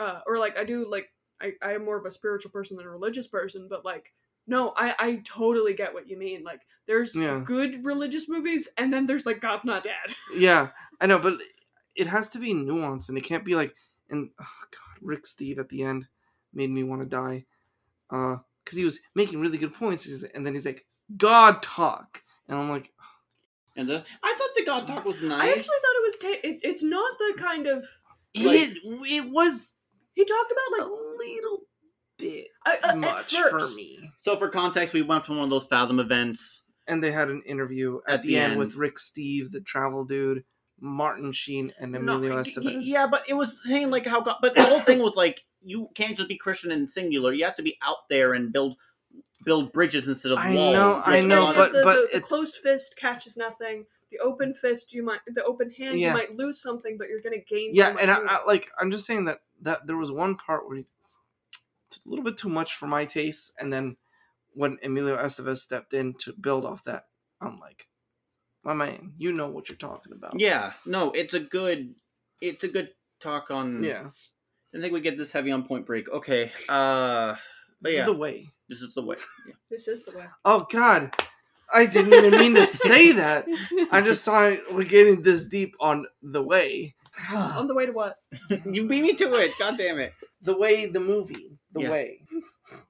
[SPEAKER 2] uh, or like I do like I I am more of a spiritual person than a religious person, but like. No, I, I totally get what you mean. Like, there's
[SPEAKER 1] Yeah.
[SPEAKER 2] good religious movies, and then there's like God's not dead.
[SPEAKER 1] yeah, I know, but it has to be nuanced, and it can't be like and oh god, Rick Steve at the end made me want to die, uh, because he was making really good points, he's- and then he's like, "God talk," and I'm like,
[SPEAKER 3] And the, I thought the God talk was nice.
[SPEAKER 2] I actually thought it was. Ta- it, it's not the kind of
[SPEAKER 1] "It it was
[SPEAKER 2] he talked
[SPEAKER 1] a
[SPEAKER 2] about like
[SPEAKER 1] little bit
[SPEAKER 2] I- I- uh, at
[SPEAKER 1] much for
[SPEAKER 2] first.
[SPEAKER 1] me."
[SPEAKER 3] so for context, we went to one of those Fathom events.
[SPEAKER 1] And they had an interview at,
[SPEAKER 3] At
[SPEAKER 1] the,
[SPEAKER 3] the
[SPEAKER 1] end,
[SPEAKER 3] end.
[SPEAKER 1] with Rick Steve, the travel dude, Martin Sheen, and
[SPEAKER 2] No,
[SPEAKER 1] Emilio
[SPEAKER 2] y-
[SPEAKER 1] Estevez.
[SPEAKER 3] Yeah, but it was saying like how God, but the whole thing was like you can't just be Christian and singular. You have to be out there and build build bridges instead of
[SPEAKER 1] I
[SPEAKER 3] walls.
[SPEAKER 1] know, I
[SPEAKER 3] with
[SPEAKER 1] know,
[SPEAKER 3] God.
[SPEAKER 1] but-
[SPEAKER 2] the,
[SPEAKER 1] but
[SPEAKER 2] the, the
[SPEAKER 1] it-
[SPEAKER 2] closed fist catches nothing. The open fist, you might the open hand,
[SPEAKER 1] Yeah.
[SPEAKER 2] you might lose something, but you're gonna gain. so
[SPEAKER 1] yeah
[SPEAKER 2] much
[SPEAKER 1] and I,
[SPEAKER 2] more.
[SPEAKER 1] I like i'm just saying that that there was one part where he a little bit too much for my taste. And then when Emilio Estevez stepped in to build off that, I'm like, my man, you know what you're talking about.
[SPEAKER 3] Yeah, no, it's a good, it's a good talk on.
[SPEAKER 1] Yeah.
[SPEAKER 3] I think we get this heavy on Point Break. Okay, uh,
[SPEAKER 1] This
[SPEAKER 3] But yeah.
[SPEAKER 1] is the way.
[SPEAKER 3] this is the way. Yeah.
[SPEAKER 2] This is the way.
[SPEAKER 1] Oh God, I didn't even mean to say that. I just saw we're getting this deep on the way.
[SPEAKER 2] On the way to what?
[SPEAKER 3] you beat me to it. God damn it.
[SPEAKER 1] the way, the movie, the
[SPEAKER 3] Yeah.
[SPEAKER 1] way.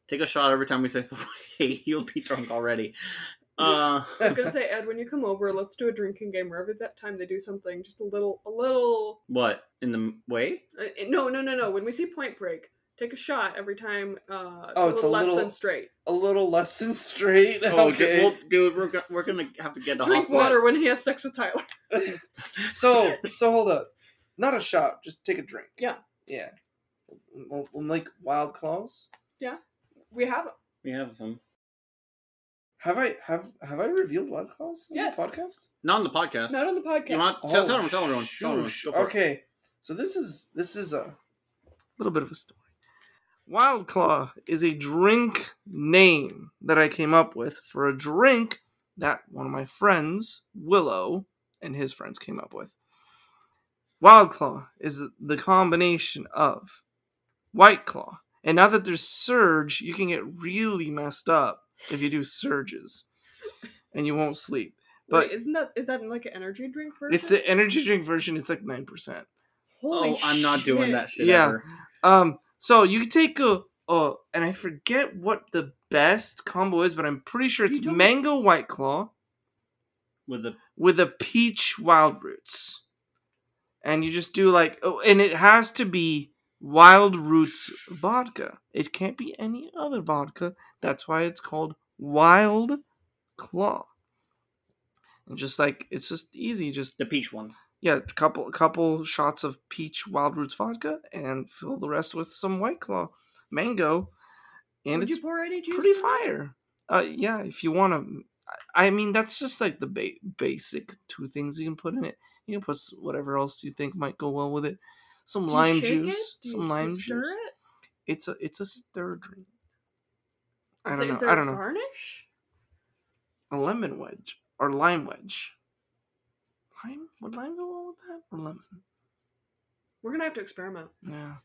[SPEAKER 3] Take a shot every time we say the way. You'll be drunk already. Uh,
[SPEAKER 2] I was gonna say, Ed, when you come over, let's do a drinking game where every that time they do something, just a little, a little.
[SPEAKER 3] what in the way?
[SPEAKER 2] Uh, no, no, no, no. When we see Point Break, take a shot every time. Uh,
[SPEAKER 1] Oh,
[SPEAKER 2] it's a little
[SPEAKER 1] it's a
[SPEAKER 2] less
[SPEAKER 1] little-
[SPEAKER 2] than straight.
[SPEAKER 1] A little less than straight.
[SPEAKER 3] Oh,
[SPEAKER 1] okay.
[SPEAKER 3] well, dude, we're, go- we're gonna have to get to
[SPEAKER 2] Drink
[SPEAKER 3] hospital.
[SPEAKER 2] water when he has sex with Tyler.
[SPEAKER 1] so so hold up. Not a shot. Just take a drink.
[SPEAKER 2] Yeah.
[SPEAKER 1] Yeah. We'll, we'll make wild claws.
[SPEAKER 2] We have.
[SPEAKER 3] We have some.
[SPEAKER 1] Have I have have I revealed wild claws on
[SPEAKER 2] Yes.
[SPEAKER 1] the podcast?
[SPEAKER 3] Not on the podcast.
[SPEAKER 2] Not on the podcast.
[SPEAKER 3] You want tell, tell everyone? Tell everyone. Tell everyone.
[SPEAKER 1] shoosh.
[SPEAKER 3] Go for
[SPEAKER 1] Oh,
[SPEAKER 3] it.
[SPEAKER 1] okay, so this is this is a little bit of a story. Wild Claw is a drink name that I came up with for a drink that one of my friends, Willow, and his friends came up with. Wild Claw is the combination of White Claw, and now that there's Surge, you can get really messed up if you do surges, and you won't sleep. But
[SPEAKER 2] Wait, isn't that is that like an energy drink version?
[SPEAKER 1] it's the energy drink version. It's like nine percent.
[SPEAKER 2] Holy
[SPEAKER 3] oh, I'm not doing
[SPEAKER 2] shit.
[SPEAKER 3] that shit.
[SPEAKER 1] Yeah.
[SPEAKER 3] Ever.
[SPEAKER 1] Um, so you take a oh, and I forget what the best combo is, but I'm pretty sure
[SPEAKER 2] You
[SPEAKER 1] it's
[SPEAKER 2] don't-
[SPEAKER 1] mango white claw
[SPEAKER 3] With the
[SPEAKER 1] with a peach wild roots, and you just do like oh, and it has to be wild roots vodka. It can't be any other vodka. That's why it's called wild claw. And just like it's just easy, just
[SPEAKER 3] the peach one.
[SPEAKER 1] yeah, a couple a couple shots of peach wild roots vodka and fill the rest with some white claw mango and
[SPEAKER 2] Would you
[SPEAKER 1] it's
[SPEAKER 2] pour any juice?
[SPEAKER 1] pretty
[SPEAKER 2] in that?
[SPEAKER 1] fire. Uh yeah, if you want to I I mean that's just like the ba- basic two things you can put in it. You can put s- whatever else you think might go well with it. Some
[SPEAKER 2] Do you
[SPEAKER 1] lime
[SPEAKER 2] shake it?
[SPEAKER 1] juice,
[SPEAKER 2] Do you
[SPEAKER 1] some
[SPEAKER 2] s-
[SPEAKER 1] lime
[SPEAKER 2] stir
[SPEAKER 1] juice.
[SPEAKER 2] It?
[SPEAKER 1] It's a it's a stir drink. I
[SPEAKER 2] Is
[SPEAKER 1] don't
[SPEAKER 2] there-
[SPEAKER 1] know.
[SPEAKER 2] is there
[SPEAKER 1] I
[SPEAKER 2] a
[SPEAKER 1] don't know.
[SPEAKER 2] Garnish?
[SPEAKER 1] A lemon wedge or lime wedge. Lime would lime go well with that or lemon?
[SPEAKER 2] We're gonna have to experiment.
[SPEAKER 1] Yeah.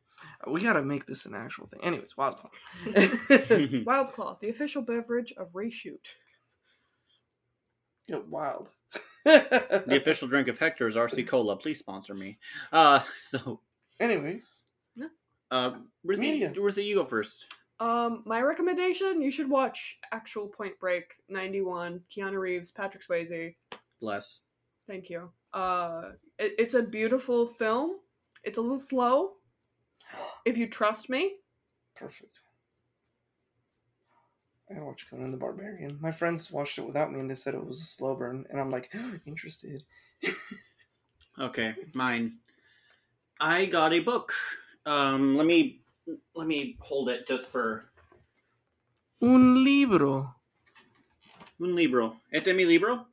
[SPEAKER 1] We gotta make this an actual thing. Anyways, Wild Claw.
[SPEAKER 2] Wild Claw, the official beverage of Reshoot.
[SPEAKER 1] Get wild.
[SPEAKER 3] the official drink of Hector is RC Cola. Please sponsor me. Uh, so
[SPEAKER 1] Anyways.
[SPEAKER 3] uh, Rizzy,
[SPEAKER 1] Media.
[SPEAKER 3] Rizzy, you go first.
[SPEAKER 2] Um, my recommendation: you should watch actual Point Break '91. Keanu Reeves, Patrick Swayze.
[SPEAKER 3] Bless.
[SPEAKER 2] Thank you. Uh, it, it's a beautiful film. It's a little slow. If you trust me,
[SPEAKER 1] Perfect. I watched Conan the Barbarian. My friends watched it without me and they said it was a slow burn. And I'm like, interested.
[SPEAKER 3] Okay, mine. I got a book. Um, let me let me hold it just for
[SPEAKER 1] Un libro.
[SPEAKER 3] un libro. Este es mi libro.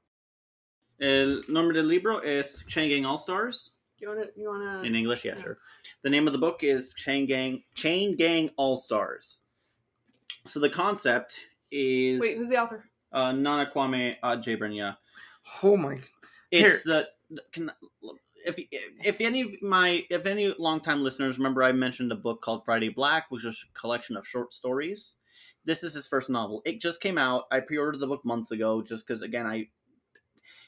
[SPEAKER 3] El nombre del libro es Changang All Stars.
[SPEAKER 2] you wanna you wanna
[SPEAKER 3] in English, yeah,
[SPEAKER 2] yeah.
[SPEAKER 3] sure. The name of the book is Chain Gang Chain Gang All Stars. So the concept is
[SPEAKER 2] wait. Who's the author?
[SPEAKER 3] uh, Nana Kwame Adjebrenya.
[SPEAKER 1] Oh my.
[SPEAKER 3] It's the the- can, if if any of my if any longtime listeners remember, I mentioned a book called Friday Black, which is a collection of short stories. This is his first novel. It just came out. I pre-ordered the book months ago, just because again, I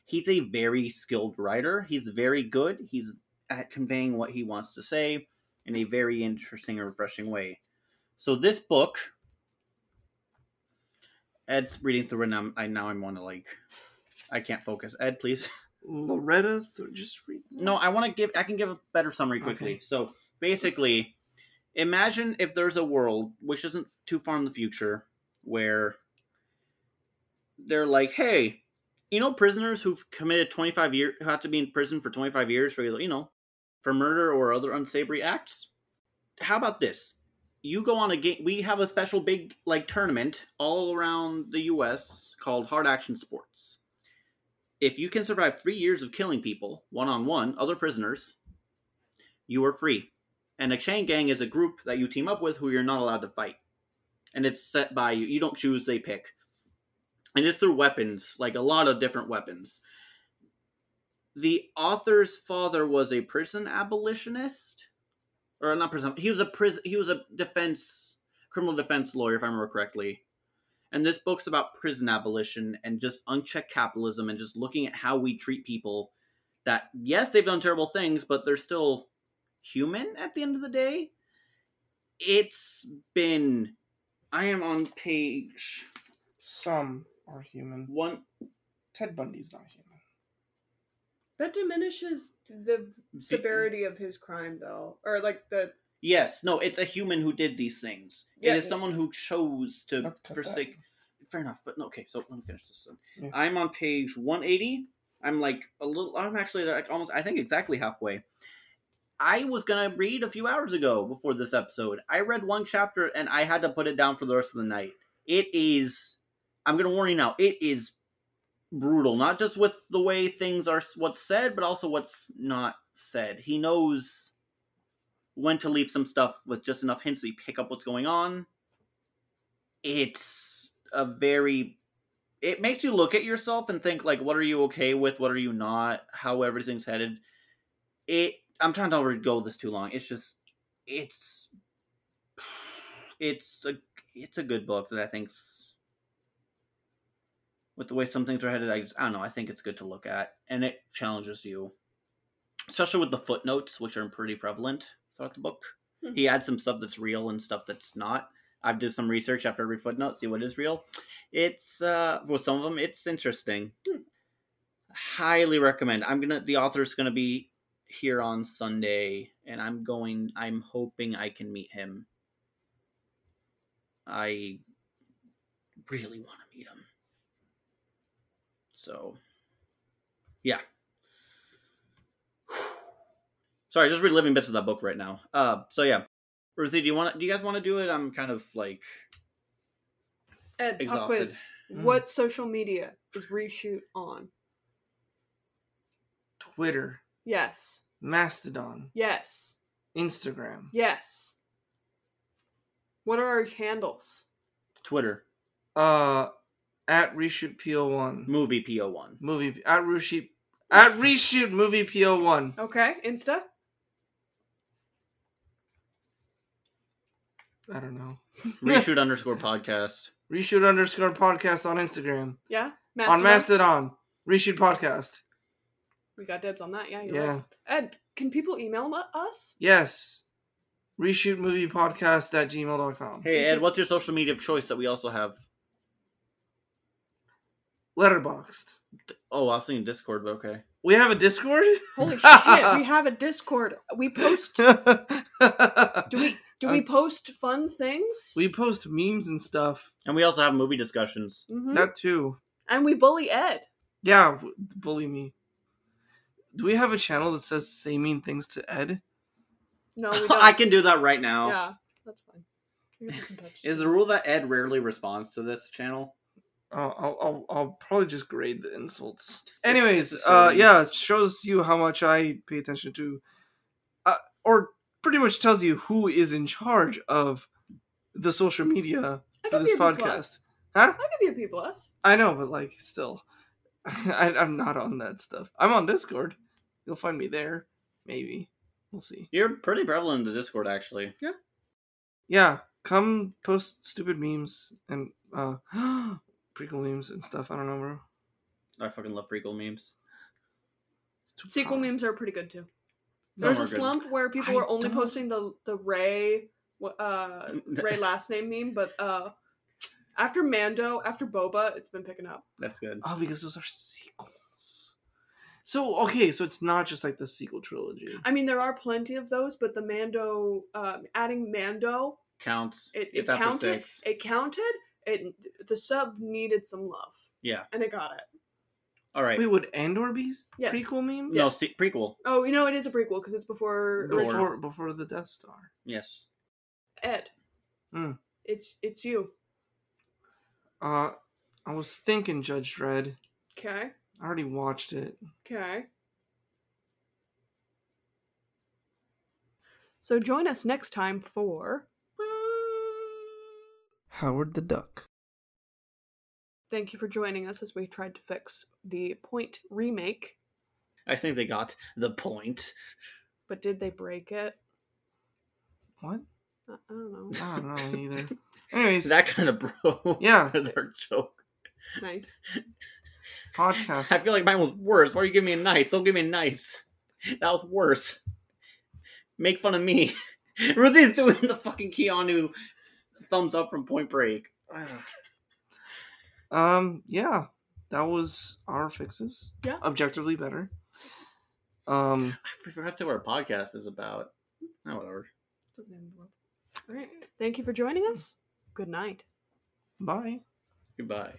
[SPEAKER 3] he's a very skilled writer. He's very good. He's at conveying what he wants to say in a very interesting and refreshing way. So this book, Ed's reading through, and I'm, I now I'm want to like, I can't focus. Ed, please.
[SPEAKER 1] Loretta. Th- just read. that.
[SPEAKER 3] No, I want to give. I can give a better summary quickly.
[SPEAKER 1] Okay.
[SPEAKER 3] So basically, imagine if there's a world which isn't too far in the future where they're like, hey, you know, prisoners who've committed 25 years had to be in prison for 25 years for you know for murder or other unsavory acts. How about this? You go on a game. We have a special big like tournament all around the U.S. called Hard Action Sports if you can survive three years of killing people one on one, other prisoners, you are free. And a chain gang is a group that you team up with who you're not allowed to fight. and it's set by you. You don't choose; they pick, and it's through weapons, like a lot of different weapons. The author's father was a prison abolitionist, or not prison. He was a prison. He was a defense criminal defense lawyer, if I remember correctly. And this book's about prison abolition and just unchecked capitalism and just looking at how we treat people that, yes, they've done terrible things, but they're still human at the end of the day. It's been. I am on page
[SPEAKER 1] Some are human.
[SPEAKER 3] one.
[SPEAKER 1] Ted Bundy's not human.
[SPEAKER 2] That diminishes the severity of his crime, though, or like the
[SPEAKER 3] Yes, no, it's a human who did these things.
[SPEAKER 2] Yeah.
[SPEAKER 3] It is someone who chose to
[SPEAKER 1] Let's cut
[SPEAKER 3] forsake. Fair enough, but no, okay, so let me finish this one.
[SPEAKER 1] Yeah.
[SPEAKER 3] I'm on page 180. I'm like a little, I'm actually like almost, I think exactly halfway. I was gonna read a few hours ago before this episode. I read one chapter and I had to put it down for the rest of the night. It is, I'm gonna warn you now, it is brutal, not just with the way things are, what's said, but also what's not said. He knows when to leave some stuff with just enough hints that you pick up what's going on. It's a very it makes you look at yourself and think like what are you okay with, what are you not, how everything's headed. It I'm trying to not go this too long. It's just it's it's a it's a good book that I think's with the way some things are headed, I just I don't know, I think it's good to look at and it challenges you especially with the footnotes, which are pretty prevalent throughout the book.
[SPEAKER 2] Hmm.
[SPEAKER 3] He adds some stuff that's real and stuff that's not. I've did some research after every footnote, see what is real. It's uh, well, some of them it's interesting. Highly recommend. I'm gonna. The author's gonna be here on Sunday, and I'm going. I'm hoping I can meet him. I really want to meet him. So, yeah. Sorry, just reliving bits of that book right now. Uh, so yeah, Ruthie, do you want? Do you guys want to do it? I'm kind of like
[SPEAKER 2] Ed pop
[SPEAKER 3] Exhausted.
[SPEAKER 2] quiz.
[SPEAKER 1] Mm.
[SPEAKER 2] What social media is reshoot on?
[SPEAKER 1] Twitter,
[SPEAKER 2] Yes,
[SPEAKER 1] Mastodon,
[SPEAKER 2] yes,
[SPEAKER 1] Instagram.
[SPEAKER 2] yes. What are our handles?
[SPEAKER 3] Twitter
[SPEAKER 1] Uh, at reshoot po1
[SPEAKER 3] movie po one.
[SPEAKER 1] movie at reshoot at reshoot movie po1.
[SPEAKER 2] Okay, Insta.
[SPEAKER 1] I don't know.
[SPEAKER 3] Reshoot underscore podcast.
[SPEAKER 1] Reshoot underscore podcast on Instagram
[SPEAKER 2] Yeah,
[SPEAKER 1] on
[SPEAKER 2] Mastodon?
[SPEAKER 1] Mastodon. Reshoot podcast.
[SPEAKER 2] We got dibs on that. Yeah, you're
[SPEAKER 1] Yeah.
[SPEAKER 2] right. Ed, can people email mu- us?
[SPEAKER 1] Yes. Reshoot movie podcast at gmail.com.
[SPEAKER 3] Hey Ed, what's your social media of choice that we also have?
[SPEAKER 1] Letterboxed.
[SPEAKER 3] Oh, I was thinking Discord, but okay.
[SPEAKER 1] We have a Discord?
[SPEAKER 2] Holy shit, we have a Discord. We post. Do we do we
[SPEAKER 1] Um,
[SPEAKER 2] post fun things?
[SPEAKER 1] we post memes and stuff.
[SPEAKER 3] And we also have movie discussions.
[SPEAKER 2] Mhm.
[SPEAKER 1] That too.
[SPEAKER 2] and we bully Ed.
[SPEAKER 1] Yeah, w- bully me. Do we have a channel that says say mean things to Ed?
[SPEAKER 2] No, Oh, we don't.
[SPEAKER 3] I can do that right now.
[SPEAKER 2] Yeah, that's fine. I guess it's in touch.
[SPEAKER 3] Is the rule that Ed rarely responds to this channel?
[SPEAKER 1] I'll, I'll, I'll, I'll probably just grade the insults.
[SPEAKER 3] So-
[SPEAKER 1] Anyways,
[SPEAKER 3] so-
[SPEAKER 1] uh, yeah, it shows you how much I pay attention to, uh, or pretty much tells you who is in charge of the social media
[SPEAKER 2] I
[SPEAKER 1] for
[SPEAKER 2] could
[SPEAKER 1] this
[SPEAKER 2] be a B
[SPEAKER 1] podcast.
[SPEAKER 2] plus.
[SPEAKER 1] Huh?
[SPEAKER 2] I could be a B plus.
[SPEAKER 1] I know, but like, still, I, I'm not on that stuff. I'm on Discord. You'll find me there. Maybe we'll see.
[SPEAKER 3] You're pretty prevalent in the Discord, actually.
[SPEAKER 1] Yeah, come post stupid memes and uh prequel memes and stuff. I don't know, bro.
[SPEAKER 3] I fucking love prequel memes.
[SPEAKER 1] It's too
[SPEAKER 2] Sequel
[SPEAKER 1] hard.
[SPEAKER 2] memes are pretty good too.
[SPEAKER 3] No,
[SPEAKER 2] There's
[SPEAKER 3] we're
[SPEAKER 2] a
[SPEAKER 3] good.
[SPEAKER 2] slump where people
[SPEAKER 1] I
[SPEAKER 2] were only
[SPEAKER 1] don't-
[SPEAKER 2] posting the the Ray uh Ray last name meme, but uh after Mando, after Boba, it's been picking up.
[SPEAKER 3] That's good.
[SPEAKER 1] Oh, because those are sequels. So okay, so it's not just like the sequel trilogy.
[SPEAKER 2] I mean, there are plenty of those, but the Mando um, adding Mando,
[SPEAKER 3] Counts.
[SPEAKER 2] it, it
[SPEAKER 3] It's after
[SPEAKER 2] counted.
[SPEAKER 3] six.
[SPEAKER 2] It counted. It the sub needed some love,
[SPEAKER 3] Yeah.
[SPEAKER 2] and it got it.
[SPEAKER 3] All right.
[SPEAKER 1] Wait, would Andor be s-
[SPEAKER 2] Yes.
[SPEAKER 1] prequel memes?
[SPEAKER 3] No, se- prequel.
[SPEAKER 2] Oh, you know, it is a prequel because it's before
[SPEAKER 3] Before.
[SPEAKER 2] original.
[SPEAKER 1] before before the Death Star.
[SPEAKER 3] Yes.
[SPEAKER 2] Ed.
[SPEAKER 1] Hmm.
[SPEAKER 2] It's it's you.
[SPEAKER 1] Uh, I was thinking Judge Dredd.
[SPEAKER 2] Okay.
[SPEAKER 1] I already watched it.
[SPEAKER 2] Okay. So join us next time for.
[SPEAKER 1] Howard the Duck.
[SPEAKER 2] Thank you for joining us as we tried to fix the point remake,
[SPEAKER 3] I think they got the point.
[SPEAKER 2] but did they break it?
[SPEAKER 1] What?
[SPEAKER 2] I I don't know.
[SPEAKER 1] I don't know either. Anyways,
[SPEAKER 3] That kind of bro.
[SPEAKER 1] yeah,
[SPEAKER 3] Their joke.
[SPEAKER 2] Nice.
[SPEAKER 3] I
[SPEAKER 1] podcast.
[SPEAKER 3] feel like mine was worse. Why are you giving me a nice? Don't give me a nice. That was worse. Make fun of me. Ruthie's doing the fucking Keanu thumbs up from Point Break. Ugh.
[SPEAKER 1] Um, yeah, that was our fixes.
[SPEAKER 2] Yeah.
[SPEAKER 1] objectively better. Um,
[SPEAKER 3] I forgot to say what our podcast is about. Oh, whatever.
[SPEAKER 2] All right. Thank you for joining us. Good night.
[SPEAKER 1] bye.
[SPEAKER 3] Goodbye.